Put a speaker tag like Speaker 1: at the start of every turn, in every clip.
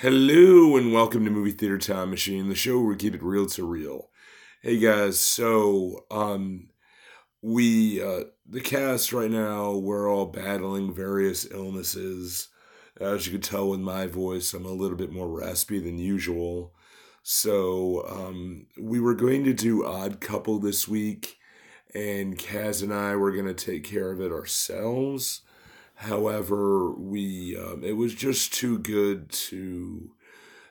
Speaker 1: Hello and welcome to Movie Theater Time Machine, the show where we keep it real to real. Hey guys, so um we uh the cast right now we're all battling various illnesses. As you can tell with my voice, I'm a little bit more raspy than usual. So um we were going to do Odd Couple this week, and Kaz and I were gonna take care of it ourselves. However, we um, it was just too good to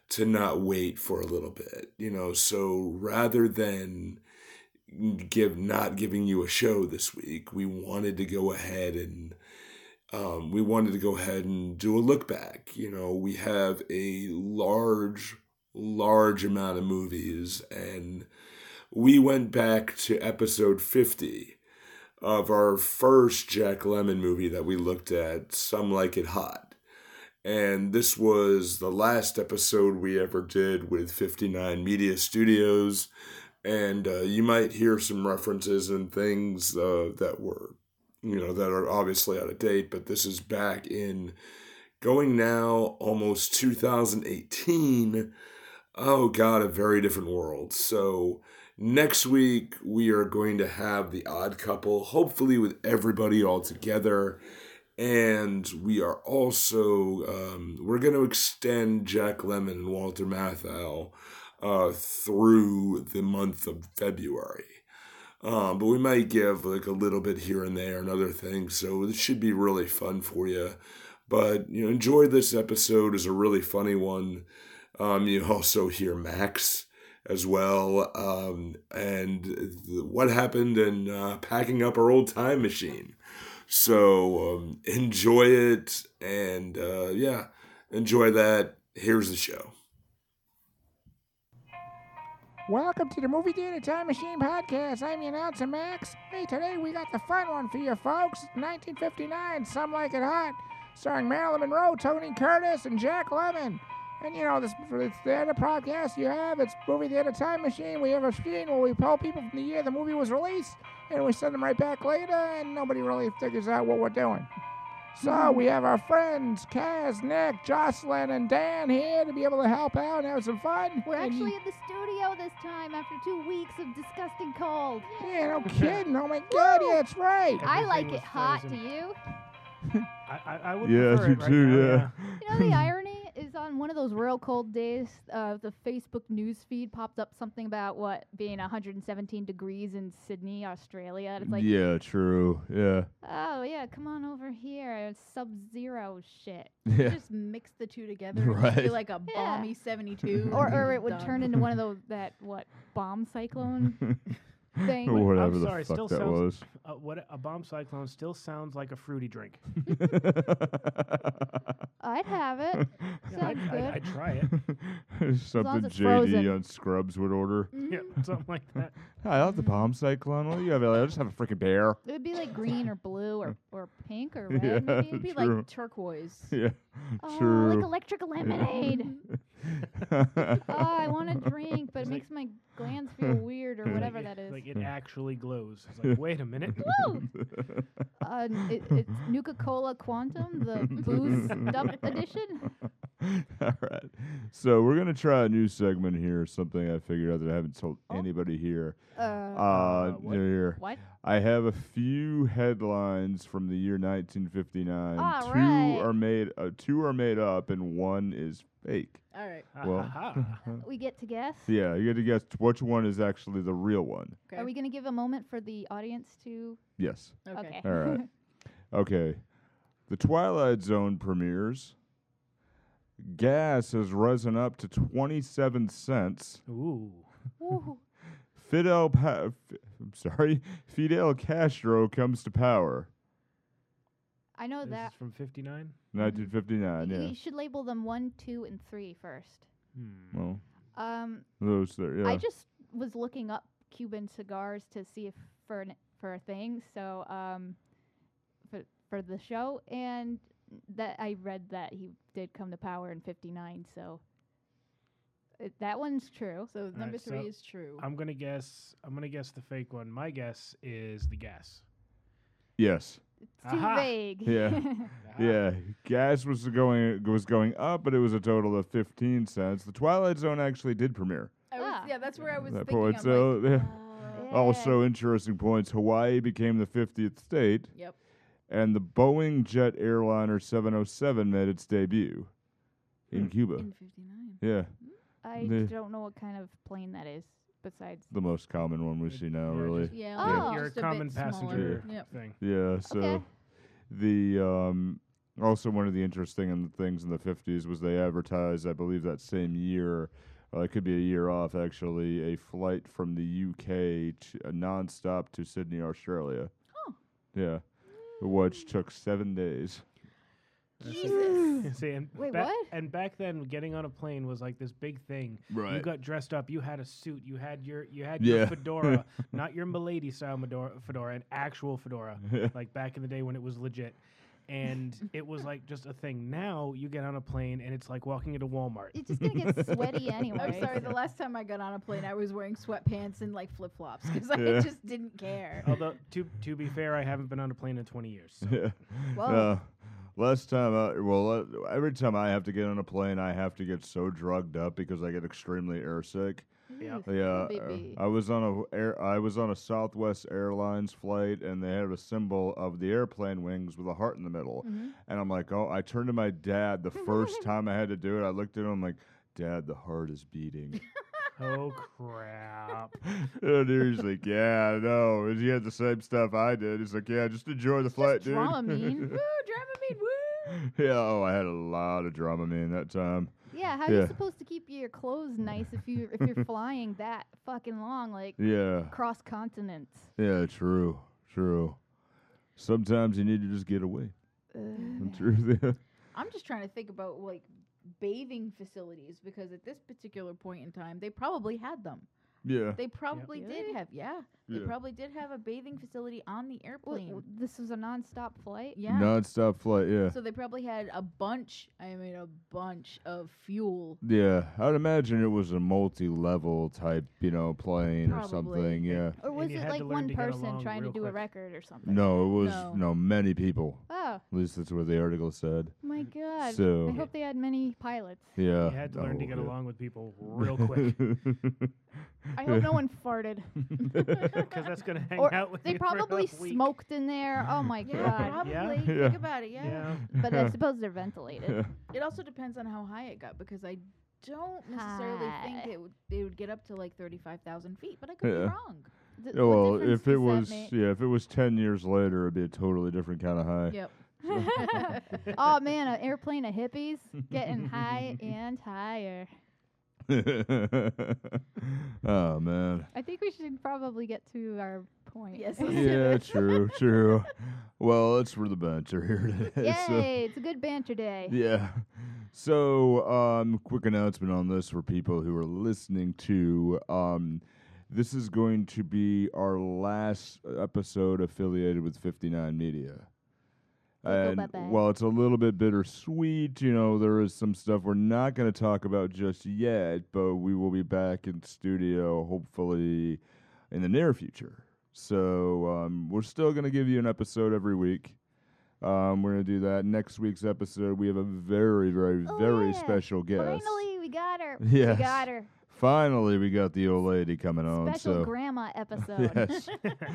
Speaker 1: to not wait for a little bit, you know. So rather than give not giving you a show this week, we wanted to go ahead and um, we wanted to go ahead and do a look back. You know, we have a large large amount of movies and we went back to episode 50 of our first Jack Lemon movie that we looked at, Some Like It Hot. And this was the last episode we ever did with 59 Media Studios. And uh, you might hear some references and things uh, that were, you know, that are obviously out of date, but this is back in going now almost 2018. Oh, God, a very different world. So, Next week, we are going to have the odd couple, hopefully, with everybody all together. And we are also, um, we're going to extend Jack Lemon and Walter Matthau uh, through the month of February. Um, but we might give like a little bit here and there and other things. So it should be really fun for you. But you know, enjoy this episode. is a really funny one. Um, you also hear Max as well, um, and th- what happened in uh, packing up our old time machine. So um, enjoy it, and uh, yeah, enjoy that. Here's the show.
Speaker 2: Welcome to the Movie Theater Time Machine Podcast. I'm your announcer, Max. Hey, today we got the fun one for you folks. 1959, Some Like It Hot, starring Marilyn Monroe, Tony Curtis, and Jack Lemmon. And you know, this it's the other podcast you have. It's Movie Theater Time Machine. We have a machine where we pull people from the year the movie was released, and we send them right back later, and nobody really figures out what we're doing.
Speaker 3: Hmm.
Speaker 2: So we have our friends Kaz, Nick, Jocelyn, and Dan here to be able to help out and have some fun.
Speaker 3: We're
Speaker 2: And-
Speaker 3: actually in the studio this time after two weeks of disgusting cold.
Speaker 2: Yeah, no kidding. Oh my god, yeah, that's right.
Speaker 3: I
Speaker 4: Everything
Speaker 3: like
Speaker 4: was
Speaker 3: it hot. Do
Speaker 4: frozen.
Speaker 3: you?
Speaker 4: I, I, I would
Speaker 5: Yeah,
Speaker 4: prefer
Speaker 5: you
Speaker 4: it right
Speaker 5: too,
Speaker 4: now,
Speaker 5: yeah.
Speaker 3: You know the irony is on one of those real cold days, uh, the Facebook news feed popped up something about what being 117 degrees in Sydney, Australia. And it's like,
Speaker 5: yeah, true. Yeah.
Speaker 3: oh yeah, come on over here, it's sub-zero shit.
Speaker 5: Yeah.
Speaker 6: just mix the two together and just be
Speaker 5: Right.
Speaker 6: like a
Speaker 3: Yeah.
Speaker 6: balmy 72
Speaker 3: Or,
Speaker 6: and
Speaker 3: or
Speaker 6: be
Speaker 3: it would
Speaker 6: done.
Speaker 3: turn into one of those that what bomb cyclone thing.
Speaker 5: or whatever the
Speaker 4: sorry, still
Speaker 5: fuck that
Speaker 4: sounds-
Speaker 5: was.
Speaker 4: Uh, what a bomb cyclone still sounds like a fruity drink.
Speaker 3: I'd have it.
Speaker 4: Yeah, I'd,
Speaker 3: Sounds
Speaker 4: I'd-
Speaker 3: good.
Speaker 4: I'd try it.
Speaker 5: Something
Speaker 3: it's
Speaker 5: JD
Speaker 3: frozen. Mm-hmm.
Speaker 5: on Scrubs would order.
Speaker 4: yeah, something like that.
Speaker 5: I love the palm cyclone. What do you have? I'll just have a freaking bear.
Speaker 3: It would be like green or blue or, or pink or red.
Speaker 5: Yeah.
Speaker 3: Maybe.
Speaker 6: it'd be
Speaker 5: True.
Speaker 6: like turquoise
Speaker 5: Yeah.
Speaker 3: Oh, like
Speaker 5: true.
Speaker 3: electric lemonade. oh, I want to drink, but it
Speaker 4: It's like-
Speaker 3: makes my glands feel weird or
Speaker 5: It's
Speaker 4: Like
Speaker 3: whatever
Speaker 4: it-
Speaker 3: that is.
Speaker 4: Like it
Speaker 5: Hmm.
Speaker 4: actually glows. It's like, wait a minute.
Speaker 3: Woo! Uh, n- it, it's Nuka Cola Quantum, the booze dump edition.
Speaker 5: All right. So we're gonna try a new segment here. Something I figured out that I haven't told
Speaker 3: Oh.
Speaker 5: anybody here.
Speaker 3: Uh,
Speaker 5: Uh,
Speaker 4: what?
Speaker 5: here.
Speaker 3: what?
Speaker 5: I have a few headlines from the year 1959.
Speaker 3: All
Speaker 5: two
Speaker 3: right.
Speaker 5: are made, uh, two are made up, and one is fake.
Speaker 6: all right
Speaker 4: Ha,
Speaker 5: Well.
Speaker 4: ha, ha.
Speaker 3: We get to guess.
Speaker 5: Yeah, you got to guess which one is actually the real one.
Speaker 6: okay
Speaker 3: Are we going to give a moment for the audience to?
Speaker 5: Yes.
Speaker 6: okay,
Speaker 5: All right. okay. The Twilight Zone premieres. Gas has risen up to 27 cents.
Speaker 4: Ooh.
Speaker 3: Ooh.
Speaker 5: Fidel, pa- f- I'm sorry, Fidel Castro comes to power.
Speaker 3: I know
Speaker 6: Oh,
Speaker 4: This
Speaker 3: that.
Speaker 4: is from 59?
Speaker 3: Mm-hmm.
Speaker 5: 1959.
Speaker 3: You-
Speaker 5: Yeah.
Speaker 3: You should label them one, two, and three first.
Speaker 4: Hmm.
Speaker 5: Well,
Speaker 3: Um,
Speaker 5: those there. Yeah.
Speaker 3: I just was looking up Cuban cigars to see if for an, for a thing, so um, for for the show, and that I read that he did come to power in '59, so it, that one's true.
Speaker 6: so number
Speaker 4: so
Speaker 6: three is true
Speaker 4: I'm gonna guess. I'm gonna guess the fake one. My guess is the gas.
Speaker 5: yes.
Speaker 3: It's too
Speaker 4: Aha.
Speaker 3: vague.
Speaker 5: Yeah.
Speaker 6: Ah.
Speaker 5: Yeah, gas was going was going up, but it was a total of fifteen cents. The Twilight Zone actually did premiere.
Speaker 6: I was,
Speaker 3: Ah.
Speaker 6: yeah, that's where I was
Speaker 5: that
Speaker 6: thinking.
Speaker 5: point.
Speaker 6: I'm
Speaker 5: So
Speaker 6: like,
Speaker 5: yeah.
Speaker 6: oh.
Speaker 5: also interesting points. Hawaii became the fiftieth state,
Speaker 6: Yep.
Speaker 5: and the Boeing jet airliner 707 made its debut in
Speaker 3: Oh.
Speaker 5: Cuba.
Speaker 6: Hmm. In 59.
Speaker 5: yeah,
Speaker 3: I
Speaker 5: The-
Speaker 3: don't know what kind of plane that is besides.
Speaker 5: the most common one we see now,
Speaker 4: Yeah,
Speaker 5: really.
Speaker 4: just-
Speaker 6: Yeah.
Speaker 3: Oh.
Speaker 6: like,
Speaker 4: Ah, You're a
Speaker 6: just bit
Speaker 4: common
Speaker 6: smaller.
Speaker 4: passenger
Speaker 6: Yep.
Speaker 4: thing.
Speaker 5: Yeah. So
Speaker 3: Okay.
Speaker 5: the um, also one of the interesting in- things in the 50s was they advertised, I believe, that same year. Uh, it could be a year off, actually. A flight from the UK ch- uh, nonstop to Sydney, Australia.
Speaker 6: Oh.
Speaker 5: Yeah, which took seven days.
Speaker 6: Jesus.
Speaker 4: See, and
Speaker 3: Wait,
Speaker 4: ba-
Speaker 3: what?
Speaker 4: And back then, getting on a plane was like this big thing. You got dressed up. You had a suit. You had your you had
Speaker 5: Yeah.
Speaker 4: your fedora, not your milady style medora, fedora, an actual fedora, like back in the day when it was legit. And it was like just a thing. Now you get on a plane and it's like walking into Walmart.
Speaker 3: It's just gonna get sweaty anyway.
Speaker 6: I'm sorry. The last time I got on a plane, I was wearing sweatpants and like flip flops because
Speaker 5: Yeah.
Speaker 6: I just didn't care.
Speaker 4: Although to to be fair, I haven't been on a plane in 20 years. So.
Speaker 5: Yeah.
Speaker 6: Whoa.
Speaker 5: Uh, last time, I, well, uh, every time I have to get on a plane, I have to get so drugged up because I get extremely airsick.
Speaker 4: Yeah.
Speaker 3: Ooh,
Speaker 5: Yeah, uh,
Speaker 3: baby.
Speaker 5: I was on a air, I was on a Southwest Airlines flight, and they had a symbol of the airplane wings with a heart in the middle. And I'm like, oh, I turned to my dad the first time I had to do it. I looked at him I'm like, Dad, the heart is beating.
Speaker 4: Oh crap!
Speaker 5: and he was like, Yeah, I know. And he had the same stuff I did. He's like, Yeah, just enjoy the flight, dude.
Speaker 3: Dramamine.
Speaker 6: Woo, Dramamine, woo!
Speaker 5: yeah, oh, I had a lot of Dramamine that time.
Speaker 3: yeah, how are
Speaker 5: Yeah.
Speaker 3: you supposed to keep your clothes nice if you if you're flying that fucking long, like
Speaker 5: Yeah,
Speaker 3: cross continents?
Speaker 5: yeah, true, true. Sometimes you need to just get away.
Speaker 4: Mm-hmm.
Speaker 3: Ugh.
Speaker 5: True. Yeah.
Speaker 6: I'm just trying to think about like bathing facilities because at this particular point in time, they probably had them.
Speaker 5: yeah.
Speaker 6: They probably
Speaker 3: Really?
Speaker 6: did have, yeah. They
Speaker 5: Yeah.
Speaker 6: probably did have a bathing facility on the
Speaker 3: Well,
Speaker 6: airplane.
Speaker 3: w- this was a nonstop flight.
Speaker 6: yeah.
Speaker 5: Non-stop flight, yeah.
Speaker 6: So they probably had a bunch, I mean, a bunch of fuel.
Speaker 5: yeah, I would imagine it was a multi-level type, you know, plane or something,
Speaker 6: Probably.
Speaker 5: yeah.
Speaker 3: Or
Speaker 4: And
Speaker 3: was
Speaker 4: you
Speaker 3: it
Speaker 4: had to
Speaker 3: like
Speaker 4: learn
Speaker 3: one
Speaker 4: to get
Speaker 3: person
Speaker 4: along
Speaker 3: trying to
Speaker 4: real
Speaker 3: do a
Speaker 4: quick.
Speaker 3: record or something?
Speaker 5: No, it was,
Speaker 6: No.
Speaker 5: no, many people.
Speaker 3: Oh
Speaker 5: At least that's what the article said.
Speaker 3: my god. I
Speaker 5: So,
Speaker 3: hope they had many pilots.
Speaker 5: yeah.
Speaker 4: You had to learn to
Speaker 5: oh,
Speaker 4: get
Speaker 5: yeah.
Speaker 4: along with people real quick
Speaker 3: I hope no one farted.
Speaker 4: because that's gonna hang
Speaker 3: Or
Speaker 4: out with
Speaker 3: They
Speaker 4: you for a
Speaker 3: probably
Speaker 4: week.
Speaker 3: smoked in there. Oh my god.
Speaker 6: probably.
Speaker 4: Yeah.
Speaker 5: Yeah.
Speaker 6: Think about it, yeah.
Speaker 4: Yeah.
Speaker 3: But I suppose they're ventilated.
Speaker 6: It also depends on how high it got because I don't necessarily
Speaker 3: High.
Speaker 6: think it would, they would get up to like 35,000 feet, but I could
Speaker 5: Yeah.
Speaker 6: be wrong.
Speaker 3: Th-
Speaker 5: Yeah,
Speaker 3: what
Speaker 5: well,
Speaker 3: difference
Speaker 5: if it
Speaker 3: does that
Speaker 5: was,
Speaker 3: make?
Speaker 5: yeah, if it was 10 years later, it'd be a totally different kind of high.
Speaker 6: Yep.
Speaker 3: oh man, an airplane of hippies getting high and higher.
Speaker 5: oh, man.
Speaker 3: I think we should probably get to our point.
Speaker 6: Yes.
Speaker 5: Yeah, true, true. Well, that's where the banter here today. so-
Speaker 3: Yay! It's a good banter day.
Speaker 5: Yeah. So, um, quick announcement on this for people who are listening to. Um, this is going to be our last episode affiliated with 59 Media.
Speaker 3: Local
Speaker 5: And
Speaker 3: bye-bye.
Speaker 5: while it's a little bit bittersweet, you know, there is some stuff we're not going to talk about just yet, but we will be back in studio hopefully in the near future. So um, we're still going to give you an episode every week. Um, we're going to do that. Next week's episode, we have a very, very,
Speaker 3: Oh,
Speaker 5: very
Speaker 3: yeah.
Speaker 5: special guest.
Speaker 3: Finally, we got her.
Speaker 5: Yes.
Speaker 3: We got her.
Speaker 5: Finally, we got the old lady coming on.
Speaker 3: Special
Speaker 5: so.
Speaker 3: grandma episode.
Speaker 5: Yes.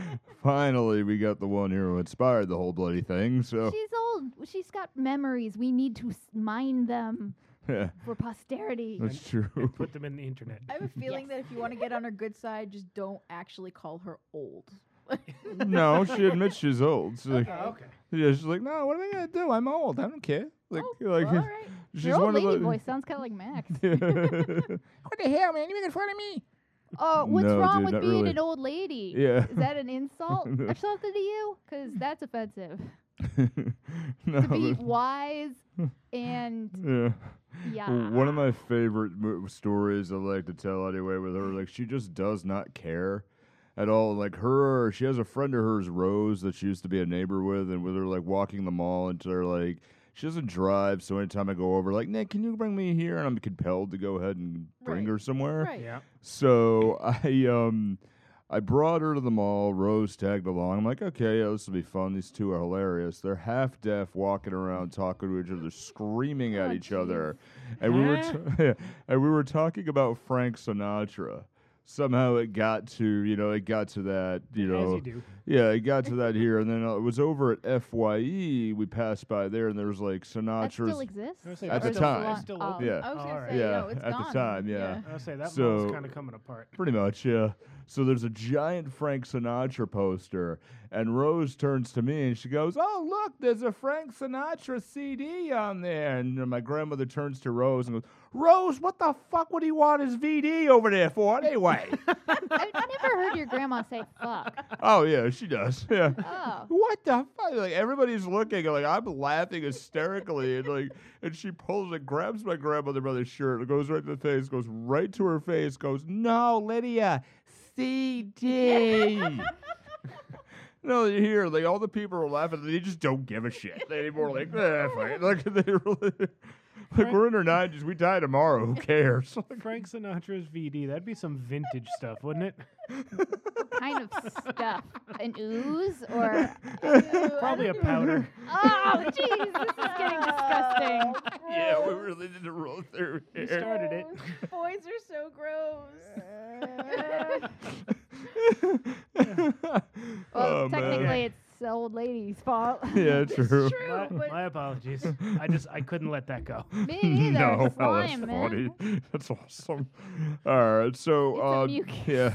Speaker 5: Finally, we got the one here who inspired the whole bloody thing. So,
Speaker 3: She's old. She's got memories. We need to s- mine them
Speaker 5: yeah,
Speaker 3: for posterity.
Speaker 5: that's true.
Speaker 4: Put them in the internet.
Speaker 6: I have a feeling
Speaker 3: Yes.
Speaker 6: that if you want to get on her good side, just don't actually call her old. Oh,
Speaker 5: no, she admits she's old. She's like,
Speaker 4: Oh, okay.
Speaker 5: yeah, she's like, no, what am I gonna do? I'm old. I don't care. Like, like,
Speaker 6: all right.
Speaker 5: she's
Speaker 3: Your Oh, old
Speaker 5: one
Speaker 3: lady
Speaker 5: of the.
Speaker 3: voice sounds kind of like Max.
Speaker 2: What the hell, man? You making fun of me?
Speaker 3: Oh, what's
Speaker 5: No,
Speaker 3: wrong
Speaker 5: dude,
Speaker 3: with
Speaker 5: not
Speaker 3: being
Speaker 5: really.
Speaker 3: an old lady?
Speaker 5: Yeah.
Speaker 3: Is that an insult
Speaker 5: No.
Speaker 3: or something to you? Because that's offensive.
Speaker 5: no,
Speaker 3: To be
Speaker 5: but-
Speaker 3: wise and
Speaker 5: yeah.
Speaker 3: yeah.
Speaker 5: Well, One of my favorite mo- stories I like to tell anyway with her, like she just does not care at all. Like her, she has a friend of hers, Rose, that she used to be a neighbor with, and with her like walking the mall, and they're like, she doesn't drive. So anytime I go over, like Nick, can you bring me here? And I'm compelled to go ahead and bring
Speaker 6: Right.
Speaker 5: her somewhere.
Speaker 6: Right.
Speaker 4: Yeah.
Speaker 5: So I um I brought her to the mall. Rose tagged along. I'm like, okay, yeah, this will be fun. These two are hilarious. They're half deaf, walking around, talking to each other, screaming at
Speaker 6: Oh,
Speaker 5: each other, and we were t- and we were talking about Frank Sinatra. Somehow it got to you know it got to that you
Speaker 4: As
Speaker 5: know
Speaker 4: you do.
Speaker 5: yeah, it got to that here, and then uh, it was over at Fye. We passed by there, and there was like
Speaker 3: That still
Speaker 5: Sinatra's.
Speaker 3: exists.
Speaker 4: I was saying,
Speaker 5: At
Speaker 3: Or
Speaker 5: the
Speaker 3: is it
Speaker 5: time.
Speaker 3: long-
Speaker 4: Still
Speaker 3: oh,
Speaker 5: open. Yeah.
Speaker 6: I was gonna
Speaker 4: Alright.
Speaker 6: say,
Speaker 5: Yeah,
Speaker 6: no, it's
Speaker 5: at the
Speaker 6: gone.
Speaker 5: time, yeah.
Speaker 4: I'll say that
Speaker 5: So-
Speaker 4: mall's kind of coming apart.
Speaker 5: Pretty much, yeah. So there's a giant Frank Sinatra poster, and Rose turns to me and she goes, "Oh, look, there's a Frank Sinatra CD on there." And uh, my grandmother turns to Rose and goes, "Rose, what the fuck would he want his VD over there for anyway?"
Speaker 3: I've never heard your grandma say fuck.
Speaker 5: oh yeah, she does. Yeah.
Speaker 3: Oh.
Speaker 5: What the fuck? Like everybody's looking, and like I'm laughing hysterically, and like, and she pulls and grabs my grandmother by the shirt, and goes right to the face, goes right to her face, goes, "No, Lydia, CD." no, you hear like all the people are laughing, they just don't give a shit anymore. Like, eh, fine. like they really, like we're in our nineties, we die tomorrow. Who cares?
Speaker 4: Frank Sinatra's VD. That'd be some vintage stuff, wouldn't it?
Speaker 3: kind of stuff. An ooze or
Speaker 4: Probably a powder.
Speaker 3: oh, jeez, this is getting disgusting.
Speaker 5: yeah, we really did a roll through
Speaker 4: You
Speaker 5: here.
Speaker 4: started it.
Speaker 6: Boys are so gross.
Speaker 3: Well,
Speaker 5: Oh, man.
Speaker 3: technically, it's the old lady's fault.
Speaker 5: Yeah, true.
Speaker 4: My,
Speaker 6: True, but
Speaker 4: my apologies. I just I couldn't let that go.
Speaker 3: Me neither.
Speaker 5: No,
Speaker 3: it's
Speaker 5: well,
Speaker 3: slime,
Speaker 5: that's
Speaker 3: man.
Speaker 5: funny. That's awesome. All right, so
Speaker 3: It's a
Speaker 5: uh,
Speaker 3: mucus.
Speaker 5: yeah,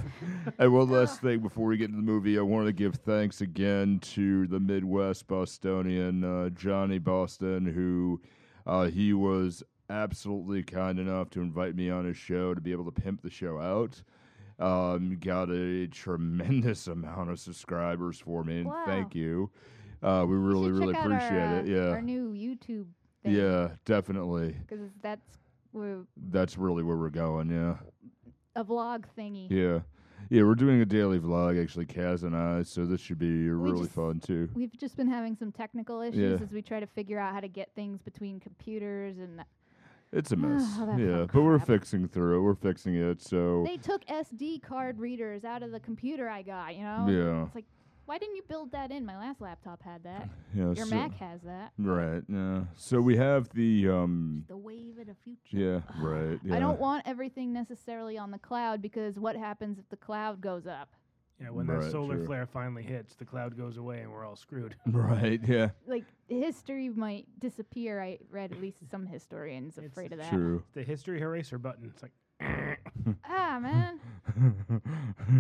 Speaker 5: and one last thing before we get into the movie, I want to give thanks again to the Midwest Bostonian uh, Johnny Boston, who uh, he was absolutely kind enough to invite me on his show to be able to pimp the show out. Um, got a tremendous amount of subscribers for me, and
Speaker 3: Wow.
Speaker 5: thank you. Uh, we
Speaker 3: You
Speaker 5: really,
Speaker 3: should
Speaker 5: really
Speaker 3: check out
Speaker 5: appreciate
Speaker 3: our,
Speaker 5: it.
Speaker 3: uh, Our
Speaker 5: Yeah,
Speaker 3: new YouTube thing.
Speaker 5: yeah, definitely.
Speaker 3: Because that's we're
Speaker 5: That's really where we're going. Yeah.
Speaker 3: a vlog thingy.
Speaker 5: Yeah. Yeah, we're doing a daily vlog actually, Kaz and I, so this should be really
Speaker 3: just-
Speaker 5: fun too.
Speaker 3: We've just been having some technical issues
Speaker 5: Yeah.
Speaker 3: as we try to figure out how to get things between computers, and
Speaker 5: It's a mess.
Speaker 3: all Ah, that
Speaker 5: yeah,
Speaker 3: fun
Speaker 5: but we're
Speaker 3: crap.
Speaker 5: fixing through it. We're fixing it. So
Speaker 3: they took SD card readers out of the computer I got. You know,
Speaker 5: yeah.
Speaker 3: it's like, why didn't you build that in? My last laptop had that.
Speaker 5: Yeah.
Speaker 3: Your
Speaker 5: so,
Speaker 3: Mac has that.
Speaker 5: Right. Yeah. So we have the um
Speaker 3: The wave of the future.
Speaker 5: yeah, right. Yeah.
Speaker 3: I don't want everything necessarily on the cloud because what happens if the cloud goes up?
Speaker 4: You know, when
Speaker 5: Right,
Speaker 4: that solar
Speaker 5: true.
Speaker 4: flare finally hits, the cloud goes away and we're all screwed.
Speaker 5: Right, yeah.
Speaker 3: Like history might disappear. I read at least some historians
Speaker 4: It's
Speaker 3: afraid of that.
Speaker 5: True.
Speaker 4: The history eraser button. It's like
Speaker 3: Ah man,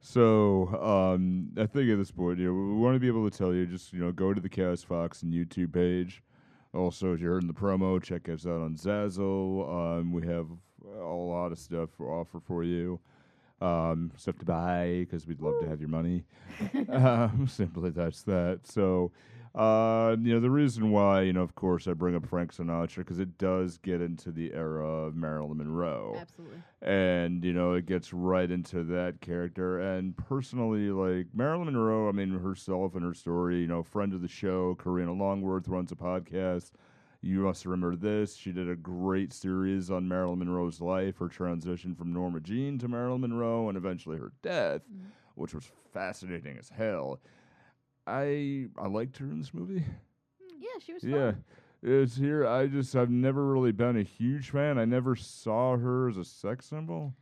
Speaker 5: so um, I think at this point, you know, we want to be able to tell you just you know go to the Chaos Fox and YouTube page. Also, as you heard in the promo, check us out on Zazzle. Um, we have a lot of stuff for offer for you. Um, stuff to buy because we'd love to have your money. um, simply that's that. So, uh, you know, the reason why, you know, of course, I bring up Frank Sinatra because it does get into the era of Marilyn Monroe
Speaker 6: Absolutely.
Speaker 5: and you know it gets right into that character and personally like marilyn monroe i mean herself and her story you know friend of the show karina longworth runs a podcast you must remember this she did a great series on marilyn monroe's life her transition from norma jean to marilyn monroe and eventually her death
Speaker 6: Mhm.
Speaker 5: which was fascinating as hell i i liked her in this movie
Speaker 6: Yeah, she was
Speaker 5: yeah.
Speaker 6: fun.
Speaker 5: It's here. I just, I've never really been a huge fan. I never saw her as a sex symbol.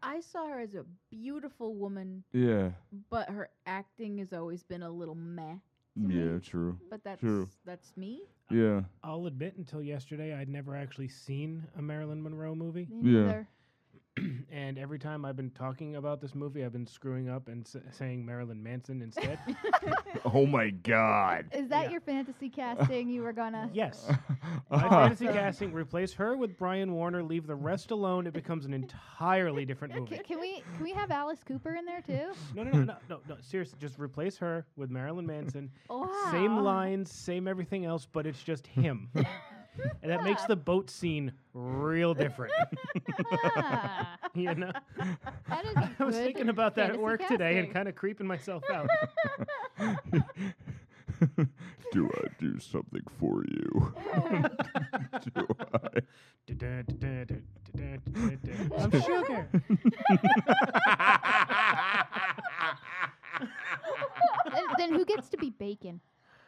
Speaker 6: I saw her as a beautiful woman,
Speaker 5: Yeah.
Speaker 6: but her acting has always been a little meh. To me.
Speaker 5: Yeah, true.
Speaker 6: But that's that's me.
Speaker 5: Yeah.
Speaker 4: I'll admit, until yesterday, I'd never actually seen a Marilyn Monroe movie,
Speaker 3: Me
Speaker 5: Yeah.
Speaker 3: neither.
Speaker 4: and every time I've been talking about this movie, I've been screwing up and s- saying Marilyn Manson instead.
Speaker 5: Oh my god.
Speaker 3: Is that
Speaker 4: Yeah.
Speaker 3: your fantasy casting you were gonna?
Speaker 4: yes. My
Speaker 5: Ah,
Speaker 4: fantasy casting replace her with Brian Warner. Leave the rest alone. It becomes an entirely different movie.
Speaker 3: Can, can we can we have Alice Cooper in there too?
Speaker 4: No, no, no, no, no, no. Seriously, just replace her with Marilyn Manson.
Speaker 3: Wow.
Speaker 4: Same lines, same everything else, but it's just him. and that makes the boat scene real different.
Speaker 3: Ah,
Speaker 4: you know?
Speaker 3: that is.
Speaker 4: I was
Speaker 3: good
Speaker 4: thinking about that at
Speaker 3: fantasy
Speaker 4: work today and
Speaker 3: casting.
Speaker 4: kind of creeping myself out.
Speaker 5: do I do something for you? do I?
Speaker 4: I'm sugar.
Speaker 3: Uh,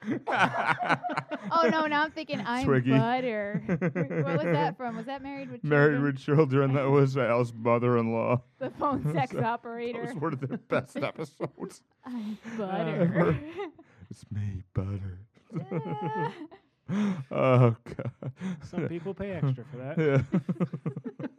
Speaker 3: Oh no, now I'm thinking I'm
Speaker 5: Twiggy.
Speaker 3: butter. what was that from? Was that married with
Speaker 5: Married
Speaker 3: Children?
Speaker 5: with Children. That was Al's mother-in-law.
Speaker 3: the phone sex
Speaker 5: Those
Speaker 3: operator?
Speaker 5: Those were the best episodes.
Speaker 3: I'm
Speaker 4: Uh.
Speaker 3: butter.
Speaker 5: It's me, butter.
Speaker 3: Ah.
Speaker 5: oh god.
Speaker 4: Some people pay extra for that.
Speaker 5: Yeah.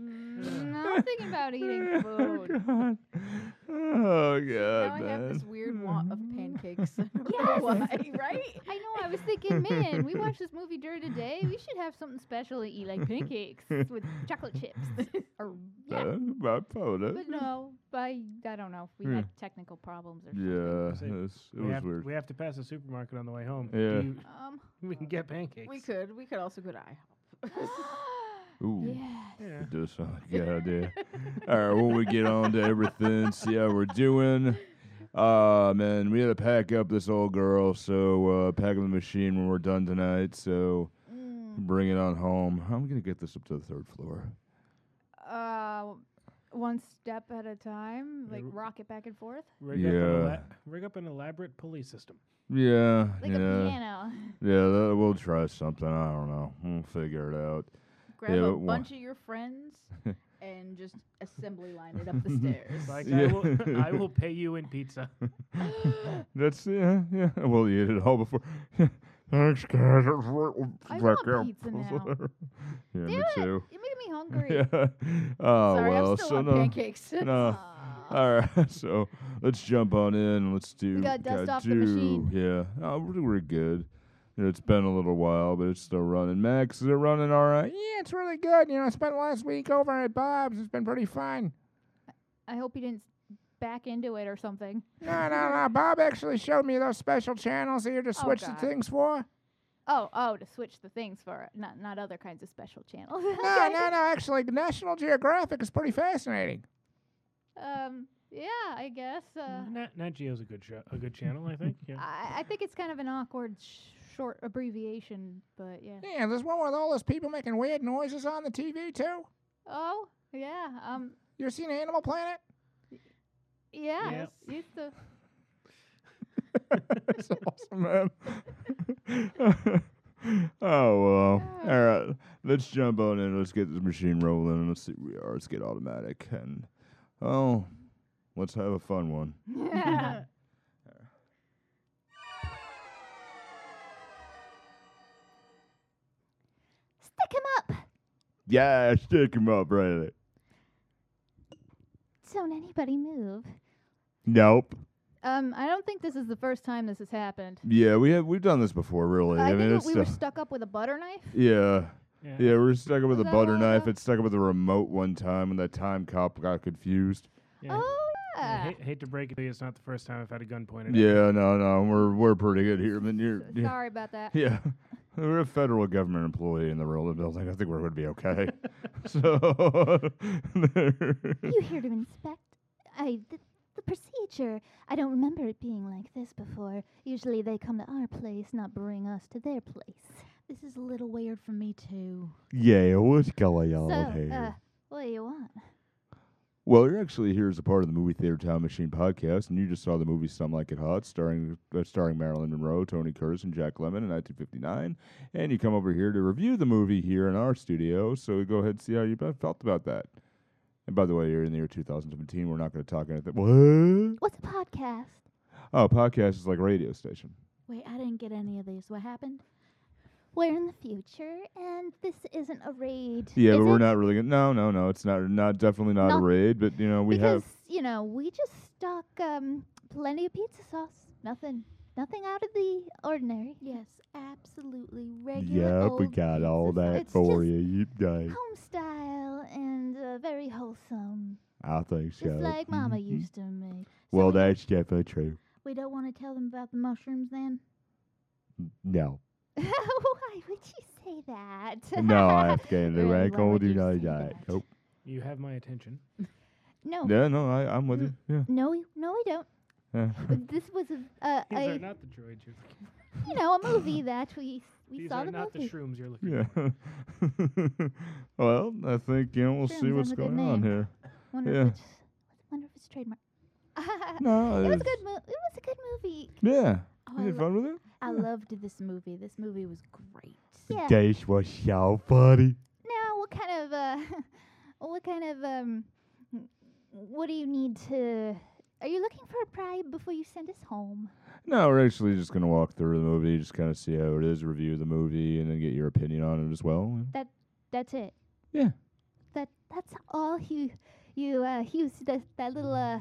Speaker 3: Mm, no, I'm thinking about eating
Speaker 5: oh
Speaker 3: food.
Speaker 5: god. Oh god.
Speaker 6: now I have this
Speaker 5: man.
Speaker 6: weird want of pancakes. I don't know
Speaker 3: Yes.
Speaker 6: why, Hmm. right?
Speaker 3: I know. I was thinking, man, we watched this movie during the day. We should have something special to eat, like pancakes with chocolate chips. or yeah,
Speaker 5: That's my product.
Speaker 3: but no, I I don't know. We
Speaker 5: Yeah.
Speaker 3: had technical problems or something.
Speaker 5: Yeah,
Speaker 4: Say,
Speaker 5: it's- it
Speaker 4: we,
Speaker 5: was
Speaker 4: have
Speaker 5: weird.
Speaker 4: we have to pass a supermarket on the way home.
Speaker 5: Yeah.
Speaker 4: Do
Speaker 3: Um.
Speaker 4: you- we can get pancakes.
Speaker 6: We could. We could also go to IHOP.
Speaker 5: Ooh.
Speaker 3: yes.
Speaker 4: Yeah.
Speaker 5: It does sound like a good idea. All right, when we get on to everything, see how we're doing. Uh man, we had to pack up this old girl, so uh pack up the machine when we're done tonight, so
Speaker 3: Mm,
Speaker 5: bring it on home. I'm gonna get this up to the third floor.
Speaker 3: uh, one step at a time,
Speaker 4: Yeah,
Speaker 3: like
Speaker 4: w-
Speaker 3: rock it back and forth,
Speaker 4: Rig, up an ela-
Speaker 5: Yeah.
Speaker 4: rig up an elaborate police system.
Speaker 5: Yeah.
Speaker 3: like a
Speaker 5: yeah.
Speaker 3: piano.
Speaker 5: yeah, that, we'll try something. I don't know. We'll figure it out.
Speaker 6: Grab
Speaker 5: Yeah,
Speaker 6: a
Speaker 5: but wha-
Speaker 6: bunch of your friends and just assembly line it up the stairs.
Speaker 4: Like I,
Speaker 5: Yeah.
Speaker 4: will, I will pay you in pizza.
Speaker 5: That's yeah, yeah. We'll eat it all before. Thanks, guys.
Speaker 3: I
Speaker 5: I
Speaker 3: want pizza now.
Speaker 5: yeah, me
Speaker 3: Damn it!
Speaker 5: too.
Speaker 3: You're making me hungry.
Speaker 5: Yeah. Oh
Speaker 6: Sorry,
Speaker 5: well.
Speaker 6: I'm still
Speaker 5: so
Speaker 6: on
Speaker 5: no.
Speaker 6: pancakes.
Speaker 5: No.
Speaker 3: Aw.
Speaker 5: All right. So let's jump on in. Let's do.
Speaker 3: gotta dust
Speaker 5: gotta
Speaker 3: off the
Speaker 5: do-
Speaker 3: machine.
Speaker 5: Yeah. No, we're, we're good. You know, it's been a little while, but it's still running. Max, is it running all right?
Speaker 2: Uh, Yeah, it's really good. You know, I spent last week over at Bob's. It's been pretty fun.
Speaker 3: I hope you didn't s- back into it or something.
Speaker 2: No, no, no. Bob actually showed me those special channels that you're to
Speaker 3: Oh,
Speaker 2: switch the
Speaker 3: God.
Speaker 2: things for.
Speaker 3: Oh, oh, to switch the things for it, not not other kinds of special channels.
Speaker 2: No, no, no. Actually, National Geographic is pretty fascinating.
Speaker 3: Um, yeah, I guess. Uh,
Speaker 4: Nat, Nat Geo's a good show, a good channel, I think. Yeah.
Speaker 3: I, I think it's kind of an awkward sh- short abbreviation, but yeah.
Speaker 2: Yeah, there's one with all those people making weird noises on the TV, too.
Speaker 3: Oh, yeah. Um,
Speaker 2: You ever seen Animal Planet?
Speaker 3: yeah.
Speaker 4: Yep.
Speaker 3: Used to.
Speaker 5: That's awesome, man. oh well. All right. Let's jump on in. Let's get this machine rolling. and Let's see where we are. Let's get automatic and oh, let's have a fun one.
Speaker 3: Yeah. Stick him up.
Speaker 5: Yeah, stick him up right there.
Speaker 3: Don't anybody move.
Speaker 5: Nope.
Speaker 3: Um, I don't think this is the first time this has happened.
Speaker 5: Yeah, we have we've done this before, really.
Speaker 3: I,
Speaker 5: I, mean,
Speaker 3: think
Speaker 5: it's
Speaker 3: we were
Speaker 5: uh,
Speaker 3: stuck up with a butter knife.
Speaker 5: yeah.
Speaker 4: Yeah.
Speaker 5: Yeah, we were stuck up with a
Speaker 3: Is that
Speaker 5: butter
Speaker 3: all
Speaker 5: knife.
Speaker 3: the-
Speaker 5: It's stuck up with a remote one time when that time cop got confused.
Speaker 4: Yeah.
Speaker 3: Oh
Speaker 4: I
Speaker 3: yeah.
Speaker 4: hate, hate to break it to you, it's not the first time I've had a gun pointed at me.
Speaker 5: Yeah, no, no, we're we're pretty good here, but you're,
Speaker 3: S-
Speaker 5: yeah.
Speaker 3: Sorry about that.
Speaker 5: Yeah. We're a federal government employee in the Rolla building. I think we're going to be okay. so,
Speaker 7: You here to inspect? I the, the procedure. I don't remember it being like this before. Usually they come to our place, not bring us to their place.
Speaker 6: This is a little weird for me too.
Speaker 5: yeah, what's going on
Speaker 7: so,
Speaker 5: here?
Speaker 7: uh, what do you want?
Speaker 5: well, you're actually here as a part of the Movie Theater Time Machine podcast, and you just saw the movie Some Like It Hot, starring uh, starring Marilyn Monroe, Tony Curtis, and Jack Lemmon in 1959. And you come over here to review the movie here in our studio. So go ahead and see how you be- felt about that. And by the way, you're in the year 2017. We're not going to talk anything. What?
Speaker 7: What's a podcast?
Speaker 5: Oh, podcast is like a radio station.
Speaker 7: Wait, I didn't get any of these. What happened? We're in the future, and this isn't a raid.
Speaker 5: Yeah,
Speaker 7: is
Speaker 5: but we're
Speaker 7: it?
Speaker 5: not really gonna. No, no, no. It's not. Not definitely not
Speaker 7: No.
Speaker 5: a raid. But you know, we
Speaker 7: because
Speaker 5: have.
Speaker 7: you know we just stock um plenty of pizza sauce. Nothing, nothing out of the ordinary.
Speaker 6: Yes, absolutely regular.
Speaker 7: It's for just-
Speaker 5: you. You guys.
Speaker 7: Home style and uh, very wholesome.
Speaker 5: I think Mm-hmm.
Speaker 7: Just like Mama used to make.
Speaker 5: Well,
Speaker 7: we,
Speaker 5: that's definitely true.
Speaker 7: we don't want to tell them about the mushrooms then.
Speaker 5: No,
Speaker 7: Why would you say that?
Speaker 5: no, I can't.
Speaker 7: Really,
Speaker 5: do I
Speaker 7: why
Speaker 5: gonna
Speaker 7: would
Speaker 5: do
Speaker 7: you
Speaker 5: none of
Speaker 7: say
Speaker 5: that.
Speaker 7: that? Oh.
Speaker 5: Nope.
Speaker 4: You have my attention.
Speaker 7: no,
Speaker 5: Yeah, no, I, I'm with you. Yeah.
Speaker 7: no, we- no, we don't.
Speaker 5: yeah.
Speaker 7: But This was a, uh,
Speaker 4: These are
Speaker 7: a
Speaker 4: not the droids you're looking for.
Speaker 7: you know a movie that we we
Speaker 4: These
Speaker 7: saw
Speaker 4: are
Speaker 7: the
Speaker 4: not
Speaker 7: movie.
Speaker 4: the shrooms you're looking
Speaker 5: Yeah.
Speaker 4: for.
Speaker 5: well, I think you know we'll see
Speaker 7: Sounds
Speaker 5: what's
Speaker 7: like a
Speaker 5: going on
Speaker 7: name.
Speaker 5: here.
Speaker 7: wonder
Speaker 5: yeah.
Speaker 7: if it's wonder if it's trademark.
Speaker 5: No,
Speaker 7: it was a
Speaker 5: it's-
Speaker 7: good mo- It was a good movie.
Speaker 5: yeah.
Speaker 6: Oh,
Speaker 5: You
Speaker 6: I,
Speaker 5: had fun with it?
Speaker 6: lo- I loved this movie. This movie was great.
Speaker 7: Yeah.
Speaker 5: Dash was so funny.
Speaker 7: Now, what kind of uh, what kind of um, what do you need to? Are you looking for a bribe before you send us home?
Speaker 5: No, we're actually just gonna walk through the movie, just kind of see how it is, review the movie, and then get your opinion on it as well.
Speaker 7: That's it.
Speaker 5: Yeah.
Speaker 7: That that's all you you uh, used that, that little uh,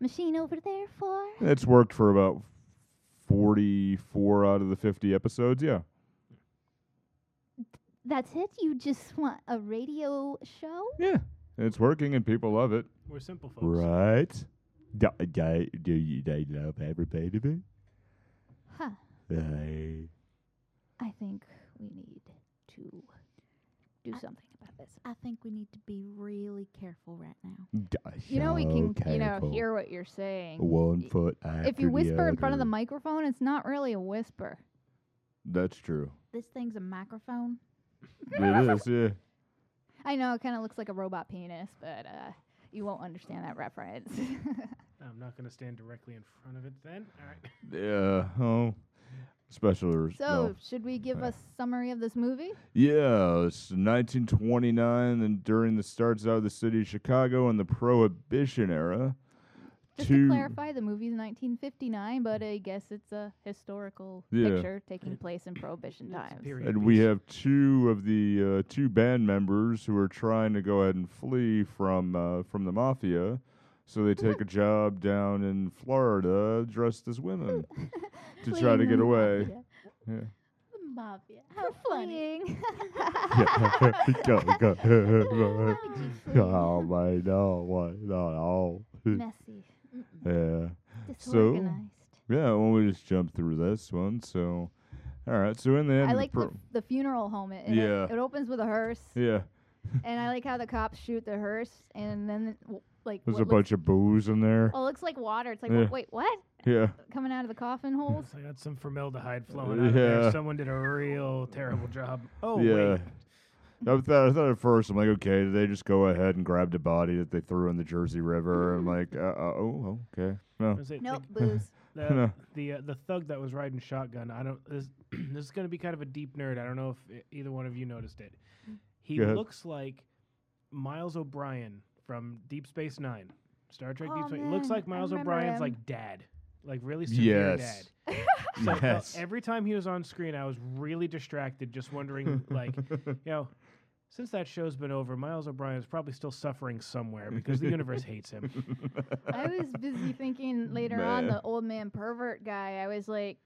Speaker 7: machine over there for.
Speaker 5: It's worked for about forty-four out of the fifty episodes. Yeah.
Speaker 7: That's it. You just want a radio show.
Speaker 5: Yeah. It's working and people love it.
Speaker 4: We're simple folks.
Speaker 5: Right. Do, do, do you, they love every bit of it?
Speaker 7: Huh.
Speaker 5: They-
Speaker 3: I think we need to do something about this.
Speaker 6: I think we need to be really careful right now.
Speaker 5: d-
Speaker 3: You know, we
Speaker 5: so
Speaker 3: can, you know,
Speaker 5: careful.
Speaker 3: hear what you're saying.
Speaker 5: One foot
Speaker 3: If
Speaker 5: after
Speaker 3: you whisper in front of the
Speaker 5: other.
Speaker 3: microphone, it's not really a whisper.
Speaker 5: That's true.
Speaker 6: This thing's a microphone.
Speaker 5: it is, yeah.
Speaker 3: I know it kind of looks like a robot penis, but uh, you won't understand that reference.
Speaker 4: I'm not going to stand directly in front of it then. All right.
Speaker 5: Yeah. Oh. Special. res-
Speaker 3: so,
Speaker 5: no.
Speaker 3: should we give
Speaker 5: Uh.
Speaker 3: a summary of this movie?
Speaker 5: Yeah, it's 1929, and during the starts out of the city of Chicago in the Prohibition era.
Speaker 3: Just
Speaker 5: Two-
Speaker 3: to clarify, the movie's 1959, but I guess it's a historical
Speaker 5: Yeah.
Speaker 3: picture taking place in Prohibition
Speaker 4: It's a
Speaker 3: times.
Speaker 4: period
Speaker 5: And we
Speaker 4: piece.
Speaker 5: have two of the uh, two band members who are trying to go ahead and flee from uh, from the mafia. So they take a job down in Florida dressed as women to try to
Speaker 3: Fleeing
Speaker 5: get
Speaker 3: the
Speaker 5: away.
Speaker 3: mafia.
Speaker 5: Yeah.
Speaker 6: The mafia.
Speaker 7: How funny.
Speaker 5: oh my no, why not all?
Speaker 7: Messy,
Speaker 5: yeah.
Speaker 7: disorganized.
Speaker 5: Yeah, well, we just jumped through this one, so all right. So in the end,
Speaker 3: I
Speaker 5: the
Speaker 3: like the,
Speaker 5: pro-
Speaker 3: the funeral home. It, it-
Speaker 5: Yeah.
Speaker 3: it opens with a hearse,
Speaker 5: yeah,
Speaker 3: and I like how the cops shoot the hearse, and then w- like
Speaker 5: there's
Speaker 3: what
Speaker 5: a
Speaker 3: looks-
Speaker 5: bunch of booze in there.
Speaker 3: Oh, it looks like water. It's like,
Speaker 5: Yeah.
Speaker 3: "Wha- wait, what?
Speaker 5: Yeah,
Speaker 3: Coming out of the coffin holes?
Speaker 4: It's like that's some formaldehyde flowing out of there.
Speaker 5: Uh, Yeah.
Speaker 4: Someone did a real terrible job. Oh,
Speaker 5: yeah.
Speaker 4: wait.
Speaker 5: I thought, I thought at first, I'm like, okay, did they just go ahead and grabbed a body that they threw in the Jersey River?
Speaker 3: Mm-hmm.
Speaker 5: I'm like, uh, uh, oh, okay, no.
Speaker 4: Was it
Speaker 6: Nope, booze.
Speaker 4: the
Speaker 5: No.
Speaker 4: the, uh, the thug that was riding shotgun? I don't. This, this is going to be kind of a deep nerd. I don't know if e- either one of you noticed it. He
Speaker 5: Go ahead.
Speaker 4: looks like Miles O'Brien from Deep Space Nine, Star Trek. Deep
Speaker 3: Oh,
Speaker 4: Space. Looks
Speaker 3: man,
Speaker 4: like
Speaker 3: I
Speaker 4: Miles
Speaker 3: remember
Speaker 4: O'Brien's
Speaker 3: him.
Speaker 4: like dad, like really severe
Speaker 5: Yes.
Speaker 4: dad. So uh, every time he was on screen, I was really distracted, just wondering like you know, since that show's been over, Miles O'Brien is probably still suffering somewhere because the universe hates him.
Speaker 3: I was busy thinking later on
Speaker 5: Man.
Speaker 3: the old man pervert guy. I was like,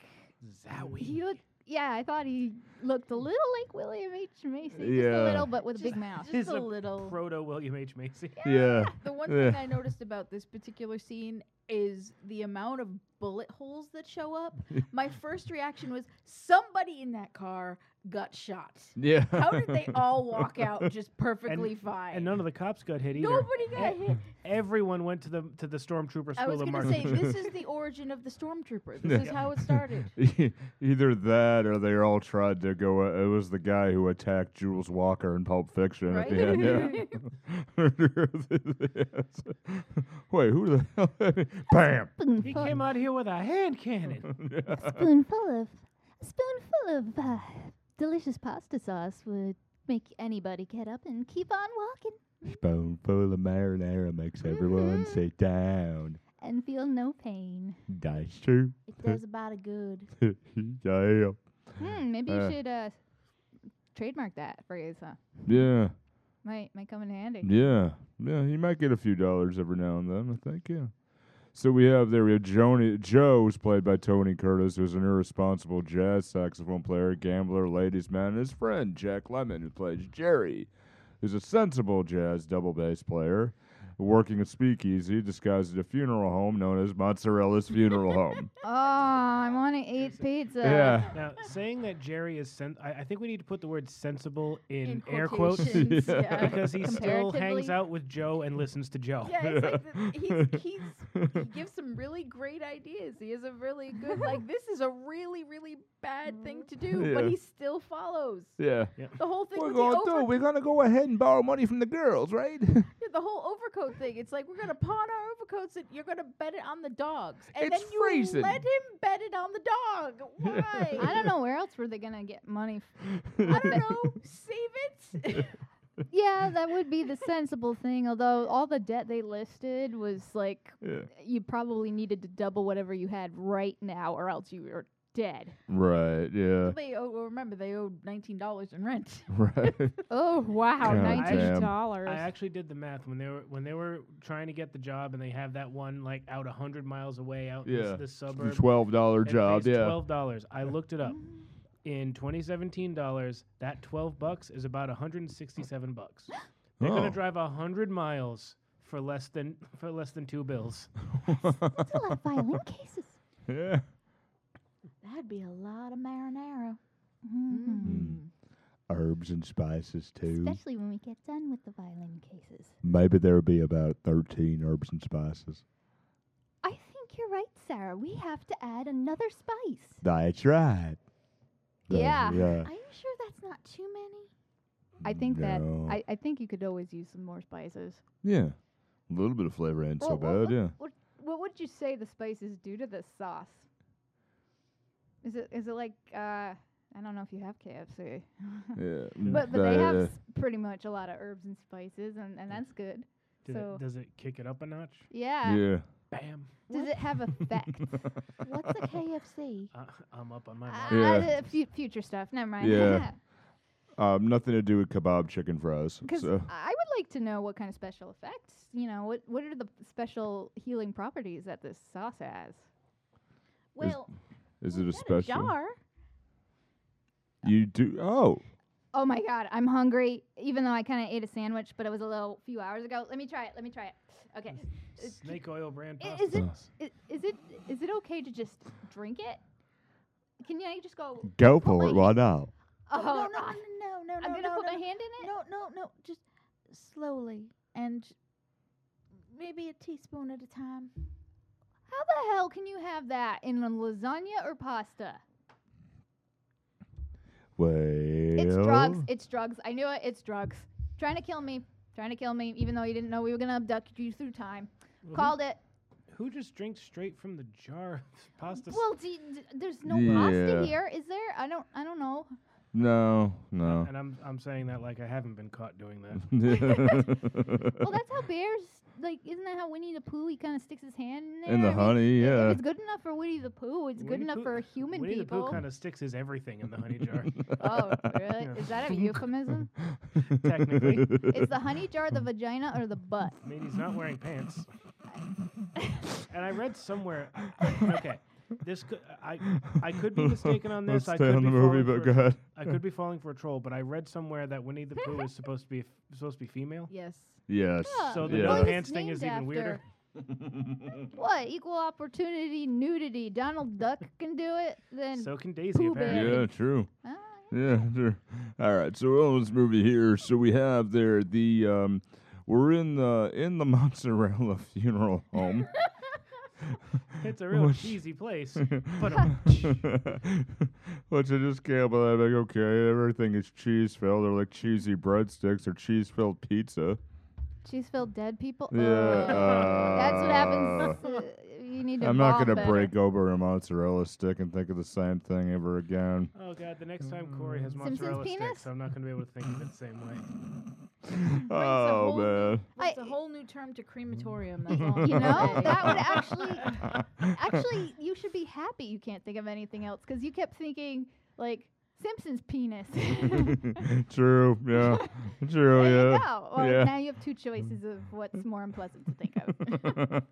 Speaker 4: Zowie.
Speaker 3: he looked. Yeah, I thought he looked a little like William H Macy, just
Speaker 5: Yeah.
Speaker 3: a little, but with a big mouth.
Speaker 4: He's
Speaker 6: Just
Speaker 4: a
Speaker 6: a little.
Speaker 4: Proto William H. Macy.
Speaker 5: yeah,
Speaker 6: The one
Speaker 5: Yeah.
Speaker 6: thing I noticed about this particular scene is the amount of bullet holes that show up. My first reaction was somebody in that car got shot.
Speaker 5: yeah.
Speaker 6: How did they all walk out just perfectly fine?
Speaker 4: And none of the cops got hit either.
Speaker 6: Nobody got
Speaker 4: E-
Speaker 6: hit.
Speaker 4: Everyone went to the to the stormtrooper
Speaker 6: I was
Speaker 4: school of
Speaker 6: going to
Speaker 4: marketing.
Speaker 6: say this is the origin of the stormtrooper. This
Speaker 5: Yeah. E-,
Speaker 6: is how it started.
Speaker 5: Either that, or they all tried to go. uh, it was the guy who attacked Jules Walker in Pulp Fiction
Speaker 6: Right?
Speaker 5: at the end. Yeah. Wait, who the hell? Bam!
Speaker 4: he
Speaker 7: Spoonful,
Speaker 4: came out here with a hand cannon.
Speaker 7: spoonful of a spoonful of uh, delicious pasta sauce would make anybody get up and keep on walking
Speaker 5: Spoonful of marinara makes
Speaker 6: Mm-hmm.
Speaker 5: everyone sit down.
Speaker 7: and feel no pain.
Speaker 5: That's true.
Speaker 6: It does a body good.
Speaker 5: yeah.
Speaker 3: Hmm, maybe you
Speaker 5: Uh.
Speaker 3: should uh, trademark that phrase. Huh?
Speaker 5: Yeah.
Speaker 3: Might might come in handy.
Speaker 5: Yeah. Yeah. He might get a few dollars every now and then, I think, yeah. So we have there we have Joni Joe, who's played by Tony Curtis, who's an irresponsible jazz saxophone player, gambler, ladies man, and his friend Jack Lemon, who plays Jerry, who's a sensible jazz double bass player, working a speakeasy disguised at a funeral home known as Mozzarella's Funeral Home.
Speaker 3: Oh, I want to eat pizza.
Speaker 5: Yeah.
Speaker 4: Now, saying that Jerry is sen- I, I think we need to put the word sensible in,
Speaker 6: In
Speaker 4: air quotes
Speaker 6: quotations,
Speaker 5: Yeah.
Speaker 6: yeah.
Speaker 4: because he still hangs
Speaker 3: Comparatively.
Speaker 4: out with Joe and listens to
Speaker 5: Oh.
Speaker 4: Joe.
Speaker 6: Yeah, it's like the, he's, he's he gives some really great ideas. He is a really good like this is a really really bad thing to do, but
Speaker 5: Yeah.
Speaker 6: he still follows
Speaker 5: yeah.
Speaker 6: the whole thing.
Speaker 5: We're
Speaker 6: With the,
Speaker 5: going
Speaker 6: over-
Speaker 5: to we're gonna go ahead and borrow money from the girls, right?
Speaker 6: the whole overcoat overcoat thing. It's like we're gonna pawn our overcoats and you're gonna bet it on the dogs, and
Speaker 8: It's
Speaker 6: then you
Speaker 8: freezing.
Speaker 6: let him bet it on the dog. Why?
Speaker 3: I don't know where else were they gonna get money. f-
Speaker 6: I don't know. Save it.
Speaker 3: yeah, that would be the sensible thing. Although all the debt they listed was like
Speaker 5: Yeah.
Speaker 3: you probably needed to double whatever you had right now, or else you were dead.
Speaker 5: Right. Yeah.
Speaker 6: they owe, well, remember they owed nineteen dollars in rent.
Speaker 5: Right.
Speaker 3: Oh wow,
Speaker 5: God
Speaker 3: nineteen
Speaker 5: damn.
Speaker 3: dollars.
Speaker 4: I actually did the math when they were when they were trying to get the job, and they have that one like out hundred miles away out in
Speaker 5: Yeah.
Speaker 4: this, this suburb.
Speaker 5: Twelve dollar
Speaker 4: and it
Speaker 5: job.
Speaker 4: pays
Speaker 5: Yeah.
Speaker 4: twelve dollars. I looked it
Speaker 6: Mm-hmm.
Speaker 4: up. In 2017 dollars, that 12 bucks is about 167 bucks. They're
Speaker 5: Oh.
Speaker 4: gonna drive 100 miles for less than for less than two bills.
Speaker 7: That's a lot of violent cases.
Speaker 5: yeah.
Speaker 6: That'd be a lot of marinara.
Speaker 7: Mhm.
Speaker 5: Mm. Herbs and spices too.
Speaker 7: Especially when we get done with the violent cases.
Speaker 5: Maybe there'll be about thirteen herbs and spices.
Speaker 7: I think you're right, Sarah. We have to add another spice.
Speaker 5: That's right. That-
Speaker 3: Yeah.
Speaker 5: yeah.
Speaker 6: Are you sure that's not too many?
Speaker 3: I think
Speaker 5: No.
Speaker 3: that I, I think you could always use some more spices.
Speaker 5: Yeah. A little bit of flavor ain't so bad. Yeah.
Speaker 3: What, what would you say the spices do to this sauce? Is it is it like uh, I don't know if you have KFC,
Speaker 5: Yeah.
Speaker 3: uh, but but they have
Speaker 5: Uh,
Speaker 3: s- pretty much a lot of herbs and spices, and, and that's good.
Speaker 4: Did
Speaker 3: So-
Speaker 4: it, does it kick it up a notch?
Speaker 3: Yeah.
Speaker 5: Yeah.
Speaker 4: Bam!
Speaker 3: Does it have effect?
Speaker 6: What's a KFC?
Speaker 4: Uh, I'm up on my
Speaker 3: Ah,
Speaker 4: mark.
Speaker 5: Yeah.
Speaker 3: uh, fu- future stuff. Never mind.
Speaker 5: Yeah. Um, nothing to do with kebab chicken fries.
Speaker 3: Because
Speaker 5: So.
Speaker 3: I would like to know what kind of special effects. You know, what what are the special healing properties that this sauce has?
Speaker 6: Well,
Speaker 5: Is
Speaker 6: we
Speaker 5: it a
Speaker 6: got
Speaker 5: special?
Speaker 6: jar?
Speaker 5: You do. Oh,
Speaker 3: Oh my god, I'm hungry. Even though I kind of ate a sandwich, but it was a little few hours ago. Let me try it. Let me try it. Okay. Is,
Speaker 4: Snake oil brand
Speaker 3: i-
Speaker 4: pasta
Speaker 3: is it-
Speaker 4: sauce.
Speaker 3: i- is it is it okay to just drink it? Can you just go?
Speaker 5: go
Speaker 3: for
Speaker 5: for
Speaker 3: my-
Speaker 5: it!
Speaker 3: it,
Speaker 5: Why not?
Speaker 3: Oh,
Speaker 6: no, no,
Speaker 3: God,
Speaker 6: no, no, no, no,
Speaker 3: I'm gonna
Speaker 6: no,
Speaker 3: put
Speaker 6: no,
Speaker 3: my hand in it.
Speaker 6: no, no, no. Just slowly and maybe a teaspoon at a time.
Speaker 3: How the hell can you have that in a lasagna or pasta?
Speaker 5: Well,
Speaker 3: It's drugs. It's drugs. I knew it. It's drugs. Trying to kill me. Trying to kill me, even though you didn't know we were gonna abduct you through time.
Speaker 6: Mm-hmm.
Speaker 4: Well,
Speaker 3: Called it.
Speaker 4: Who, who just drinks straight from the jar of pasta? s-
Speaker 3: Well, d- d- there's no pasta
Speaker 5: Yeah.
Speaker 3: here, is there? I don't. I don't know.
Speaker 5: No, no.
Speaker 4: and I'm I'm saying that like I haven't been caught doing that.
Speaker 3: Well, that's how bears like. Isn't that how Winnie the Pooh? He kind of sticks his hand in there.
Speaker 5: In
Speaker 3: I
Speaker 5: the
Speaker 3: mean,
Speaker 5: honey,
Speaker 3: i-
Speaker 5: yeah.
Speaker 3: If it's good enough for Winnie the Pooh, it's good
Speaker 4: Winnie
Speaker 3: enough
Speaker 4: Pooh-
Speaker 3: for human
Speaker 4: Winnie
Speaker 3: people.
Speaker 4: the Pooh kind of sticks his everything in the honey jar.
Speaker 3: oh, really? Is that a euphemism?
Speaker 4: Technically,
Speaker 3: Is the honey jar the vagina or the butt?
Speaker 4: I mean he's not wearing pants. and I read somewhere. Okay, this could I I could be mistaken on
Speaker 5: Let's
Speaker 4: this. I
Speaker 5: stay
Speaker 4: could
Speaker 5: on the
Speaker 4: be
Speaker 5: movie,
Speaker 4: falling
Speaker 5: but
Speaker 4: for,
Speaker 5: go ahead.
Speaker 4: I could be falling for a troll, but I read somewhere that Winnie the Pooh is supposed to be f- supposed to be female.
Speaker 6: Yes.
Speaker 5: Yes.
Speaker 4: So the
Speaker 5: yeah.
Speaker 4: no
Speaker 3: Well,
Speaker 4: pants
Speaker 3: it's
Speaker 4: thing is
Speaker 3: named
Speaker 4: even weirder.
Speaker 3: What? Equal opportunity nudity. Donald Duck can do it. Then
Speaker 4: So can Daisy
Speaker 3: Pooh
Speaker 4: apparently.
Speaker 3: Bear.
Speaker 5: Yeah, true.
Speaker 3: Ah,
Speaker 5: Yeah, sure. All right. So we're on this movie here. So we have there the um, we're in the in the mozzarella funeral home.
Speaker 4: It's a real
Speaker 5: Which-
Speaker 4: cheesy place. But um,
Speaker 5: Which I just can't believe. Like, okay, everything is cheese filled, or like cheesy breadsticks, or cheese filled pizza.
Speaker 3: She's filled dead people.
Speaker 5: Yeah,
Speaker 3: Oh. That's what happens.
Speaker 5: uh,
Speaker 3: uh, you need to.
Speaker 5: I'm not
Speaker 3: evolve
Speaker 5: gonna
Speaker 3: better.
Speaker 5: break over a mozzarella stick and think of the same thing ever again.
Speaker 4: oh god, the next time Corey has
Speaker 3: Simpsons
Speaker 4: mozzarella
Speaker 3: penis?
Speaker 4: sticks, I'm not gonna be able to think of it the same way.
Speaker 5: oh
Speaker 6: whole
Speaker 5: man.
Speaker 6: That's
Speaker 3: I-
Speaker 6: a whole new term to crematorium. That's all.
Speaker 3: You know, that would actually. Actually, you should be happy you can't think of anything else because you kept thinking like Simpson's penis. there
Speaker 5: True. Yeah. True.
Speaker 3: you
Speaker 5: Oh, yeah.
Speaker 3: go. Well,
Speaker 5: yeah.
Speaker 3: now you have two choices of what's more unpleasant to think of.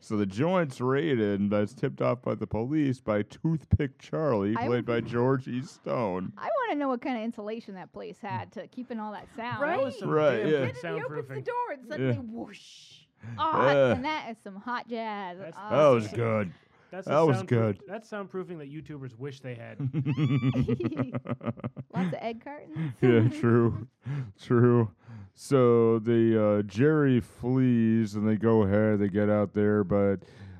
Speaker 5: so the joint's raided, and that's tipped off by the police by Toothpick Charlie,
Speaker 3: I
Speaker 5: played by George E. Stone.
Speaker 3: I want to know what kind of insulation that place had to keeping all that sound.
Speaker 4: That
Speaker 6: Right?
Speaker 4: was some
Speaker 5: Right,
Speaker 4: damn
Speaker 5: yeah.
Speaker 4: good
Speaker 6: Then he opens the
Speaker 4: soundproofing.
Speaker 6: door and suddenly whoosh.
Speaker 3: Ah,
Speaker 5: Yeah.
Speaker 3: and that is some hot jazz.
Speaker 4: That's-
Speaker 3: Ah,
Speaker 5: That was
Speaker 3: shit.
Speaker 5: good.
Speaker 4: That's
Speaker 5: That
Speaker 4: the
Speaker 5: was
Speaker 4: soundproof-
Speaker 5: good.
Speaker 4: That's soundproofing that YouTubers wish they had.
Speaker 3: Lots of egg cartons.
Speaker 5: yeah, true, true. So the uh, Jerry flees, and they go ahead. They get out there, but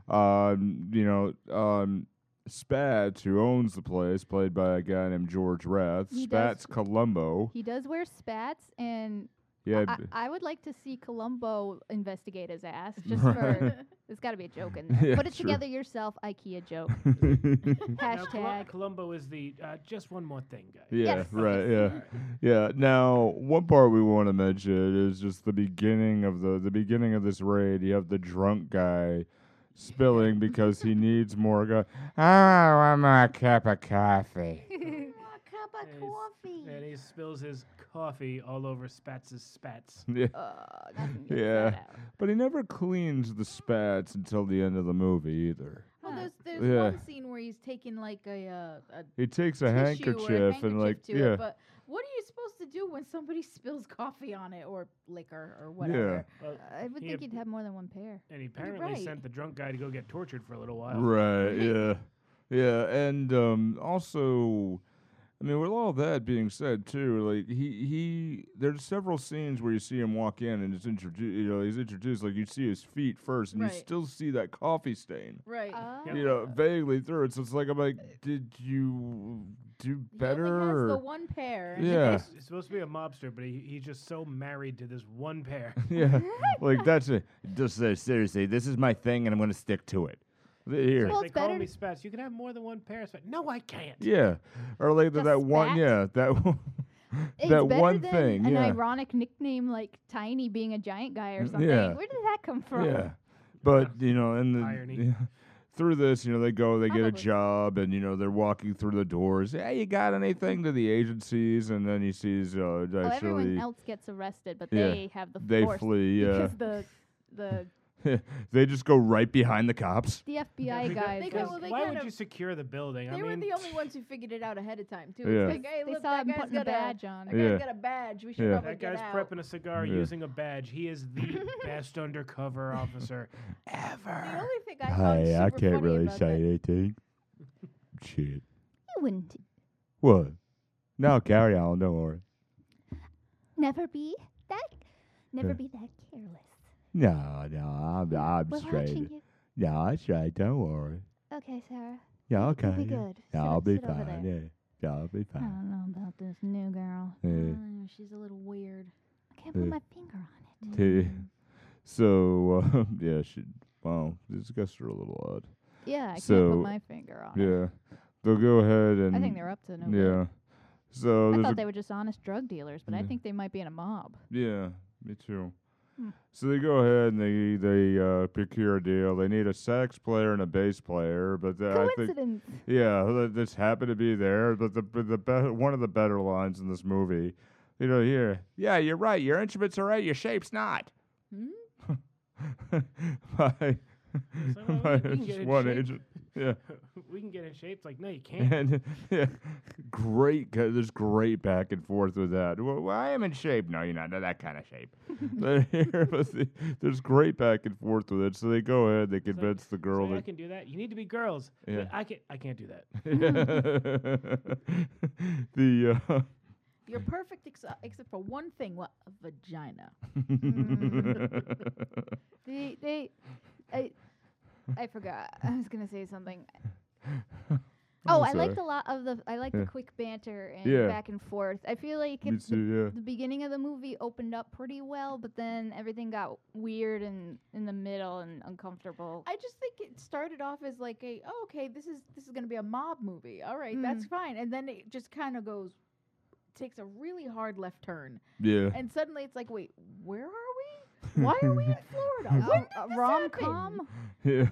Speaker 5: um, you know, um, Spatz, who owns the place, played by a guy named George Rath,
Speaker 3: He
Speaker 5: Spatz
Speaker 3: does-
Speaker 5: Columbo.
Speaker 3: He does wear spats and
Speaker 5: Yeah.
Speaker 3: I,
Speaker 5: b-
Speaker 3: I would like to see Columbo investigate his ass just
Speaker 5: Right.
Speaker 3: for. There's got to be a joke in there.
Speaker 5: Yeah,
Speaker 3: Put it
Speaker 5: true.
Speaker 3: together yourself, IKEA joke.
Speaker 4: Now, Colu-
Speaker 3: Hashtag.
Speaker 4: Columbo is the uh, just one more thing guy.
Speaker 5: Yeah,
Speaker 3: Yes.
Speaker 5: right. Yeah, yeah. Now, one part we want to mention is just the beginning of the the beginning of this raid. You have the drunk guy spilling because he needs more. Go- I want my cup of coffee.
Speaker 6: cup
Speaker 4: of Yes.
Speaker 6: coffee.
Speaker 4: And he spills his coffee all over Spatz's spats.
Speaker 5: Yeah,
Speaker 3: Uh, nothing gets
Speaker 5: Yeah.
Speaker 3: that out.
Speaker 5: but he never cleans the spats until the end of the movie either.
Speaker 6: Well,
Speaker 3: Huh.
Speaker 6: there's there's
Speaker 5: Yeah.
Speaker 6: one scene where he's taking like a, uh, a
Speaker 5: He takes a
Speaker 6: tissue
Speaker 5: handkerchief,
Speaker 6: or a
Speaker 5: and like
Speaker 6: handkerchief to
Speaker 5: yeah,
Speaker 6: it, but what are you supposed to do when somebody spills coffee on it or liquor or whatever?
Speaker 4: Well,
Speaker 3: I would
Speaker 4: He
Speaker 3: think
Speaker 4: had-
Speaker 3: you'd have more than one pair.
Speaker 4: and he apparently
Speaker 6: right.
Speaker 4: sent the drunk guy to go get tortured for a little while.
Speaker 5: Right. Yeah. Yeah. And um, also, I mean, with all that being said, too, like he he, there's several scenes where you see him walk in and it's introduced. You know, he's introduced. Like you see his feet first, and
Speaker 6: Right.
Speaker 5: you still see that coffee stain.
Speaker 6: Right.
Speaker 5: You know, vaguely through it. So it's like I'm like, did you do better?
Speaker 6: He only has the
Speaker 5: or-"
Speaker 6: one pair.
Speaker 5: yeah.
Speaker 4: He's- He's supposed to be a mobster, but he, he's just so married to this one pair.
Speaker 5: yeah. Like that's it. Just uh, seriously, this is my thing, and I'm gonna stick to it. Here.
Speaker 4: Like,
Speaker 3: Well,
Speaker 4: they
Speaker 3: it's
Speaker 4: call
Speaker 3: better
Speaker 4: me
Speaker 3: to-
Speaker 4: Spats. You can have more than one pair of Spats. No, I can't.
Speaker 5: Yeah. Or like
Speaker 3: The
Speaker 5: that that one.
Speaker 3: spat?
Speaker 5: Yeah. That. one-
Speaker 3: It's
Speaker 5: that
Speaker 3: better
Speaker 5: one
Speaker 3: than
Speaker 5: thing,
Speaker 3: An
Speaker 5: yeah.
Speaker 3: ironic nickname like Tiny being a giant guy or
Speaker 5: Mm,
Speaker 3: something.
Speaker 5: yeah.
Speaker 3: Where did that come from?
Speaker 5: Yeah, but you know, and the,
Speaker 4: Irony.
Speaker 5: yeah, through this, you know, they go, they get a
Speaker 3: Probably.
Speaker 5: job, and you know, they're walking through the doors. Hey, you got anything to the agencies? And then he sees uh,
Speaker 3: Well, Oh, everyone
Speaker 5: actually
Speaker 3: else gets arrested, but
Speaker 5: Yeah.
Speaker 3: they have the
Speaker 5: they
Speaker 3: force
Speaker 5: flee. Yeah,
Speaker 3: because the the
Speaker 5: they just go right behind the cops.
Speaker 3: the FBI
Speaker 4: because-
Speaker 3: guys.
Speaker 6: They
Speaker 3: were-
Speaker 6: got- well, they
Speaker 4: why
Speaker 6: kind
Speaker 4: would
Speaker 6: of-
Speaker 4: you secure the building?
Speaker 6: They
Speaker 4: I
Speaker 6: were
Speaker 4: mean,
Speaker 6: the only ones who figured it out ahead of time too.
Speaker 5: Yeah.
Speaker 6: It's like, hey,
Speaker 3: they
Speaker 6: look,
Speaker 3: saw
Speaker 6: that
Speaker 3: him
Speaker 6: guy's
Speaker 3: putting
Speaker 6: got
Speaker 3: a badge on.
Speaker 6: That
Speaker 5: Yeah.
Speaker 6: guy's got a badge. We should
Speaker 5: Yeah.
Speaker 6: probably
Speaker 4: that
Speaker 6: get
Speaker 4: guy's
Speaker 6: out.
Speaker 4: prepping a cigar
Speaker 5: Yeah.
Speaker 4: using a badge. He is the best undercover officer.
Speaker 6: The only thing I found
Speaker 5: Hi, I
Speaker 6: super
Speaker 5: can't
Speaker 6: funny
Speaker 5: really
Speaker 6: about
Speaker 5: say
Speaker 6: that-
Speaker 5: anything. Shit.
Speaker 7: You wouldn't
Speaker 5: What? No, carry on. Don't worry.
Speaker 7: never be that never
Speaker 5: Yeah.
Speaker 7: be that careless.
Speaker 5: No, no, I'm, I'm
Speaker 7: We're
Speaker 5: straight.
Speaker 7: watching you.
Speaker 5: Yeah, I'm straight. Don't worry.
Speaker 7: Okay, Sarah.
Speaker 5: Yeah, okay.
Speaker 7: You'll be
Speaker 5: yeah.
Speaker 7: good.
Speaker 5: Yeah,
Speaker 7: Sit-
Speaker 5: I'll be
Speaker 7: sit over
Speaker 5: fine.
Speaker 7: there.
Speaker 5: Yeah, yeah, I'll be
Speaker 7: I
Speaker 5: fine.
Speaker 7: don't know about this new girl.
Speaker 5: Yeah.
Speaker 6: Mm, she's a little weird.
Speaker 7: I can't put
Speaker 5: Yeah.
Speaker 7: my finger on it.
Speaker 5: T- so uh, yeah, she wow, these guys are a little odd.
Speaker 3: yeah, I can't
Speaker 5: So,
Speaker 3: put my finger on. it.
Speaker 5: Yeah, they'll go ahead and
Speaker 3: I think they're up to no. good.
Speaker 5: yeah.
Speaker 3: I
Speaker 5: So there's
Speaker 3: thought
Speaker 5: a,
Speaker 3: they were just honest drug dealers, but I
Speaker 5: Yeah.
Speaker 3: think they might be in a mob.
Speaker 5: yeah, me too.
Speaker 3: Hmm.
Speaker 5: So they go ahead and they they uh, procure a deal. They need a sax player and a bass player, but the, I think
Speaker 3: Coincidence.
Speaker 5: yeah, th- this happened to be there. But the but the be- one of the better lines in this movie, you know, here, yeah, you're right. Your instruments are right. Your shape's not.
Speaker 6: Hmm?
Speaker 5: my
Speaker 4: Somehow
Speaker 5: my
Speaker 4: we Oh, can get
Speaker 5: just
Speaker 4: in
Speaker 5: one
Speaker 4: shape.
Speaker 5: agent. Yeah.
Speaker 4: we can get in shape. It's like, no, you can't.
Speaker 5: And yeah, great. co- There's great back and forth with that. Well, well, I am in shape. No, you're not. Not that kind of shape. But here, but the- there's great back and forth with it. So they go ahead. They convince the girl
Speaker 4: Say, I
Speaker 5: that.
Speaker 4: can do that. You need to be girls. But
Speaker 5: Yeah.
Speaker 4: I can I can't do that.
Speaker 5: the. Uh,
Speaker 6: You're perfect ex- except for one thing. What? A vagina.
Speaker 5: Mm-hmm.
Speaker 3: They they, I, I forgot. I was gonna say something. Oh, I liked a lot of the. I like
Speaker 5: Yeah.
Speaker 3: the quick banter and
Speaker 5: Yeah.
Speaker 3: back and forth. I feel like
Speaker 5: Me
Speaker 3: it's the,
Speaker 5: too. Yeah.
Speaker 3: the beginning of the movie opened up pretty well, but then everything got weird and in the middle and uncomfortable.
Speaker 6: I just think it started off as like a oh, okay, this is this is gonna be a mob movie. All right,
Speaker 5: Mm.
Speaker 6: that's fine. And then it just kind of goes takes a really hard left turn,
Speaker 5: Yeah.
Speaker 6: and suddenly it's like, wait, where are we? Why are we in
Speaker 7: Uh,
Speaker 6: Florida? Oh, When did this
Speaker 3: rom
Speaker 6: happen?
Speaker 3: com.
Speaker 5: Yeah,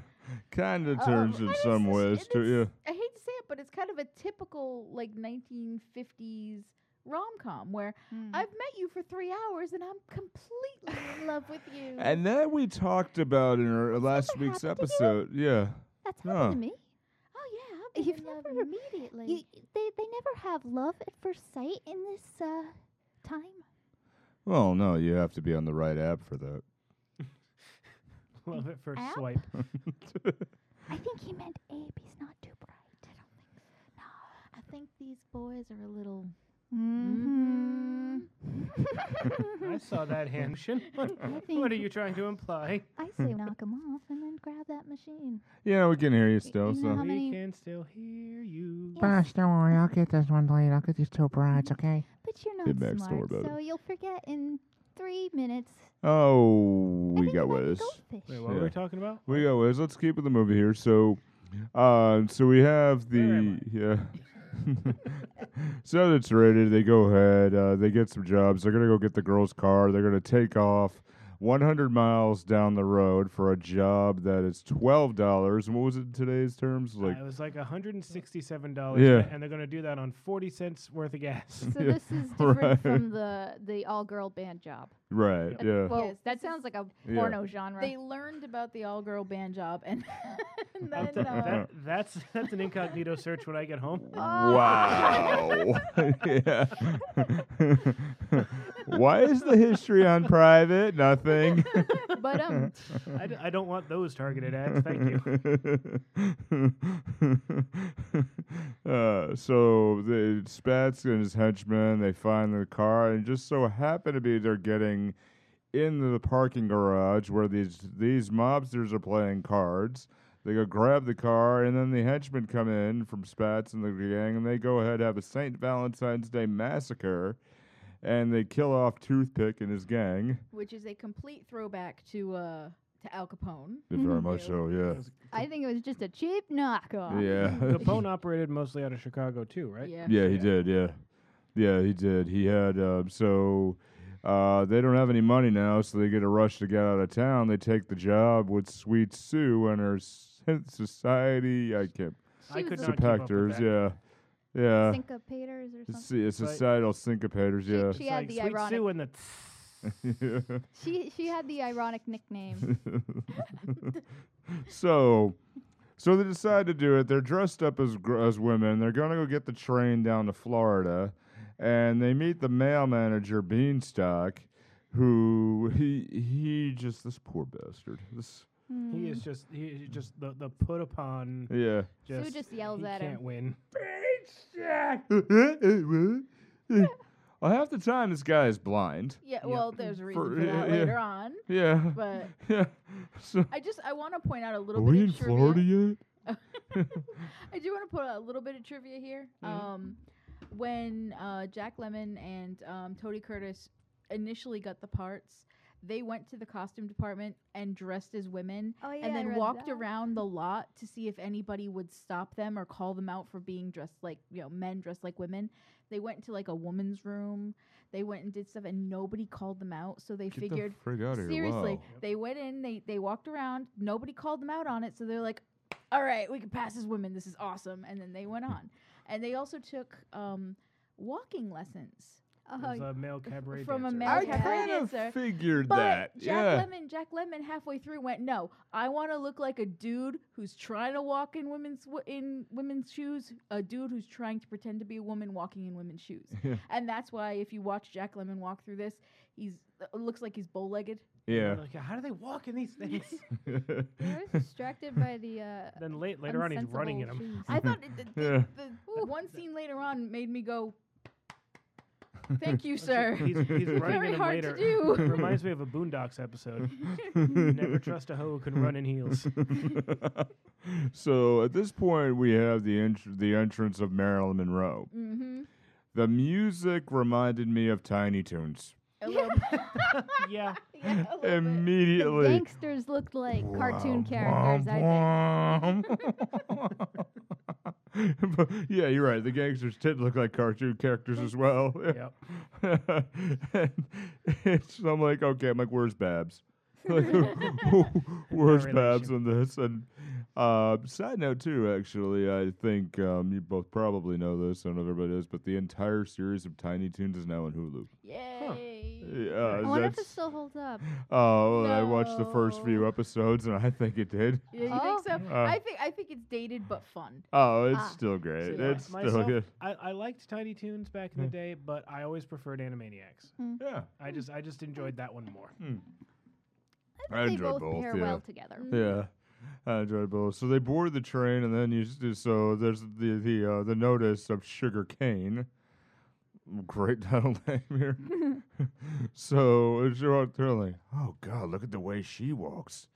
Speaker 5: kind of
Speaker 6: Uh,
Speaker 5: turns
Speaker 6: and
Speaker 5: in
Speaker 6: it's
Speaker 5: some
Speaker 6: just-
Speaker 5: ways
Speaker 6: and
Speaker 5: too. Yeah,
Speaker 6: it's- I hate to say it, but it's kind of a typical like 1950s rom com where
Speaker 5: Hmm.
Speaker 6: I've met you for three hours and I'm completely in love with you.
Speaker 5: and that we talked about in our uh, last
Speaker 7: something
Speaker 5: week's
Speaker 7: happened to you?
Speaker 5: episode. Yeah,
Speaker 7: That's
Speaker 5: Yeah.
Speaker 7: happened to me.
Speaker 6: oh yeah, I'll be
Speaker 7: You've
Speaker 6: in love
Speaker 7: never-
Speaker 6: immediately.
Speaker 7: You, they they never have love at first sight in this uh, time.
Speaker 5: well, no, you have to be on the right app for that.
Speaker 4: Love it first
Speaker 7: App?
Speaker 4: swipe.
Speaker 7: I think he meant Abe. He's not too bright. I don't think so. No, I think these boys are a little.
Speaker 3: Mm-hmm.
Speaker 7: Mm-hmm.
Speaker 4: I saw that Hampton. What, what are you trying to imply?
Speaker 7: I say knock him off and then grab that machine.
Speaker 5: Yeah, we can hear you
Speaker 7: you
Speaker 5: still.
Speaker 7: know
Speaker 5: so
Speaker 7: how many-
Speaker 4: We can still hear you.
Speaker 2: Boss, don't worry. I'll get this one late. I'll get these two brides, okay?
Speaker 7: But you're not
Speaker 5: Get back, don't worry
Speaker 7: smart,
Speaker 5: about it.
Speaker 7: so you'll forget in three minutes.
Speaker 5: Oh,
Speaker 7: I
Speaker 5: we
Speaker 7: think
Speaker 5: got
Speaker 7: it might be
Speaker 5: Wiz.
Speaker 7: Goldfish.
Speaker 4: Wait, what were
Speaker 5: Yeah.
Speaker 4: we talking about?
Speaker 5: We got Wiz. Let's keep with the movie here. So, uh, so we have
Speaker 4: Where
Speaker 5: the
Speaker 4: am
Speaker 5: yeah. so it's rated. They go ahead. Uh, they get some jobs. They're gonna go get the girl's car. They're gonna take off 100 miles down the road for a job that is twelve dollars. And what was it in today's terms? Like
Speaker 4: Uh, it was like $167,
Speaker 5: Yeah.
Speaker 4: and they're going to do that on 40 cents worth of gas.
Speaker 3: So
Speaker 5: Yeah,
Speaker 3: this is different
Speaker 5: right.
Speaker 3: from the the all girl band job.
Speaker 5: right?
Speaker 4: Yep.
Speaker 5: Yeah.
Speaker 3: Well,
Speaker 6: Yes,
Speaker 3: that
Speaker 6: this
Speaker 3: sounds
Speaker 6: is-
Speaker 3: like a
Speaker 5: Yeah.
Speaker 3: porno genre.
Speaker 6: They learned about the all-girl band job, and, and
Speaker 4: That-
Speaker 6: then uh,
Speaker 4: that- that's that's an incognito search when I get home.
Speaker 3: Oh.
Speaker 5: Wow. yeah. Why is the history on private? Nothing.
Speaker 3: but um,
Speaker 4: I, d- I don't want those targeted ads. Thank you.
Speaker 5: uh, so the Spats and his henchmen they find the car and just so happen to be they're getting into the parking garage where these these mobsters are playing cards. They go grab the car and then the henchmen come in from Spats and the gang and they go ahead and have a Saint Valentine's Day massacre and they kill off Toothpick and his gang.
Speaker 6: which is a complete throwback to uh, to Al Capone.
Speaker 5: Very much so, yeah.
Speaker 3: I think it was just a cheap knockoff.
Speaker 5: Yeah.
Speaker 4: Capone operated mostly out of Chicago too, right?
Speaker 6: Yeah.
Speaker 5: Yeah, he did. Yeah, yeah, he did. He had uh, so uh, they don't have any money now, so they get a rush to get out of town. They take the job with Sweet Sue and her Synth society. I uh, can't.
Speaker 4: I
Speaker 3: She
Speaker 4: could
Speaker 3: was
Speaker 4: not keep up with
Speaker 5: Sympactors.
Speaker 4: that.
Speaker 5: Yeah, yeah.
Speaker 7: Syncopators or something.
Speaker 5: See,
Speaker 4: But-
Speaker 5: societal syncopators.
Speaker 3: She-
Speaker 5: Yeah.
Speaker 3: she-
Speaker 4: It's
Speaker 3: had
Speaker 4: like
Speaker 3: the
Speaker 4: Sweet
Speaker 3: ironic-
Speaker 4: Sue and the.
Speaker 3: She she had the ironic nickname.
Speaker 5: so, so they decide to do it. They're dressed up as gr- as women. They're gonna go get the train down to Florida, and they meet the mail manager Beanstalk, who he he just this poor bastard. This
Speaker 4: He
Speaker 3: Mm.
Speaker 4: is just he is just the the put upon.
Speaker 5: yeah.
Speaker 4: Just,
Speaker 3: just yells
Speaker 4: he
Speaker 3: at him.
Speaker 4: can't win.
Speaker 5: Half the time, this guy is blind.
Speaker 6: Yeah, well, there's a reason
Speaker 5: For-
Speaker 6: for,
Speaker 5: yeah,
Speaker 6: that
Speaker 5: yeah.
Speaker 6: later on,
Speaker 5: Yeah,
Speaker 6: but
Speaker 5: yeah. So,
Speaker 6: I just I want to point out a
Speaker 5: are
Speaker 6: little bit.
Speaker 5: we
Speaker 6: of
Speaker 5: in
Speaker 6: trivia.
Speaker 5: Florida yet?
Speaker 6: I do want to put a little bit of trivia here.
Speaker 5: Mm-hmm.
Speaker 6: Um, when uh, Jack Lemon and um, Tony Curtis initially got the parts, they went to the costume department and dressed as women,
Speaker 7: Oh yeah.
Speaker 6: and
Speaker 7: I
Speaker 6: then
Speaker 7: read
Speaker 6: walked
Speaker 7: that.
Speaker 6: around the lot to see if anybody would stop them or call them out for being dressed like you know men dressed like women. They went to like a woman's room. They went and did stuff, and nobody called them out. So they
Speaker 5: Get
Speaker 6: figured
Speaker 5: the frig out of here!
Speaker 6: Seriously,
Speaker 5: wow.
Speaker 6: they went in, they they walked around, nobody called them out on it, so they're like, "All right, we can pass as women. This is awesome." And then they went on, and they also took um, walking lessons
Speaker 7: Oh,
Speaker 4: He's a male cabaret
Speaker 6: from a
Speaker 4: dancer.
Speaker 6: male
Speaker 5: I
Speaker 7: Yeah.
Speaker 6: cabaret
Speaker 5: kind of
Speaker 6: dancer.
Speaker 5: figured
Speaker 6: But
Speaker 5: that.
Speaker 6: Jack
Speaker 5: yeah.
Speaker 6: Lemon, Jack Lemon, halfway through went, "No, I want to look like a dude who's trying to walk in women's w- in women's shoes, a dude who's trying to pretend to be a woman walking in women's shoes."
Speaker 5: Yeah.
Speaker 6: and that's why if you watch Jack Lemon walk through this, he's it looks like he's bow-legged.
Speaker 5: Yeah.
Speaker 4: Like, how do they walk in these things?
Speaker 3: I was distracted by the. Uh,
Speaker 4: then late, later on, he's running in them.
Speaker 3: unsensible
Speaker 6: I thought it, the, the,
Speaker 5: Yeah.
Speaker 6: the one scene later on made me go, "Thank you, sir."
Speaker 4: Oh, He's, he's running in
Speaker 6: Very
Speaker 4: them
Speaker 6: hard to
Speaker 4: later.
Speaker 6: do.
Speaker 4: Reminds me of a Boondocks episode. Never trust a hoe who can run in heels.
Speaker 5: so at this point, we have the entr- the entrance of Marilyn Monroe.
Speaker 6: mm-hmm.
Speaker 5: The music reminded me of Tiny Toons
Speaker 6: A little bit.
Speaker 4: yeah.
Speaker 6: Yeah, a little bit.
Speaker 3: Oh, The
Speaker 5: immediately.
Speaker 3: gangsters looked like cartoon characters. I think.
Speaker 5: But yeah, you're right. The gangsters did look like cartoon characters as well.
Speaker 4: Yep.
Speaker 5: and it's, I'm like, okay, I'm like, where's Babs? Like, where's
Speaker 4: No
Speaker 5: Babs on this? And uh, side note too, actually, I think um, you both probably know this. I don't know if everybody does, but the entire series of Tiny Toons is now on Hulu.
Speaker 6: Yay!
Speaker 5: Yeah,
Speaker 3: I wonder if it
Speaker 5: that's-
Speaker 3: still holds up.
Speaker 5: oh, I watched the first few
Speaker 6: No.
Speaker 5: episodes, and I think it did.
Speaker 6: Yeah, you
Speaker 3: Oh.
Speaker 6: think so?
Speaker 5: Uh,
Speaker 6: I think I think it's dated but fun.
Speaker 5: Oh, it's
Speaker 3: Ah.
Speaker 5: still great.
Speaker 4: Yeah,
Speaker 5: it's still
Speaker 4: uh, myself,
Speaker 5: good.
Speaker 4: I, I liked Tiny Toons back in the day, but I always preferred Animaniacs.
Speaker 5: Yeah,
Speaker 4: I just I just enjoyed that one more.
Speaker 5: I
Speaker 3: they
Speaker 5: enjoyed
Speaker 3: both,
Speaker 5: both.
Speaker 3: pair
Speaker 5: yeah.
Speaker 3: well together.
Speaker 5: Yeah, I enjoyed both. So they board the train, and then you s- do- so there's the the uh, the notice of sugar cane. Great title name here. so as you're out there, like, oh god, look at the way she walks.